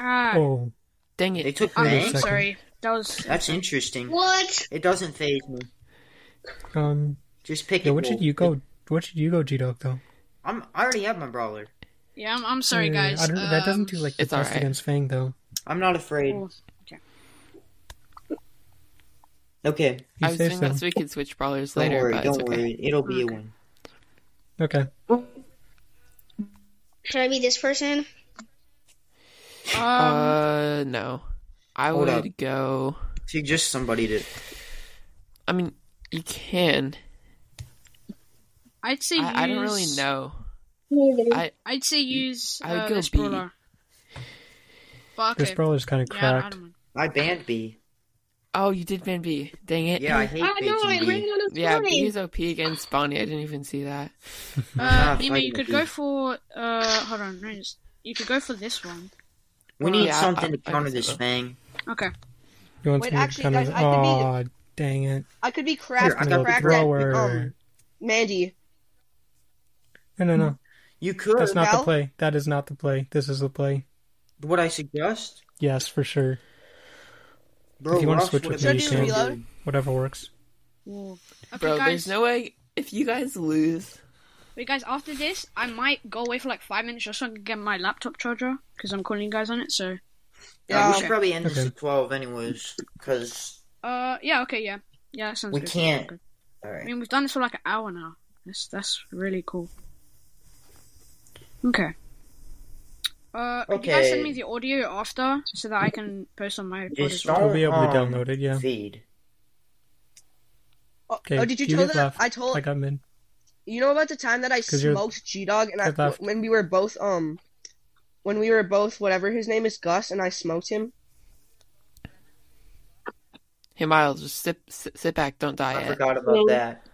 Speaker 4: Ah,
Speaker 6: Oh,
Speaker 1: Dang
Speaker 7: they
Speaker 1: it.
Speaker 6: Wait
Speaker 7: took
Speaker 6: a
Speaker 4: I'm
Speaker 7: bank.
Speaker 6: second.
Speaker 4: sorry. That was.
Speaker 7: That's interesting.
Speaker 3: What?
Speaker 7: It doesn't phase me.
Speaker 6: um,
Speaker 7: Just pick
Speaker 6: yeah.
Speaker 7: it.
Speaker 6: What should
Speaker 7: Wolf.
Speaker 6: you go? What should you go, G Dog? Though.
Speaker 7: I'm. I already have my brawler.
Speaker 4: Yeah, I'm, I'm sorry,
Speaker 6: Uh,
Speaker 4: guys.
Speaker 6: I don't, that
Speaker 4: Um,
Speaker 6: doesn't do like the
Speaker 1: It's
Speaker 6: best
Speaker 1: alright.
Speaker 6: against Fang though.
Speaker 7: I'm not afraid.
Speaker 4: Wolf.
Speaker 7: Okay,
Speaker 6: You
Speaker 1: I was
Speaker 6: say
Speaker 1: doing
Speaker 6: so.
Speaker 1: that so we could switch brawlers
Speaker 7: don't
Speaker 1: later,
Speaker 7: worry.
Speaker 1: but
Speaker 7: Don't
Speaker 1: it's okay.
Speaker 7: worry. It'll be a win.
Speaker 6: Okay.
Speaker 3: Should I be this person?
Speaker 4: Um,
Speaker 1: Uh, no. I
Speaker 7: Hold
Speaker 1: would
Speaker 7: up.
Speaker 1: go.
Speaker 7: See, just somebody to.
Speaker 1: I mean, you can.
Speaker 4: Um, I'd say use.
Speaker 1: I, I don't really know. I
Speaker 4: I'd say use
Speaker 1: I would
Speaker 4: uh,
Speaker 1: go
Speaker 4: this
Speaker 1: B.
Speaker 4: brawler. But okay.
Speaker 6: This brawler's kind
Speaker 4: yeah,
Speaker 6: of
Speaker 4: I- I
Speaker 6: cracked.
Speaker 4: don't mind.
Speaker 7: I banned B.
Speaker 1: oh, you did ban B. Dang it.
Speaker 7: Yeah, I hate
Speaker 3: Oh no, I
Speaker 7: banning
Speaker 3: ran
Speaker 7: B.
Speaker 3: out of
Speaker 1: Yeah,
Speaker 3: time.
Speaker 1: B is OP against Bonnie. I didn't even see that.
Speaker 4: Uh,
Speaker 7: not
Speaker 4: Mima, you
Speaker 7: fighting
Speaker 4: could
Speaker 7: with
Speaker 4: go
Speaker 7: you.
Speaker 4: for uh, hold on, no, just- you could go for this one.
Speaker 7: We need
Speaker 1: Yeah, I-
Speaker 7: something to
Speaker 1: I- I
Speaker 7: counter
Speaker 1: guess I
Speaker 7: this
Speaker 1: will.
Speaker 7: Fang.
Speaker 4: Okay,
Speaker 6: You want
Speaker 2: Wait,
Speaker 6: something
Speaker 2: actually,
Speaker 6: kind
Speaker 2: guys,
Speaker 6: of?
Speaker 2: I could be-
Speaker 6: Aw, dang it!
Speaker 2: I could be
Speaker 6: Here's
Speaker 2: cracked,
Speaker 7: I
Speaker 6: my
Speaker 7: got the
Speaker 2: cracked
Speaker 6: thrower.
Speaker 2: at um, Mandy.
Speaker 6: no, no, no.
Speaker 7: You could.
Speaker 6: That's not the
Speaker 2: Val?
Speaker 6: play. That is not the play. This is the play.
Speaker 7: What I suggest,
Speaker 6: Yes, for sure.
Speaker 7: bro.
Speaker 6: If you wanna
Speaker 7: Ruffs
Speaker 6: switch
Speaker 7: would've
Speaker 6: with
Speaker 7: been
Speaker 2: me, you
Speaker 7: so
Speaker 2: can.
Speaker 7: good.
Speaker 2: Reload?
Speaker 6: Whatever works.
Speaker 4: okay,
Speaker 1: Bro,
Speaker 4: guys.
Speaker 1: there's no way. If you guys lose,
Speaker 4: Wait, guys. After this, I might go away for like five minutes just so I can get my laptop charger because I'm calling you guys on it. So,
Speaker 7: Yeah,
Speaker 2: Yeah.
Speaker 7: we should probably end this
Speaker 6: Okay.
Speaker 7: at 12 anyways, because...
Speaker 4: uh, yeah, okay, yeah, yeah, that sounds
Speaker 7: We
Speaker 4: good.
Speaker 7: can't.
Speaker 4: Good. I
Speaker 7: Alright.
Speaker 4: mean, we've done this for like an hour now. That's that's really cool. Okay. Uh, could you guys send
Speaker 7: Okay.
Speaker 4: me the audio after so that I can post on my pod
Speaker 7: Just
Speaker 4: as well?
Speaker 7: don't
Speaker 6: We'll be able to
Speaker 7: um,
Speaker 6: download it, yeah.
Speaker 7: Feed.
Speaker 2: Oh,
Speaker 6: Okay.
Speaker 2: oh, did you tell
Speaker 6: get
Speaker 2: that?
Speaker 6: left.
Speaker 2: I told
Speaker 6: I got mid.
Speaker 2: you know about the time that I
Speaker 6: 'Cause you're-
Speaker 2: smoked G Dog and I
Speaker 6: you're left.
Speaker 2: when we were both um when we were both whatever his name is Gus and I smoked him.
Speaker 1: hey Miles, just sit sit, sit back, don't die
Speaker 7: I
Speaker 1: yet.
Speaker 7: forgot about that.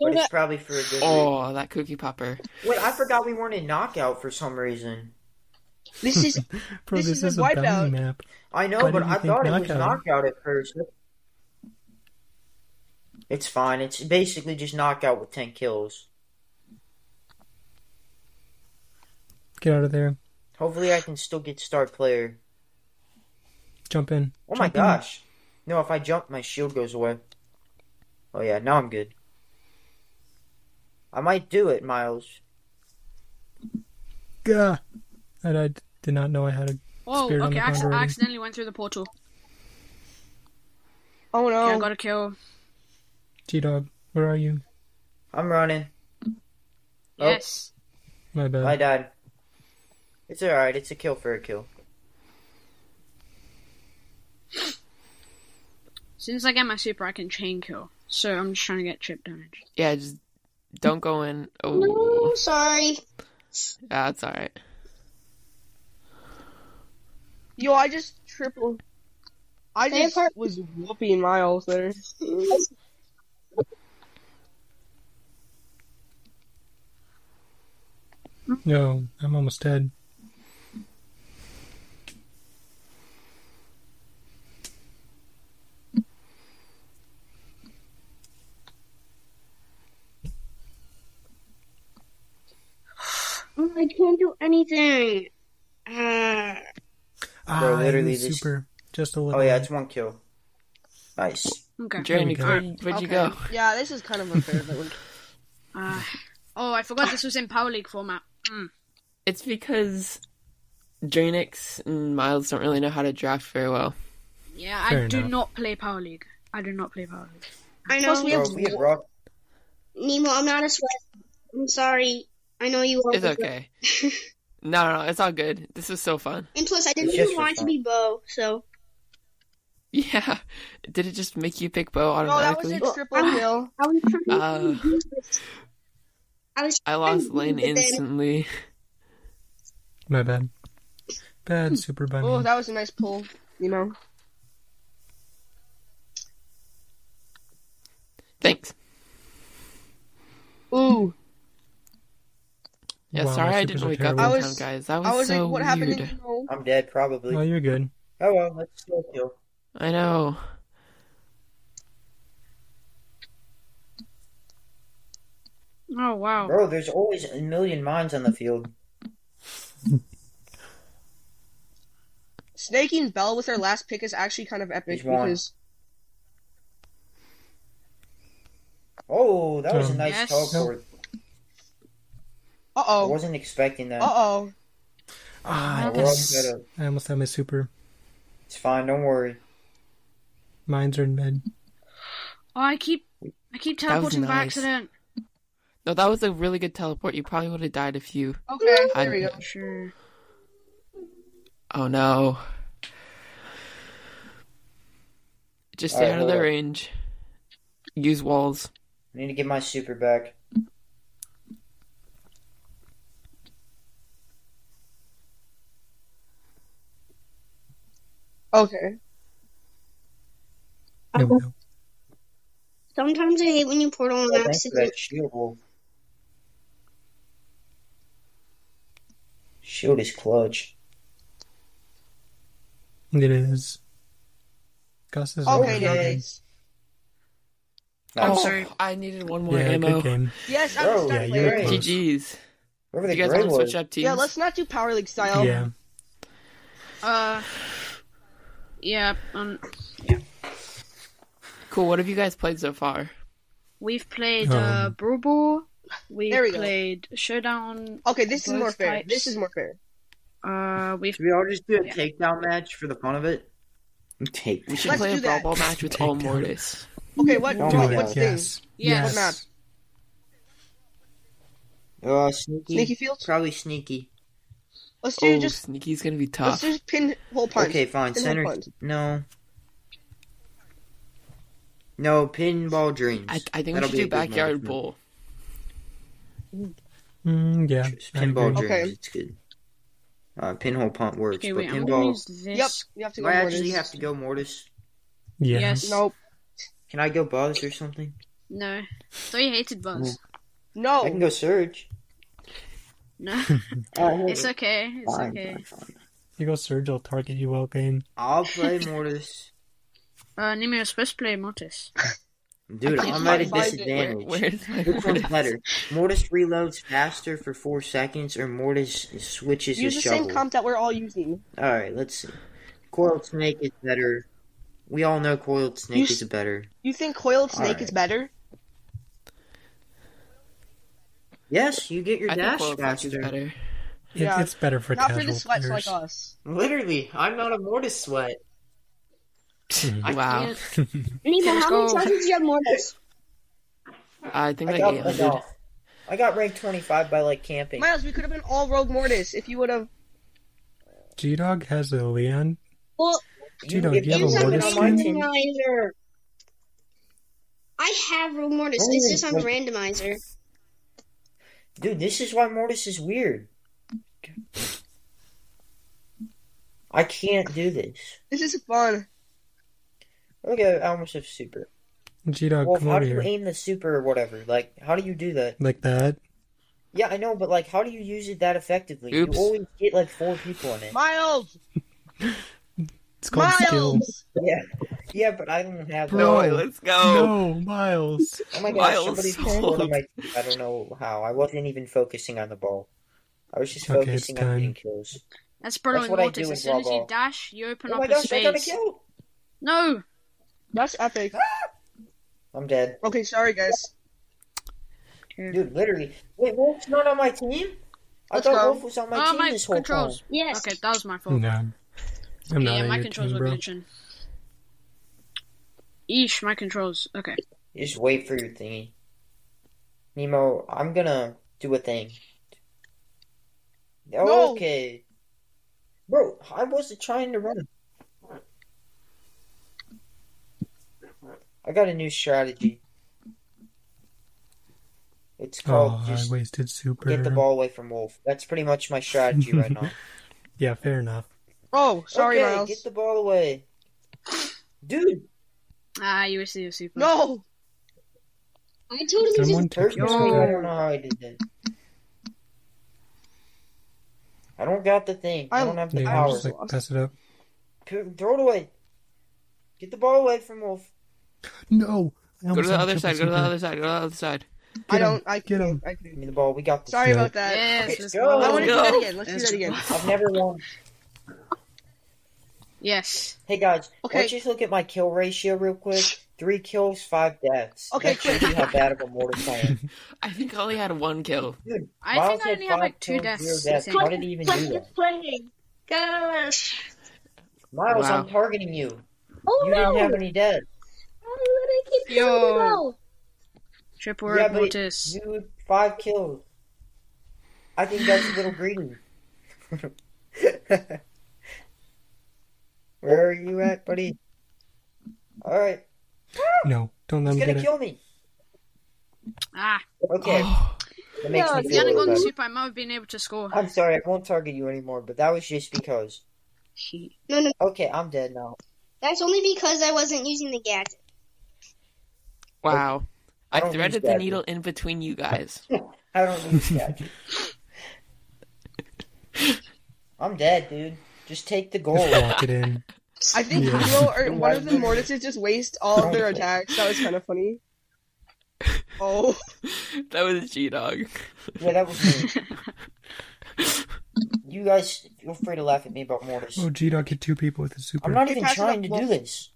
Speaker 7: But it's probably for a good reason.
Speaker 1: Oh, that cookie popper.
Speaker 7: Wait, I forgot we weren't in knockout for some reason.
Speaker 2: This is
Speaker 6: Bro,
Speaker 2: This
Speaker 6: this,
Speaker 2: is
Speaker 6: is,
Speaker 2: a
Speaker 6: a
Speaker 2: wipeout.
Speaker 6: bounty map.
Speaker 7: I know,
Speaker 6: Why
Speaker 7: but
Speaker 6: did you
Speaker 7: I
Speaker 6: think
Speaker 7: thought it was
Speaker 6: knockout?
Speaker 7: knockout at first. It's fine. It's basically just knockout with 10 kills.
Speaker 6: Get out of there.
Speaker 7: Hopefully I can still get star player.
Speaker 6: Jump in.
Speaker 7: Oh my
Speaker 6: Jump in.
Speaker 7: gosh. No, if I jump, my shield goes away. Oh yeah, now I'm good. I might do it, Miles.
Speaker 6: Gah. And I d- did not know I had a.
Speaker 4: Oh,
Speaker 6: Spirit on
Speaker 4: okay.
Speaker 6: the
Speaker 4: I, acc-
Speaker 6: ground
Speaker 4: I
Speaker 6: already.
Speaker 4: accidentally went through the portal.
Speaker 2: oh no.
Speaker 4: Yeah, I got a kill.
Speaker 6: G Dog, where are you?
Speaker 7: I'm running. Oh.
Speaker 4: Yes.
Speaker 6: My bad.
Speaker 7: I died. It's alright, it's a kill for a kill.
Speaker 4: As soon as I get my super, I can chain kill. So I'm just trying to get chip damage.
Speaker 1: Yeah, just don't go in. Oh,
Speaker 3: No, sorry.
Speaker 1: that's all right.
Speaker 2: Yo, I just triple. I
Speaker 3: Hey,
Speaker 2: just
Speaker 3: Park-
Speaker 2: was whooping Miles there.
Speaker 6: No, I'm almost dead.
Speaker 3: Oh, I can't do anything. Uh,
Speaker 6: ah, I
Speaker 7: literally
Speaker 6: used
Speaker 7: this-
Speaker 6: super. Just a
Speaker 7: Oh
Speaker 6: little.
Speaker 7: yeah,
Speaker 6: bit.
Speaker 7: it's one kill. Nice.
Speaker 4: Okay.
Speaker 1: Jaren,
Speaker 6: we
Speaker 1: you-
Speaker 6: go.
Speaker 1: where'd you- where'd you go?
Speaker 2: Yeah, this is kind of unfair. That we-
Speaker 4: Uh, oh, I forgot this was in Power League format.
Speaker 1: It's because Draenix and Miles don't really know how to draft very well.
Speaker 4: Yeah, I
Speaker 6: Fair
Speaker 4: do
Speaker 6: enough.
Speaker 4: not play Power League. I do not play Power League.
Speaker 3: I know.
Speaker 2: Plus, we
Speaker 7: Bro,
Speaker 2: have
Speaker 7: we have rock.
Speaker 3: Nemo, I'm not a sweat. I'm sorry. I know you are.
Speaker 1: It's okay. No, no, no, it's all good. This was so fun.
Speaker 3: And plus, I
Speaker 7: It's
Speaker 3: didn't
Speaker 7: just
Speaker 3: even
Speaker 7: for
Speaker 3: want it to
Speaker 7: fun.
Speaker 3: be Bo, so
Speaker 1: Yeah. Did it just make you pick Bo
Speaker 2: No, Oh, that was
Speaker 1: automatically?
Speaker 2: a triple kill.
Speaker 3: I was trying to
Speaker 1: Uh,
Speaker 3: use this. I was
Speaker 1: I lost
Speaker 3: trying to
Speaker 1: Lane
Speaker 3: use it, then
Speaker 1: instantly.
Speaker 6: My bad. Bad super bunny.
Speaker 2: Oh, that was a nice pull, you know.
Speaker 1: Thanks.
Speaker 2: Ooh,
Speaker 1: Yeah,
Speaker 6: Wow,
Speaker 1: sorry
Speaker 6: my
Speaker 1: I
Speaker 6: supers
Speaker 1: didn't
Speaker 6: are
Speaker 1: wake up
Speaker 6: terrible.
Speaker 1: on
Speaker 2: I
Speaker 1: time,
Speaker 2: was-
Speaker 1: guys. That was,
Speaker 2: I was
Speaker 1: so
Speaker 2: like, what
Speaker 1: weird.
Speaker 2: happened? in Rome?
Speaker 7: I'm dead, probably.
Speaker 6: Oh, you're good.
Speaker 7: Oh well, let's still kill.
Speaker 1: I know.
Speaker 4: Oh wow.
Speaker 7: Bro, there's always a million mines on the field.
Speaker 2: Snaking Bell with her last pick is actually kind of epic
Speaker 7: He's wrong.
Speaker 2: because
Speaker 7: Oh, that was a
Speaker 6: Um,
Speaker 7: nice
Speaker 4: Yes.
Speaker 7: teleport.
Speaker 2: uh
Speaker 7: I
Speaker 2: oh,
Speaker 7: wasn't expecting that.
Speaker 2: uh oh,
Speaker 6: Ah,
Speaker 7: We're all
Speaker 6: yes.
Speaker 7: set up.
Speaker 6: I almost had my super.
Speaker 7: It's fine, don't worry.
Speaker 6: Mines are in bed.
Speaker 4: Oh, I keep I keep
Speaker 1: was
Speaker 4: teleporting by
Speaker 1: nice.
Speaker 4: accident.
Speaker 1: No, that was a really good teleport. You probably would have died if you.
Speaker 2: okay,
Speaker 1: I-
Speaker 2: there we go.
Speaker 4: Sure.
Speaker 1: Oh no. Just stay out
Speaker 7: Alright,
Speaker 1: of
Speaker 7: hold
Speaker 1: the
Speaker 7: up.
Speaker 1: range. Use walls.
Speaker 7: I need to get my super back.
Speaker 2: Okay,
Speaker 6: There we go.
Speaker 3: Sometimes I hate when you portal on
Speaker 7: Oh, thanks for
Speaker 3: accident.
Speaker 7: that shield, Wolf. Shield is clutch.
Speaker 6: It is. Gus is
Speaker 2: okay,
Speaker 6: over.
Speaker 2: guys.
Speaker 4: I'm
Speaker 1: Oh,
Speaker 7: Nice.
Speaker 2: Oh.
Speaker 4: sorry.
Speaker 1: I needed one more
Speaker 6: Yeah,
Speaker 1: ammo.
Speaker 6: good game.
Speaker 2: Yes, I'm
Speaker 7: Bro,
Speaker 2: a star
Speaker 6: yeah,
Speaker 2: player.
Speaker 6: you're close.
Speaker 1: GG's.
Speaker 7: Whoever
Speaker 1: You
Speaker 7: the
Speaker 1: guys
Speaker 7: gray
Speaker 1: want to
Speaker 7: was.
Speaker 1: switch up teams?
Speaker 2: Yeah, let's not do power league style.
Speaker 6: Yeah.
Speaker 4: Uh. Yeah. Um.
Speaker 1: Cool. What have you guys played so far?
Speaker 4: We've played
Speaker 6: Um,
Speaker 4: uh Brawl Ball. We've
Speaker 2: There we go.
Speaker 4: played Showdown.
Speaker 2: Okay, this is
Speaker 4: Both
Speaker 2: more fair.
Speaker 4: types.
Speaker 2: This is more fair.
Speaker 4: Uh, we've
Speaker 7: Should we all just do a
Speaker 4: Yeah.
Speaker 7: takedown match for the fun of it? Take.
Speaker 1: We should
Speaker 2: Let's
Speaker 1: play a
Speaker 2: do
Speaker 1: brawl
Speaker 2: that.
Speaker 1: ball match with
Speaker 6: Take
Speaker 1: all
Speaker 6: that.
Speaker 1: Mortis.
Speaker 2: Okay, what?
Speaker 7: Do
Speaker 2: what
Speaker 7: it.
Speaker 2: what's things?
Speaker 4: Yes.
Speaker 6: Yes. Yes.
Speaker 7: Uh, sneaky.
Speaker 2: Sneaky Fields?
Speaker 7: Probably sneaky.
Speaker 2: Let's do
Speaker 1: Oh,
Speaker 2: just
Speaker 1: Sneaky's gonna be tough.
Speaker 2: let's do pinhole punch.
Speaker 7: Okay, fine.
Speaker 2: Pinhole
Speaker 7: Center.
Speaker 2: punch.
Speaker 7: No. No pinball dreams.
Speaker 1: I, I think we
Speaker 7: That'll
Speaker 1: should
Speaker 7: be a
Speaker 1: do
Speaker 7: good
Speaker 1: backyard
Speaker 7: match.
Speaker 1: bowl.
Speaker 6: Mm, yeah.
Speaker 7: Just
Speaker 6: I
Speaker 7: Pinball
Speaker 6: agree.
Speaker 7: dreams.
Speaker 2: Okay.
Speaker 7: It's good. Uh, pinhole punt works,
Speaker 4: okay.
Speaker 7: but
Speaker 4: Wait, I'm gonna
Speaker 7: pinball.
Speaker 4: use
Speaker 2: Yep,
Speaker 4: this.
Speaker 2: you have to
Speaker 7: Do
Speaker 2: go.
Speaker 7: I
Speaker 2: Mortis.
Speaker 7: actually have to go mortis?
Speaker 6: Yeah.
Speaker 4: Yes.
Speaker 2: Nope.
Speaker 7: Can I go buzz or something?
Speaker 4: No. Thought you hated Buzz.
Speaker 7: I can
Speaker 2: No.
Speaker 7: go surge.
Speaker 4: No.
Speaker 7: Oh,
Speaker 4: It's okay. It's
Speaker 7: fine,
Speaker 4: okay.
Speaker 7: fine, fine.
Speaker 6: You go Surge, I'll target you all game.
Speaker 7: I'll play mortis.
Speaker 4: Uh, Nemo was supposed to play Mortis.
Speaker 7: Dude,
Speaker 1: I
Speaker 7: I'm
Speaker 1: can't
Speaker 7: at
Speaker 2: find it.
Speaker 7: a
Speaker 1: Where,
Speaker 7: disadvantage.
Speaker 1: where is my
Speaker 7: Which one's
Speaker 1: Mortis?
Speaker 7: better? Mortis reloads faster for four seconds, or Mortis switches
Speaker 2: Use the
Speaker 7: his shovel?
Speaker 2: same comp that we're all using.
Speaker 7: All right, let's see. Coiled snake is better. We all know coiled snake
Speaker 2: You s-
Speaker 7: is better.
Speaker 2: You think coiled snake
Speaker 7: Alright.
Speaker 2: is better?
Speaker 7: Yes, you get your
Speaker 1: I think
Speaker 7: dash
Speaker 1: Coil Flash is
Speaker 7: faster.
Speaker 1: better.
Speaker 6: It,
Speaker 2: Yeah.
Speaker 6: It's better for
Speaker 2: Not
Speaker 6: casual
Speaker 2: for the sweats
Speaker 6: players.
Speaker 2: like us.
Speaker 7: Literally, I'm not a Mortis sweat. I
Speaker 1: Wow.
Speaker 7: can't-
Speaker 3: Nemo, how many
Speaker 4: go.
Speaker 3: times did you have Mortis?
Speaker 1: I think
Speaker 7: I
Speaker 1: like
Speaker 7: got, I,
Speaker 1: 800.
Speaker 7: got, I got ranked 25 by like camping.
Speaker 2: Miles, we could have been all rogue mortis if you would have. uh,
Speaker 6: G Dog has a Leon.
Speaker 3: Well,
Speaker 7: You,
Speaker 6: Dude,
Speaker 7: if
Speaker 6: do you have a
Speaker 7: you had been
Speaker 6: Mortis
Speaker 7: on my team,
Speaker 3: randomizer. I have rogue Mortis.
Speaker 7: Oh,
Speaker 3: It's just on randomizer.
Speaker 7: Dude, this is why Mortis is weird. I can't do this.
Speaker 2: This is fun.
Speaker 7: Okay, I almost have super.
Speaker 6: G Dog,
Speaker 7: Well,
Speaker 6: Oh, come
Speaker 7: how
Speaker 6: over
Speaker 7: do you
Speaker 6: here.
Speaker 7: aim the super or whatever? Like, how do you do that?
Speaker 6: Like that.
Speaker 7: Yeah, I know, but like, how do you use it that effectively?
Speaker 1: Oops.
Speaker 7: You always get like four people in it.
Speaker 2: Miles!
Speaker 6: It's called skill.
Speaker 2: Miles!
Speaker 7: Yeah, yeah, but I don't have. that.
Speaker 1: No, let's go.
Speaker 6: No, Miles.
Speaker 7: oh my gosh,
Speaker 1: Miles
Speaker 7: somebody
Speaker 1: sold.
Speaker 7: on my. I don't know how. I wasn't even focusing on the ball. I was just
Speaker 6: Okay, it's
Speaker 7: focusing on
Speaker 6: time.
Speaker 7: getting kills.
Speaker 4: That's probably
Speaker 7: That's what I
Speaker 4: Mortis.
Speaker 7: do
Speaker 4: As
Speaker 7: with
Speaker 4: soon as you
Speaker 7: Brawl.
Speaker 4: dash, you open
Speaker 7: Oh
Speaker 4: up
Speaker 7: my
Speaker 4: a
Speaker 7: gosh, I
Speaker 4: space.
Speaker 7: got a kill!
Speaker 4: No.
Speaker 2: That's epic.
Speaker 7: I'm dead,
Speaker 2: Okay, sorry guys.
Speaker 7: dude. Literally, wait, Wolf's not on my team. I
Speaker 2: Let's
Speaker 7: thought
Speaker 2: go.
Speaker 7: Wolf was on my
Speaker 4: oh
Speaker 7: team
Speaker 4: my
Speaker 7: this whole
Speaker 4: controls.
Speaker 7: time.
Speaker 3: Yes.
Speaker 4: Okay, that was my fault.
Speaker 6: No. Mm, I'm not
Speaker 4: yeah,
Speaker 6: on
Speaker 4: my
Speaker 6: your
Speaker 4: controls
Speaker 6: team,
Speaker 4: were
Speaker 6: bro.
Speaker 4: glitching. Eesh, my controls. Okay.
Speaker 7: You just wait for your thingy. Nemo, I'm gonna do a thing.
Speaker 2: No.
Speaker 7: Okay. Bro, I wasn't trying to run. I got a new strategy. It's called
Speaker 6: Oh, I
Speaker 7: just
Speaker 6: wasted super.
Speaker 7: get the ball away from Wolf. That's pretty much my strategy right now.
Speaker 6: Yeah, fair enough.
Speaker 2: Oh, sorry,
Speaker 7: okay,
Speaker 2: Miles.
Speaker 7: get the ball away. Dude,
Speaker 4: Ah, you see a super.
Speaker 2: No,
Speaker 3: I totally just
Speaker 6: Someone took
Speaker 7: there's
Speaker 6: your
Speaker 7: no
Speaker 6: spot.
Speaker 7: I don't know how I did that. I don't got the thing. I
Speaker 2: I-
Speaker 7: don't have the
Speaker 6: Yeah,
Speaker 7: power.
Speaker 6: just like pass it up.
Speaker 7: Th- Throw it away. Get the ball away from Wolf.
Speaker 6: No. I
Speaker 1: Go
Speaker 6: almost
Speaker 1: to the
Speaker 6: had a
Speaker 1: other
Speaker 6: triple
Speaker 1: side. Go to the
Speaker 6: super.
Speaker 1: other side. Go to the other side.
Speaker 2: I
Speaker 6: him.
Speaker 2: don't. I
Speaker 6: Get him.
Speaker 2: can't. I can't.
Speaker 7: Give me the ball. We got this.
Speaker 2: Sorry
Speaker 6: Yeah.
Speaker 2: about that.
Speaker 4: Yes,
Speaker 7: Okay,
Speaker 4: let's
Speaker 7: go.
Speaker 4: go.
Speaker 2: I want to do that
Speaker 1: Go.
Speaker 2: again. Let's do that again.
Speaker 7: I've never won.
Speaker 4: Yes.
Speaker 7: Hey guys,
Speaker 2: Okay.
Speaker 7: let's just look at my kill ratio real quick. Three kills, five deaths.
Speaker 2: Okay,
Speaker 7: That shows you how bad of a mortal I am.
Speaker 1: I think I only had one kill.
Speaker 4: I
Speaker 7: Miles
Speaker 4: think I
Speaker 7: had
Speaker 4: only have like
Speaker 7: five
Speaker 4: two
Speaker 7: kills, zero
Speaker 4: deaths. I
Speaker 7: deaths.
Speaker 4: think.
Speaker 7: How did he even do that?
Speaker 3: playing. Gosh.
Speaker 7: Miles,
Speaker 1: Wow.
Speaker 7: I'm targeting you.
Speaker 3: Oh
Speaker 7: You
Speaker 3: no! Oh,
Speaker 7: didn't have any deaths.
Speaker 3: I keep Oh.
Speaker 4: Yo.
Speaker 3: killing them
Speaker 4: Triple
Speaker 7: yeah,
Speaker 4: red
Speaker 7: but
Speaker 4: mortis.
Speaker 7: you had five kills. I think that's a little greedy. Where are you at, buddy? All right,
Speaker 6: No, don't let
Speaker 7: he's
Speaker 6: him
Speaker 7: gonna
Speaker 6: get it.
Speaker 7: kill me.
Speaker 4: Ah,
Speaker 7: Okay,
Speaker 1: Oh,
Speaker 7: that makes
Speaker 3: No,
Speaker 7: me
Speaker 3: if
Speaker 4: if
Speaker 7: feel
Speaker 4: you
Speaker 7: a
Speaker 4: hadn't
Speaker 7: little
Speaker 4: gone to
Speaker 7: better.
Speaker 4: super, I might have been able to score.
Speaker 7: I'm sorry, I won't target you anymore, but that was just because.
Speaker 4: He-
Speaker 3: No, no,
Speaker 7: Okay, I'm dead now.
Speaker 3: that's only because I wasn't using the gadget.
Speaker 1: Wow.
Speaker 7: I
Speaker 1: I
Speaker 7: don't use
Speaker 1: threaded the
Speaker 7: that.
Speaker 1: needle in between you guys.
Speaker 7: I don't need statue. I'm dead, dude. Just take the gold.
Speaker 6: Just walk it in.
Speaker 2: I think
Speaker 6: Yeah.
Speaker 2: you know, or one of the Mortises just waste all of their attacks. That was kind of funny. Oh,
Speaker 1: that was G Dog.
Speaker 7: yeah, that was me. You guys, feel free to laugh at me about Mortis.
Speaker 6: Oh, G Dog hit two people with a super.
Speaker 7: I'm not even
Speaker 2: pass it
Speaker 7: trying to
Speaker 2: up,
Speaker 7: do
Speaker 2: Wolf.
Speaker 7: this.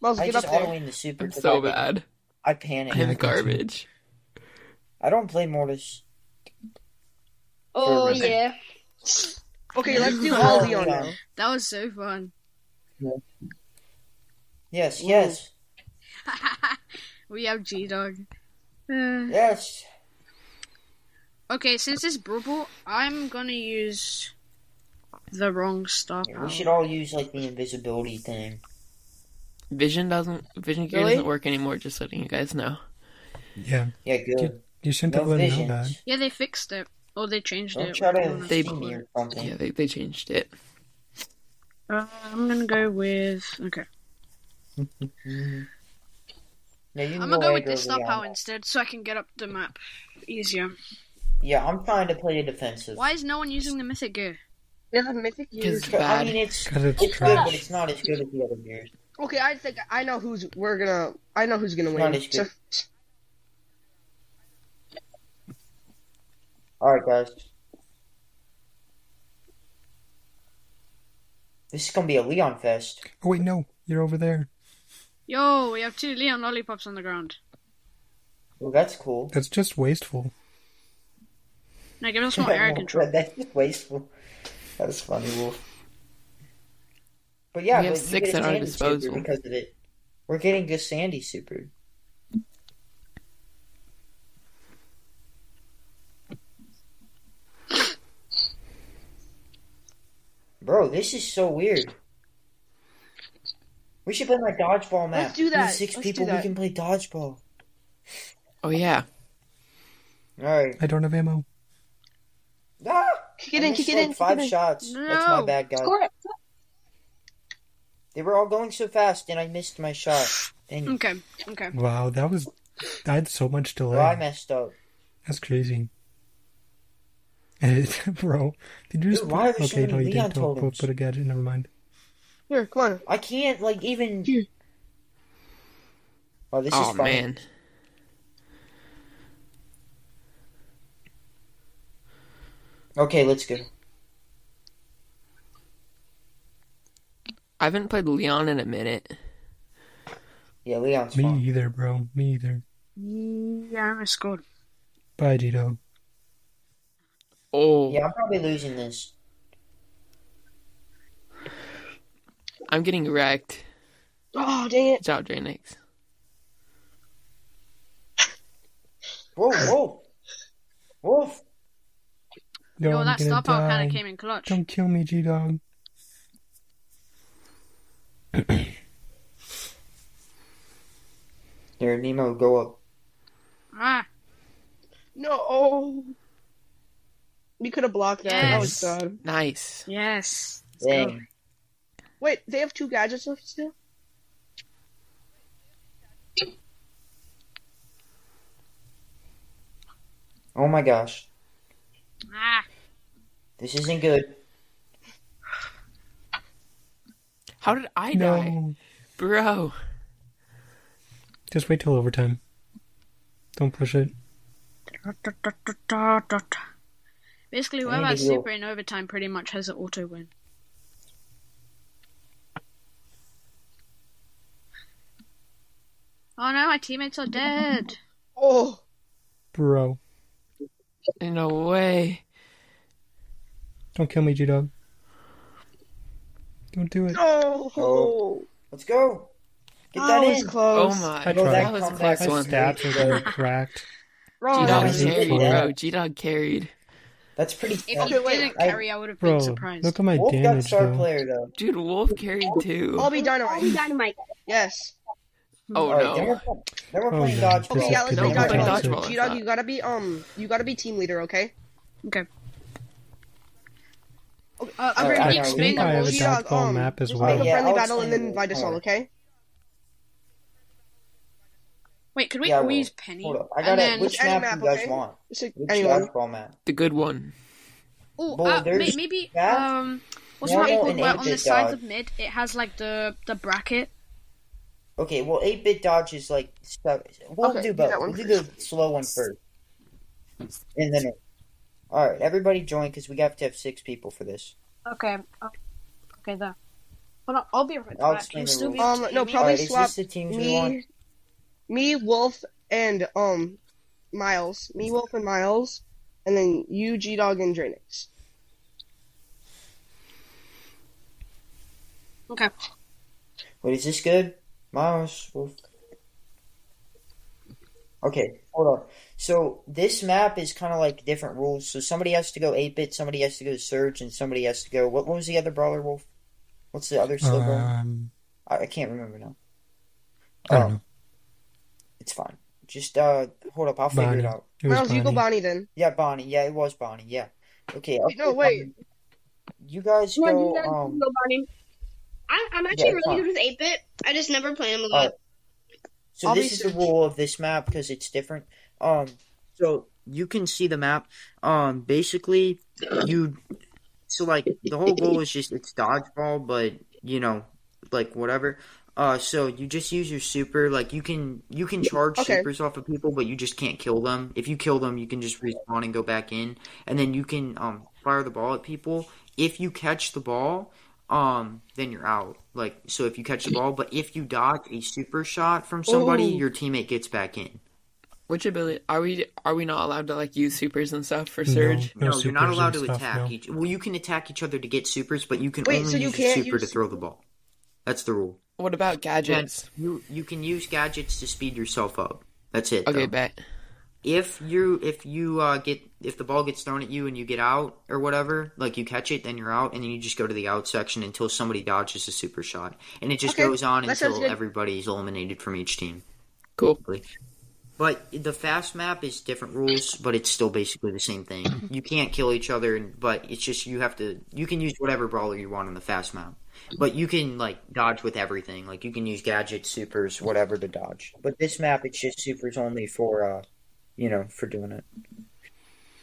Speaker 2: Miles,
Speaker 7: I
Speaker 2: get
Speaker 7: just
Speaker 2: up
Speaker 7: auto
Speaker 2: there.
Speaker 7: aim the super.
Speaker 1: I'm
Speaker 7: 'cause
Speaker 1: so
Speaker 7: I,
Speaker 1: bad.
Speaker 7: I
Speaker 1: I
Speaker 7: panic.
Speaker 1: am
Speaker 6: got you.
Speaker 1: garbage.
Speaker 7: I don't play Mortis.
Speaker 3: Oh
Speaker 7: Fair enough.
Speaker 3: yeah.
Speaker 2: Okay, let's do all Leon now.
Speaker 4: That was so fun.
Speaker 7: Yes, yes,
Speaker 4: we have G Dog. Uh,
Speaker 7: yes.
Speaker 4: okay, since it's Bubble, I'm gonna use the wrong star
Speaker 7: Yeah,
Speaker 4: power.
Speaker 7: we should all use like the invisibility thing.
Speaker 1: Vision doesn't. Vision gear
Speaker 7: Really?
Speaker 1: doesn't work anymore. Just letting you guys know.
Speaker 6: Yeah,
Speaker 7: Yeah, good.
Speaker 6: you shouldn't
Speaker 7: No
Speaker 6: have let him know that.
Speaker 7: visions.
Speaker 4: Yeah, they fixed it. Or they changed
Speaker 7: Don't
Speaker 4: it.
Speaker 7: try to
Speaker 1: They-
Speaker 7: see me or something.
Speaker 1: Yeah, they, they changed it.
Speaker 4: Uh, I'm gonna go with. Okay.
Speaker 7: No, you can
Speaker 4: I'm gonna go with
Speaker 7: Edgar
Speaker 4: this star
Speaker 7: Leon.
Speaker 4: power instead so I can get up the map easier.
Speaker 7: Yeah, I'm trying to play a defensive.
Speaker 4: Why is no one using the mythic gear?
Speaker 2: Yeah, the mythic
Speaker 1: Because
Speaker 2: years.
Speaker 1: it's
Speaker 7: But, I
Speaker 1: bad.
Speaker 7: mean, it's
Speaker 6: Because it's
Speaker 7: it's good,
Speaker 6: trash.
Speaker 7: but it's not as good as the other beers.
Speaker 2: Okay, I think I know who's we're gonna. I know who's gonna
Speaker 7: Not
Speaker 2: win.
Speaker 7: as good.
Speaker 2: So-
Speaker 7: All right, guys. This is gonna be a Leon fest.
Speaker 6: Oh, wait, no. You're over there.
Speaker 4: Yo, we have two Leon lollipops on the ground.
Speaker 7: Well, that's cool.
Speaker 6: That's just wasteful.
Speaker 4: Now give us more air control.
Speaker 7: that's just wasteful. That's funny, Wolf. But yeah,
Speaker 1: We have
Speaker 7: but you
Speaker 1: six
Speaker 7: get a
Speaker 1: at our
Speaker 7: Sandy
Speaker 1: disposal.
Speaker 7: super because of it. We're getting a Sandy super. Bro, this is so weird. We should play my dodgeball map.
Speaker 2: Let's do
Speaker 7: We have
Speaker 2: that.
Speaker 7: 6
Speaker 2: Let's do
Speaker 7: people, we
Speaker 2: that.
Speaker 7: can play dodgeball.
Speaker 1: Oh yeah.
Speaker 7: Alright.
Speaker 6: I don't have ammo.
Speaker 7: Ah,
Speaker 2: Kick it in, kick it in, kick
Speaker 7: Five
Speaker 2: it in.
Speaker 7: shots. That's my
Speaker 4: No.
Speaker 7: bad, guys.
Speaker 3: Score it.
Speaker 7: They were all going so fast, and I missed my shot. Dang it.
Speaker 4: Okay, okay.
Speaker 6: Wow, that was. I had so much delay.
Speaker 7: Well, I messed up.
Speaker 6: That's crazy. Bro, did you just.
Speaker 7: Dude, why are
Speaker 6: put-
Speaker 7: there so
Speaker 6: okay,
Speaker 7: many
Speaker 6: no, you
Speaker 7: Leon
Speaker 6: didn't. Don't put,
Speaker 7: totems?
Speaker 6: put a gadget. Never mind.
Speaker 2: Here, come on.
Speaker 7: I can't, like, even. Oh, this
Speaker 1: oh
Speaker 7: is funny.
Speaker 1: man.
Speaker 7: Okay, let's go.
Speaker 1: I haven't played Leon in a minute.
Speaker 7: Yeah, Leon's
Speaker 6: Me
Speaker 7: fine.
Speaker 6: either, bro. Me either.
Speaker 4: Yeah, I scored.
Speaker 6: Bye, G Dog.
Speaker 1: Oh,
Speaker 7: Yeah, I'm probably losing this.
Speaker 1: I'm getting wrecked.
Speaker 2: Oh dang it!
Speaker 1: Good job, Drainix.
Speaker 7: Whoa, whoa. Wolf.
Speaker 6: No,
Speaker 4: Yo,
Speaker 6: I'm
Speaker 4: Oh, that
Speaker 6: gonna
Speaker 4: star power
Speaker 6: die.
Speaker 4: kind of came in clutch.
Speaker 6: Don't kill me, G Dog.
Speaker 7: Here, Nemo, go up.
Speaker 4: Ah,
Speaker 2: No. Oh. You could have blocked that. That was
Speaker 4: Yes.
Speaker 2: bad.
Speaker 1: Nice.
Speaker 4: yes. Let's go.
Speaker 7: Dang.
Speaker 2: Wait, they have two gadgets left still?
Speaker 7: Oh my gosh.
Speaker 4: Ah,
Speaker 7: This isn't good.
Speaker 1: How did I die?
Speaker 6: No.
Speaker 1: Bro.
Speaker 6: Just wait till overtime. Don't push it.
Speaker 4: Da, da, da, da, da, da. Basically,
Speaker 7: I
Speaker 4: whoever
Speaker 7: need
Speaker 4: has
Speaker 7: to go.
Speaker 4: super in overtime pretty much has an auto win. Oh no, my teammates are dead.
Speaker 2: Oh.
Speaker 6: Bro.
Speaker 1: No way.
Speaker 6: Don't kill me, G Dog. Don't do it.
Speaker 2: No.
Speaker 7: Oh. Let's go. Get that
Speaker 2: was
Speaker 7: in.
Speaker 1: Oh
Speaker 2: close.
Speaker 1: my.
Speaker 6: I
Speaker 7: Go
Speaker 6: tried.
Speaker 1: That was a
Speaker 7: comeback.
Speaker 1: close
Speaker 6: I
Speaker 1: one. G
Speaker 6: stabbed her there, cracked.
Speaker 2: Wrong.
Speaker 1: Dog
Speaker 6: That was a
Speaker 1: carried,
Speaker 6: four.
Speaker 1: bro. G Dog carried.
Speaker 7: That's pretty.
Speaker 4: If
Speaker 7: tough.
Speaker 4: you didn't
Speaker 7: I-
Speaker 4: carry, I would have been
Speaker 6: Bro,
Speaker 4: surprised.
Speaker 6: look at my
Speaker 7: Wolf got
Speaker 6: damage,
Speaker 7: star
Speaker 6: though.
Speaker 7: player though.
Speaker 1: Dude, Wolf carried too.
Speaker 2: I'll be dynamite.
Speaker 3: Dynamite.
Speaker 2: Yes.
Speaker 1: Oh
Speaker 7: All right, then
Speaker 1: no.
Speaker 7: we're, pl- then we're
Speaker 6: Oh,
Speaker 7: playing
Speaker 6: no.
Speaker 7: dodgeball.
Speaker 6: This
Speaker 2: Okay,
Speaker 6: is
Speaker 2: yeah, let's
Speaker 6: getting
Speaker 2: play
Speaker 1: No, but
Speaker 2: dodgeball.
Speaker 1: dodgeball is
Speaker 2: G dog,
Speaker 1: not.
Speaker 2: you gotta be um, you gotta be team leader, okay?
Speaker 4: Okay.
Speaker 2: Uh, I'm
Speaker 7: All
Speaker 2: very
Speaker 7: right,
Speaker 4: Nick's
Speaker 7: I know.
Speaker 4: being
Speaker 6: I
Speaker 4: a
Speaker 6: have a
Speaker 4: bullshit.
Speaker 2: G-Dog,
Speaker 6: dodgeball map as
Speaker 2: um, just
Speaker 6: well.
Speaker 2: make a
Speaker 7: Yeah,
Speaker 2: friendly
Speaker 7: I'll
Speaker 2: battle and then
Speaker 7: explain
Speaker 2: invite us all,
Speaker 7: later.
Speaker 2: okay?
Speaker 4: Wait, could we
Speaker 7: Yeah, I
Speaker 4: all
Speaker 7: will.
Speaker 4: use Penny?
Speaker 7: Hold up, I
Speaker 4: and
Speaker 7: got it.
Speaker 4: then,
Speaker 7: Which
Speaker 2: Any
Speaker 7: map,
Speaker 2: map,
Speaker 7: you guys
Speaker 2: okay?
Speaker 7: want?
Speaker 2: Just like
Speaker 7: Which
Speaker 2: anyone.
Speaker 7: dodgeball map?
Speaker 1: The good one.
Speaker 4: oh,
Speaker 7: Well,
Speaker 4: uh, may-
Speaker 7: there's
Speaker 4: maybe
Speaker 7: that,
Speaker 4: um, what's
Speaker 7: normal,
Speaker 4: my
Speaker 7: and
Speaker 4: where on the
Speaker 7: 8-bit
Speaker 4: sides of
Speaker 7: dodge.
Speaker 4: mid? It has like the the bracket.
Speaker 7: Okay, well, eight bit dodge is like stuff. We'll
Speaker 2: Okay,
Speaker 7: do
Speaker 2: do
Speaker 7: both.
Speaker 2: that
Speaker 7: We'll
Speaker 2: one
Speaker 7: do the slow one first, and then. All right, everybody join because we have to have six people for this.
Speaker 4: Okay. uh, Okay, there. Hold on, I'll be right
Speaker 7: I'll
Speaker 4: back.
Speaker 7: explain
Speaker 4: You'll
Speaker 7: the
Speaker 4: still be
Speaker 2: rules.
Speaker 4: able to
Speaker 2: Um, no,
Speaker 4: hear me?
Speaker 7: All
Speaker 2: Probably
Speaker 7: right, is
Speaker 2: swap
Speaker 7: this the teams we want?
Speaker 2: Me, me, Wolf, and um, Miles. Me, Wolf, and Miles, and then you, G Dog, and Drainix.
Speaker 4: Okay.
Speaker 7: Wait, is this good? Miles. Wolf. Okay, hold on. So this map is kind of like different rules. So somebody has to go eight bit, somebody has to go surge, and somebody has to go. What, what was the other brawler wolf? What's the other slow brawler?
Speaker 6: Um,
Speaker 7: I, I can't remember now.
Speaker 6: I
Speaker 7: Oh.
Speaker 6: don't know.
Speaker 7: It's fine. Just uh, hold up. I'll figure it
Speaker 6: Bonnie.
Speaker 7: out.
Speaker 6: It was
Speaker 2: Miles, you go
Speaker 6: Bonnie.
Speaker 2: Bonnie then.
Speaker 7: Yeah, Bonnie. Yeah, it was Bonnie. Yeah. Okay. I'll
Speaker 2: Wait, no,
Speaker 7: pick
Speaker 2: wait.
Speaker 7: Bonnie. You guys
Speaker 3: No,
Speaker 7: go.
Speaker 3: you guys
Speaker 7: um.
Speaker 3: go, Barney. I'm, I'm
Speaker 7: Yeah,
Speaker 3: actually
Speaker 7: it's
Speaker 3: really
Speaker 7: fine.
Speaker 3: good with 8 bit. I just never play him a
Speaker 7: All
Speaker 3: lot.
Speaker 7: right. So
Speaker 2: I'll
Speaker 7: this
Speaker 2: be
Speaker 7: is the
Speaker 2: searching.
Speaker 7: rule of this map because it's different. Um, so you can see the map. Um, basically, you so like the whole goal is just it's dodgeball, but you know, like whatever. Uh, so you just use your super. Like you can you can charge
Speaker 2: Okay.
Speaker 7: supers off of people, but you just can't kill them. If you kill them, you can just respawn and go back in, and then you can um fire the ball at people. If you catch the ball, um, then you're out. Like, so if you catch the ball, but if you dodge a super shot from somebody,
Speaker 2: Ooh.
Speaker 7: your teammate gets back in.
Speaker 1: Which ability are we are we not allowed to like use supers and stuff for
Speaker 6: No.
Speaker 1: surge?
Speaker 7: No, you're not
Speaker 6: supers
Speaker 7: allowed
Speaker 6: and
Speaker 7: to
Speaker 6: stuff,
Speaker 7: attack
Speaker 6: no.
Speaker 7: each. Well, you can attack each other to get supers, but you can
Speaker 2: Wait,
Speaker 7: only
Speaker 2: so you
Speaker 7: use your
Speaker 2: can't
Speaker 7: super
Speaker 2: use
Speaker 7: to throw the ball. That's the rule.
Speaker 1: What about gadgets?
Speaker 7: You you can use gadgets to speed yourself up. That's it.
Speaker 1: Okay,
Speaker 7: though.
Speaker 1: bet.
Speaker 7: if you if you uh, get if the ball gets thrown at you and you get out or whatever, like you catch it, then you're out, and then you just go to the out section until somebody dodges a super shot, and it just
Speaker 2: Okay,
Speaker 7: goes on
Speaker 2: that sounds
Speaker 7: until
Speaker 2: good.
Speaker 7: everybody's eliminated from each team.
Speaker 1: Cool.
Speaker 7: But the fast map is different rules, but it's still basically the same thing.
Speaker 6: Mm-hmm.
Speaker 7: You can't kill each other, and- but it's just you have to. You can use whatever brawler you want on the fast map, but you can like dodge with everything. Like you can use gadgets, supers, whatever to dodge. But this map, it's just supers only for, uh, you know, for doing it.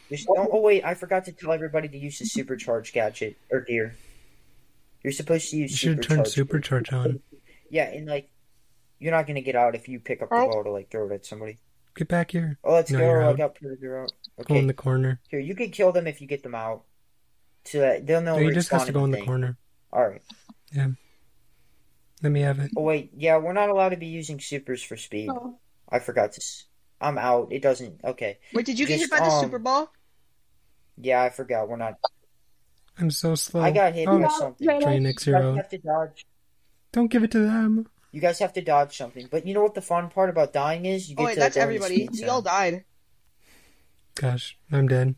Speaker 7: Just don't, oh wait, I forgot to tell everybody to use the supercharge gadget or gear. You're supposed to use.
Speaker 6: You should have turned
Speaker 7: supercharge gear.
Speaker 6: supercharge on.
Speaker 7: Yeah, and like, you're not gonna get out if you pick up the
Speaker 2: Oh.
Speaker 7: ball to like throw it at somebody.
Speaker 6: Get back here.
Speaker 7: Oh, let's
Speaker 6: No,
Speaker 7: go.
Speaker 6: you're
Speaker 7: I
Speaker 6: out.
Speaker 7: got Predator out.
Speaker 6: Go in
Speaker 7: Okay,
Speaker 6: the corner.
Speaker 7: here you can kill them if you get them out. So that they'll know.
Speaker 6: No,
Speaker 7: where
Speaker 6: you just have to go in the
Speaker 7: thing.
Speaker 6: corner.
Speaker 7: All right.
Speaker 6: Let me have it.
Speaker 7: Oh wait, yeah, we're not allowed to be using supers for speed.
Speaker 3: Oh.
Speaker 7: I forgot to. S- I'm out. It doesn't. Okay.
Speaker 2: Wait, did you get
Speaker 7: Just,
Speaker 2: hit by the
Speaker 7: um,
Speaker 2: super ball?
Speaker 7: Yeah, I forgot. We're not.
Speaker 6: I'm so slow.
Speaker 7: I got hit
Speaker 6: Oh,
Speaker 7: by something. You
Speaker 6: Drain X
Speaker 7: guys
Speaker 6: Hero.
Speaker 7: have to dodge.
Speaker 6: Don't give it to them.
Speaker 7: You guys have to dodge something. But you know what the fun part about dying is? You
Speaker 2: Oh
Speaker 7: get
Speaker 2: wait,
Speaker 7: to
Speaker 2: that's
Speaker 7: go in the
Speaker 2: everybody.
Speaker 7: speed
Speaker 2: We
Speaker 7: zone.
Speaker 2: all died.
Speaker 6: Gosh, I'm dead.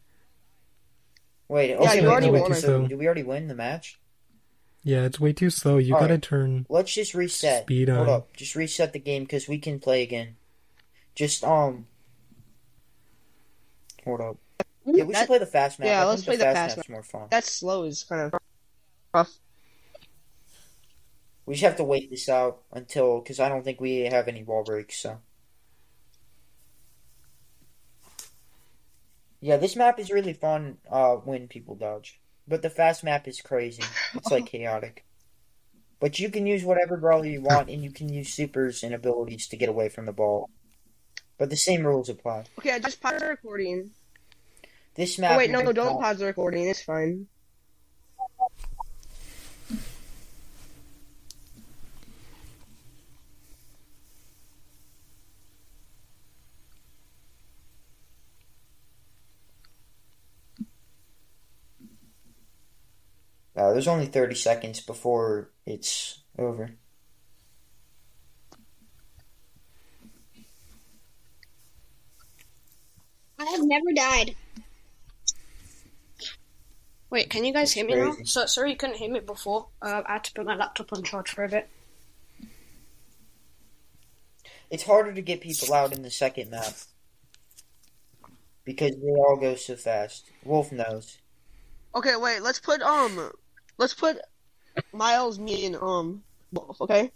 Speaker 7: Wait, okay,
Speaker 2: you
Speaker 7: wait,
Speaker 2: already
Speaker 7: no, wait,
Speaker 2: won, I
Speaker 7: so
Speaker 6: think.
Speaker 7: do we already win the match?
Speaker 6: Yeah, it's way too slow. You
Speaker 7: All
Speaker 6: gotta
Speaker 7: right.
Speaker 6: turn.
Speaker 7: Let's just reset.
Speaker 6: Speed
Speaker 7: Hold
Speaker 6: on.
Speaker 7: up, just reset the game because we can play again. Just um, hold up. Yeah, we should
Speaker 2: That-
Speaker 7: play the fast map.
Speaker 2: yeah,
Speaker 7: I think
Speaker 2: let's play the fast
Speaker 7: map's more fun.
Speaker 2: That slow is kind of.
Speaker 7: We just have to wait this out until because I don't think we have any wall breaks. So yeah, this map is really fun uh, when people dodge, but the fast map is crazy. It's like chaotic. But you can use whatever brawler you want, and you can use supers and abilities to get away from the ball. But the same rules apply.
Speaker 2: Okay, I just paused the recording.
Speaker 7: This map.
Speaker 2: Oh, wait, no,
Speaker 7: is
Speaker 2: no, don't
Speaker 7: not-
Speaker 2: pause the recording. It's fine.
Speaker 7: Uh, there's only 30 seconds before it's over.
Speaker 3: I have never died.
Speaker 4: Wait, can you guys hear me
Speaker 7: That's
Speaker 4: now?
Speaker 7: crazy.
Speaker 4: So sorry you couldn't hear me before. Uh, I had to put my laptop on charge for a bit.
Speaker 7: It's harder to get people out in the second map because they all go so fast. Wolf knows.
Speaker 2: Okay, wait. Let's put um, let's put Miles, me, and um, Wolf. Okay.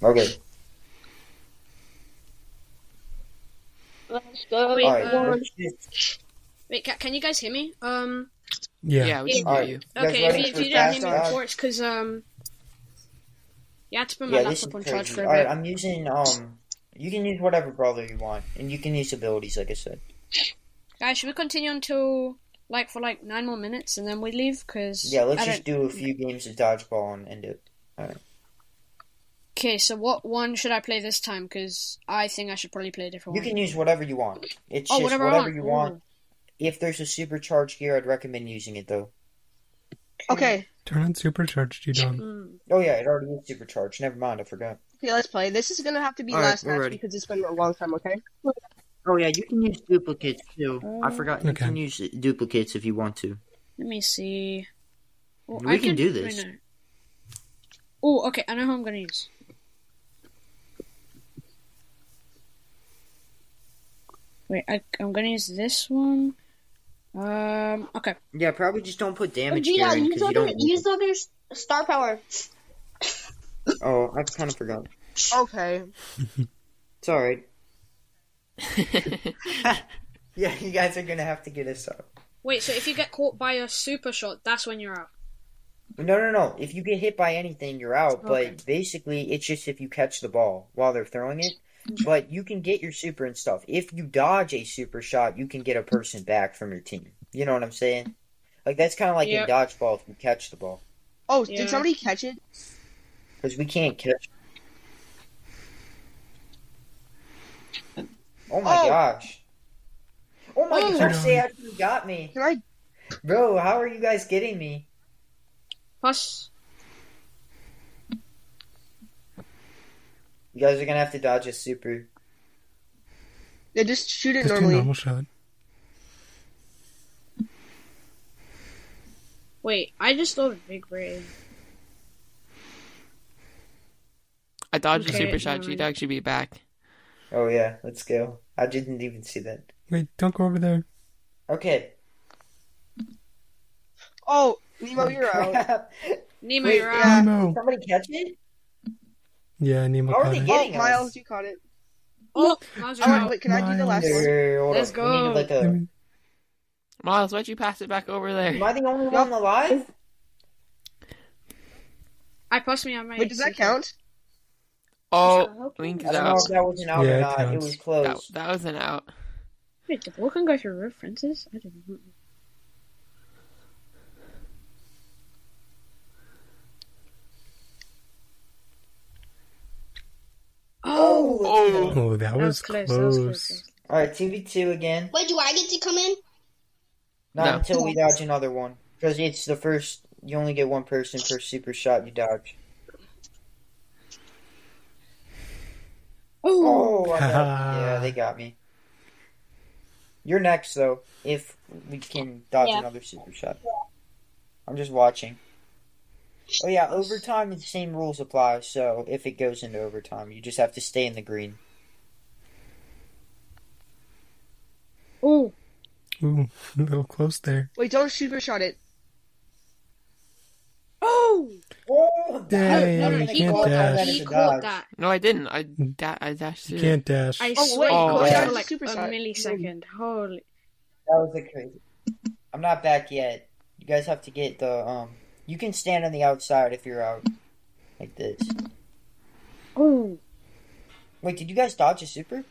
Speaker 7: Okay.
Speaker 3: Let's go.
Speaker 4: Wait,
Speaker 7: All right.
Speaker 4: uh,
Speaker 7: let's just-
Speaker 4: wait, ca- can you guys hear me? Um,
Speaker 6: Yeah.
Speaker 1: Yeah, we can
Speaker 7: All
Speaker 1: hear
Speaker 7: right.
Speaker 1: you.
Speaker 7: guys
Speaker 4: okay,
Speaker 7: ready
Speaker 4: if you, if
Speaker 7: for
Speaker 4: you didn't hear
Speaker 7: fast
Speaker 4: me
Speaker 7: dodge?
Speaker 4: before, it's because um, yeah, I had to put my
Speaker 7: Yeah, this is
Speaker 4: laptop on charge
Speaker 7: crazy.
Speaker 4: for
Speaker 7: All
Speaker 4: a
Speaker 7: right,
Speaker 4: bit.
Speaker 7: I'm using um. You can use whatever brawler you want, and you can use abilities, like I said.
Speaker 4: Guys, should we continue until like for like nine more minutes and then we leave? Because
Speaker 7: Yeah, let's just do a few games of dodgeball and end it.
Speaker 4: Okay, so what one should I play this time? Because I think I should probably play a different
Speaker 7: You
Speaker 4: one.
Speaker 7: can use whatever you want. It's
Speaker 4: Oh,
Speaker 7: just
Speaker 4: whatever I
Speaker 7: whatever
Speaker 4: want.
Speaker 7: you want. If there's a supercharged gear, I'd recommend using it though.
Speaker 2: Okay.
Speaker 6: Turn on supercharged, you dog.
Speaker 4: Mm.
Speaker 7: Oh yeah, it already is supercharged. Never mind, I forgot.
Speaker 2: Okay, let's play. This is gonna have to be
Speaker 7: All right,
Speaker 2: last
Speaker 7: we're
Speaker 2: match
Speaker 7: ready.
Speaker 2: because it's been a long time. Okay.
Speaker 7: Oh yeah, you can use duplicates too. I forgot you
Speaker 6: Okay.
Speaker 7: can use duplicates if you want to.
Speaker 4: Let me see. Oh,
Speaker 7: We can do this.
Speaker 4: wait, no. Oh, okay. I know who I'm gonna use. Wait, I, I'm gonna use this one. Um. Okay.
Speaker 7: Yeah, probably just don't put
Speaker 3: Oh,
Speaker 7: damage
Speaker 3: Gina,
Speaker 7: here
Speaker 3: use
Speaker 7: because you
Speaker 3: other,
Speaker 7: don't. need
Speaker 3: use other s- star power.
Speaker 7: it. Oh, I kind of forgot.
Speaker 2: Okay.
Speaker 7: It's all right. Yeah, you guys are gonna have to get us up.
Speaker 4: Wait. So if you get caught by a super shot, that's when you're out.
Speaker 7: No, no, no. If you get hit by anything, you're
Speaker 4: Okay.
Speaker 7: out. But basically, it's just if you catch the ball while they're throwing it. But you can get your super and stuff. If you dodge a super shot, you can get a person back from your team. You know what I'm saying? Like that's kind of like
Speaker 4: Yeah.
Speaker 7: in dodgeball if you catch the ball
Speaker 2: Oh,
Speaker 4: Yeah.
Speaker 2: did somebody catch it?
Speaker 7: because we can't catch. Oh my
Speaker 2: Oh.
Speaker 7: gosh! Oh my
Speaker 6: Oh.
Speaker 7: gosh! They actually got me,
Speaker 2: Can I?
Speaker 7: bro. How are you guys getting me?
Speaker 4: Plus,
Speaker 7: You guys are gonna have to dodge a super.
Speaker 2: Yeah, just shoot it
Speaker 6: Just do a
Speaker 2: normally.
Speaker 6: normal shot.
Speaker 4: wait. I just thought of big brain.
Speaker 1: I dodged
Speaker 4: Okay,
Speaker 1: a super shot.
Speaker 4: never
Speaker 1: G
Speaker 4: mind.
Speaker 1: Dog should be back.
Speaker 7: Oh yeah, let's go. I didn't even see that.
Speaker 6: Wait, don't go over there.
Speaker 7: Okay.
Speaker 2: Oh, Nemo, you're out.
Speaker 7: Crap.
Speaker 4: Nemo,
Speaker 7: Wait,
Speaker 4: you're out.
Speaker 2: yeah.
Speaker 6: Nemo.
Speaker 7: Somebody catch it?
Speaker 6: Yeah, Nemo
Speaker 7: How are
Speaker 6: caught
Speaker 7: they
Speaker 6: it.
Speaker 2: Oh,
Speaker 7: Getting us.
Speaker 2: Miles, you caught it.
Speaker 4: Oh, mine's
Speaker 2: All right,
Speaker 4: out.
Speaker 2: wait. Can I do the last
Speaker 7: Wait,
Speaker 2: one?
Speaker 7: wait, wait, hold
Speaker 4: Let's
Speaker 7: up. We
Speaker 4: go.
Speaker 7: need, like,
Speaker 6: Let
Speaker 7: a-
Speaker 6: me-
Speaker 1: Miles, why'd you pass it back over there?
Speaker 7: Am I the only one alive?
Speaker 4: I plus me on my.
Speaker 2: Wait, does that
Speaker 4: super.
Speaker 2: count?
Speaker 1: Oh, Link
Speaker 7: I
Speaker 1: is
Speaker 7: don't know
Speaker 1: out.
Speaker 7: if that was an out
Speaker 6: Yeah,
Speaker 7: or
Speaker 6: it
Speaker 7: not. It
Speaker 6: counts.
Speaker 7: was
Speaker 1: That,
Speaker 7: close.
Speaker 1: that was an out.
Speaker 4: Wait, the ball can go through roof fences? I don't know.
Speaker 7: Oh.
Speaker 4: Oh,
Speaker 1: Oh,
Speaker 6: Oh, that was
Speaker 4: close. That was close.
Speaker 6: close.
Speaker 7: All right, two v two again.
Speaker 3: Wait, do I get to come in?
Speaker 7: Not
Speaker 1: No.
Speaker 7: until we dodge another one, because it's the first. You only get one person per super shot you dodge.
Speaker 4: Oh,
Speaker 7: Oh, I got- yeah, they got me. You're next, though, if we can dodge
Speaker 3: Yeah.
Speaker 7: another super shot. I'm just watching. Oh, yeah, overtime, the same rules apply, so if it goes into overtime, you just have to stay in the green.
Speaker 4: Oh,
Speaker 6: Ooh, a little close there.
Speaker 2: Wait, don't super shot it.
Speaker 4: oh!
Speaker 7: Oh,
Speaker 6: Dang,
Speaker 4: no, no,
Speaker 6: you
Speaker 4: he
Speaker 6: can't
Speaker 4: caught
Speaker 7: that.
Speaker 6: dash.
Speaker 4: He
Speaker 7: That's a
Speaker 4: caught
Speaker 7: dodge.
Speaker 4: that.
Speaker 1: No, I didn't. I da- I dashed
Speaker 6: You
Speaker 1: it.
Speaker 6: can't dash.
Speaker 4: I
Speaker 2: Oh,
Speaker 4: swear,
Speaker 2: wait,
Speaker 4: he
Speaker 1: oh,
Speaker 4: caught that
Speaker 7: yeah.
Speaker 4: for like
Speaker 2: Super
Speaker 4: a
Speaker 2: shot.
Speaker 4: millisecond. Holy!
Speaker 7: That was a crazy. I'm not back yet. You guys have to get the um. You can stand on the outside if you're out, like this.
Speaker 4: Oh,
Speaker 7: Wait, did you guys dodge a super?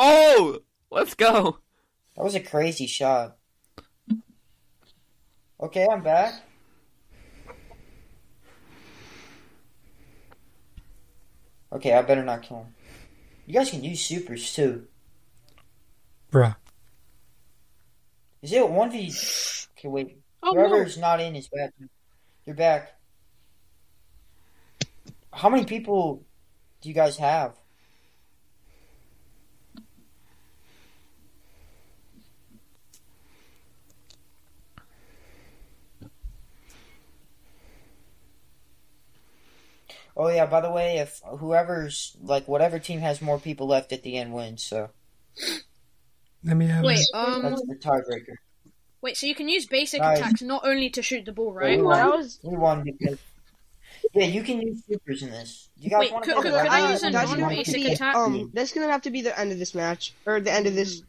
Speaker 1: Oh, let's go.
Speaker 7: That was a crazy shot. Okay, I'm back. Okay, I better not kill him. You guys can use supers too.
Speaker 6: Bruh.
Speaker 7: Is it one v? Okay, wait.
Speaker 4: oh no!
Speaker 7: Whoever's not in is back. You're back. How many people do you guys have? Oh yeah, by the way, if whoever's like whatever team has more people left at the end wins, so
Speaker 6: Let me have
Speaker 4: Wait,
Speaker 6: it.
Speaker 4: um,
Speaker 7: that's the tiebreaker.
Speaker 4: wait. So you can use basic
Speaker 7: Nice.
Speaker 4: attacks not only to shoot the ball, right?
Speaker 7: Wait,
Speaker 2: Well,
Speaker 7: what?
Speaker 2: that was
Speaker 7: We won because Yeah, you can use supers in this. You guys
Speaker 4: Wait,
Speaker 7: want
Speaker 4: could,
Speaker 7: to
Speaker 4: could, could I use a
Speaker 2: That's not
Speaker 4: non-basic
Speaker 2: complete.
Speaker 4: attack?
Speaker 2: um. That's gonna have to be the end of this match or the end of this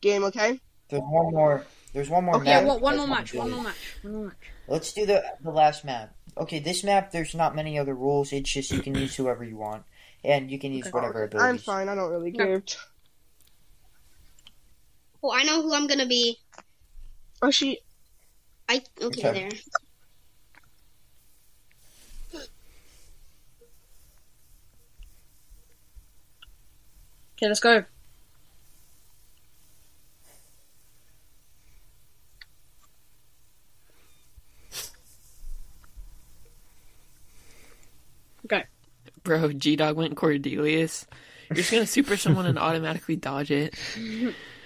Speaker 2: game. Okay.
Speaker 7: There's one more. There's one more
Speaker 2: Okay,
Speaker 7: map.
Speaker 4: Yeah, what? One
Speaker 7: that's
Speaker 4: more match. One
Speaker 7: good.
Speaker 4: more match. One more match.
Speaker 7: Let's do the the last map. Okay, this map there's not many other rules. It's just you can use whoever you want, and you can use
Speaker 4: Okay.
Speaker 7: whatever abilities.
Speaker 2: I'm fine. I don't really
Speaker 4: Yeah.
Speaker 2: care.
Speaker 3: Oh, I know who I'm gonna be.
Speaker 2: Oh, she.
Speaker 3: I okay,
Speaker 7: Okay.
Speaker 3: there.
Speaker 4: Okay, let's go.
Speaker 1: Bro, G Dog went Cordelius. You're just gonna super someone and automatically dodge it.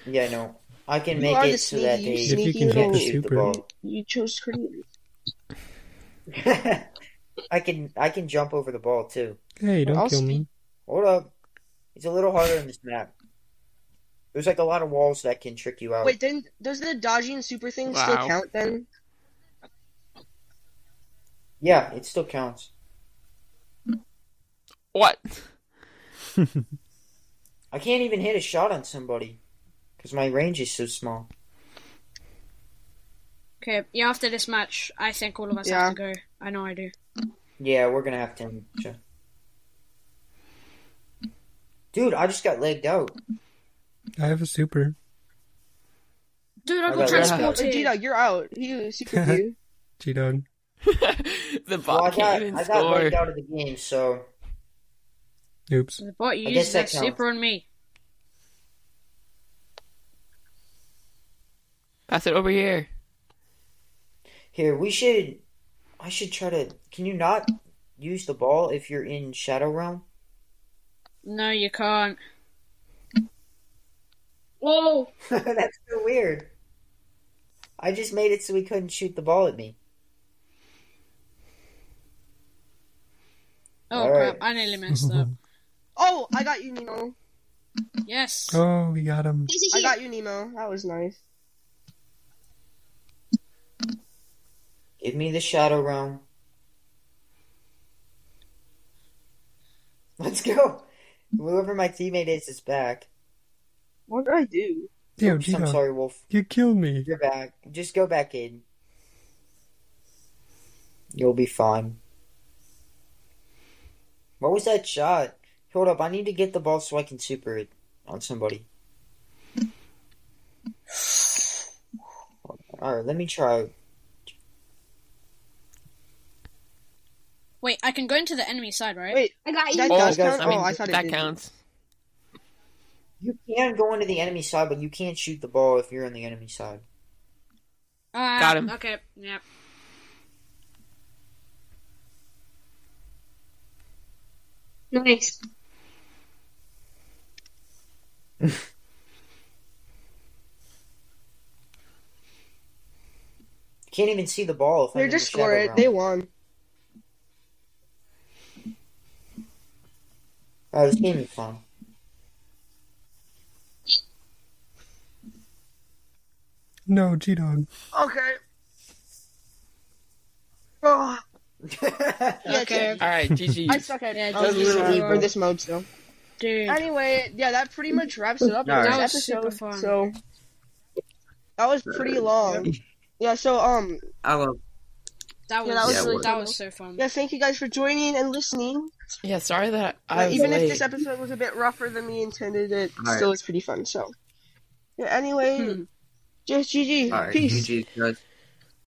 Speaker 7: Yeah, no, I can
Speaker 2: You
Speaker 7: make
Speaker 2: are
Speaker 7: it
Speaker 2: the
Speaker 7: so that
Speaker 2: sneaky,
Speaker 7: they
Speaker 2: you sneaky
Speaker 6: If you can
Speaker 7: can't
Speaker 6: hit
Speaker 7: shoot
Speaker 6: the
Speaker 7: the ball.
Speaker 2: You chose Cornelius.
Speaker 7: I can I can jump over the ball too.
Speaker 6: Hey, don't
Speaker 2: I'll
Speaker 6: kill me.
Speaker 7: Hold up, it's a little harder in this map. There's like a lot of walls that can trick you out.
Speaker 2: Wait, then does the dodging super thing
Speaker 1: Wow.
Speaker 2: still count then?
Speaker 7: Yeah, it still counts.
Speaker 1: What?
Speaker 7: I can't even hit a shot on somebody because my range is so small.
Speaker 4: Okay, yeah. After this match, I think all of us have to go. I know I do.
Speaker 7: Yeah, we're gonna have to. end the show. Dude, I just got legged out.
Speaker 6: I have a super.
Speaker 4: Dude, I
Speaker 7: I
Speaker 4: got
Speaker 7: got red.
Speaker 2: Oh,
Speaker 4: transported.
Speaker 2: Gina, you're out. You super you.
Speaker 6: G Dog.
Speaker 1: the
Speaker 7: Well,
Speaker 1: bot
Speaker 7: Oh, I got
Speaker 1: can't even
Speaker 7: I got
Speaker 1: score.
Speaker 7: legged out of the game, so
Speaker 6: Oops.
Speaker 4: The bot
Speaker 7: I
Speaker 4: you
Speaker 7: guess
Speaker 4: used
Speaker 7: that
Speaker 4: that
Speaker 7: counts.
Speaker 4: super on me.
Speaker 1: Pass it over here.
Speaker 7: here we should. I should try to. Can you not use the ball if you're in Shadow Realm?
Speaker 4: No, you can't. Whoa!
Speaker 7: That's so weird. I just made it so he couldn't shoot the ball at me.
Speaker 4: Oh
Speaker 7: All
Speaker 4: crap!
Speaker 7: right.
Speaker 4: I nearly messed up.
Speaker 2: Oh, I got you, Nemo.
Speaker 4: Yes.
Speaker 6: Oh, we got him.
Speaker 3: He's
Speaker 2: I
Speaker 3: here.
Speaker 2: got you, Nemo. That was nice.
Speaker 7: Give me the Shadow Realm. Let's go. Whoever my teammate is is back.
Speaker 2: What did I do?
Speaker 6: Yo,
Speaker 7: Oops,
Speaker 6: G
Speaker 7: I'm
Speaker 6: Dog.
Speaker 7: sorry, Wolf.
Speaker 6: You killed me.
Speaker 7: You're back. Just go back in. You'll be fine. What was that shot? Hold up, I need to get the ball so I can super it on somebody. Alright, let me try.
Speaker 4: Wait, I can go into the enemy side, right?
Speaker 2: Wait,
Speaker 3: I got you.
Speaker 2: that
Speaker 1: Oh,
Speaker 2: does
Speaker 7: guys,
Speaker 2: count.
Speaker 1: I mean,
Speaker 2: oh, I thought it
Speaker 1: that
Speaker 2: did.
Speaker 1: counts.
Speaker 7: You can go into the enemy side, but you can't shoot the ball if you're on the enemy side.
Speaker 4: Uh,
Speaker 1: Got him.
Speaker 4: Okay. Yep.
Speaker 3: Nice.
Speaker 7: Can't even see the ball. If I'm
Speaker 2: They're
Speaker 7: in the
Speaker 2: just
Speaker 7: shadow
Speaker 2: score it.
Speaker 7: realm.
Speaker 2: They won.
Speaker 7: Oh, this game is fun.
Speaker 6: No, G Dog.
Speaker 2: Okay. Oh, yeah,
Speaker 4: Okay.
Speaker 1: All right, GG.
Speaker 2: I suck at
Speaker 4: Yeah,
Speaker 2: I was
Speaker 4: GG.
Speaker 2: really for this mode still.
Speaker 4: Dude,
Speaker 2: Anyway, yeah, that pretty much wraps it up.
Speaker 7: Alright.
Speaker 2: for
Speaker 4: That was
Speaker 2: this
Speaker 4: super
Speaker 2: episode.
Speaker 4: fun.
Speaker 2: So that was pretty long. Yeah. So um,
Speaker 7: I love.
Speaker 4: that was,
Speaker 2: Yeah, that
Speaker 7: was really
Speaker 4: that
Speaker 2: cool.
Speaker 4: was so fun.
Speaker 2: yeah, thank you guys for joining and listening.
Speaker 1: yeah, sorry that I
Speaker 2: Uh,
Speaker 1: was
Speaker 2: even
Speaker 1: late.
Speaker 2: if this episode was a bit rougher than we intended, it
Speaker 7: Alright.
Speaker 2: still was pretty fun. So yeah. Anyway, just GG.
Speaker 7: All right,
Speaker 2: Peace.
Speaker 7: GG, guys.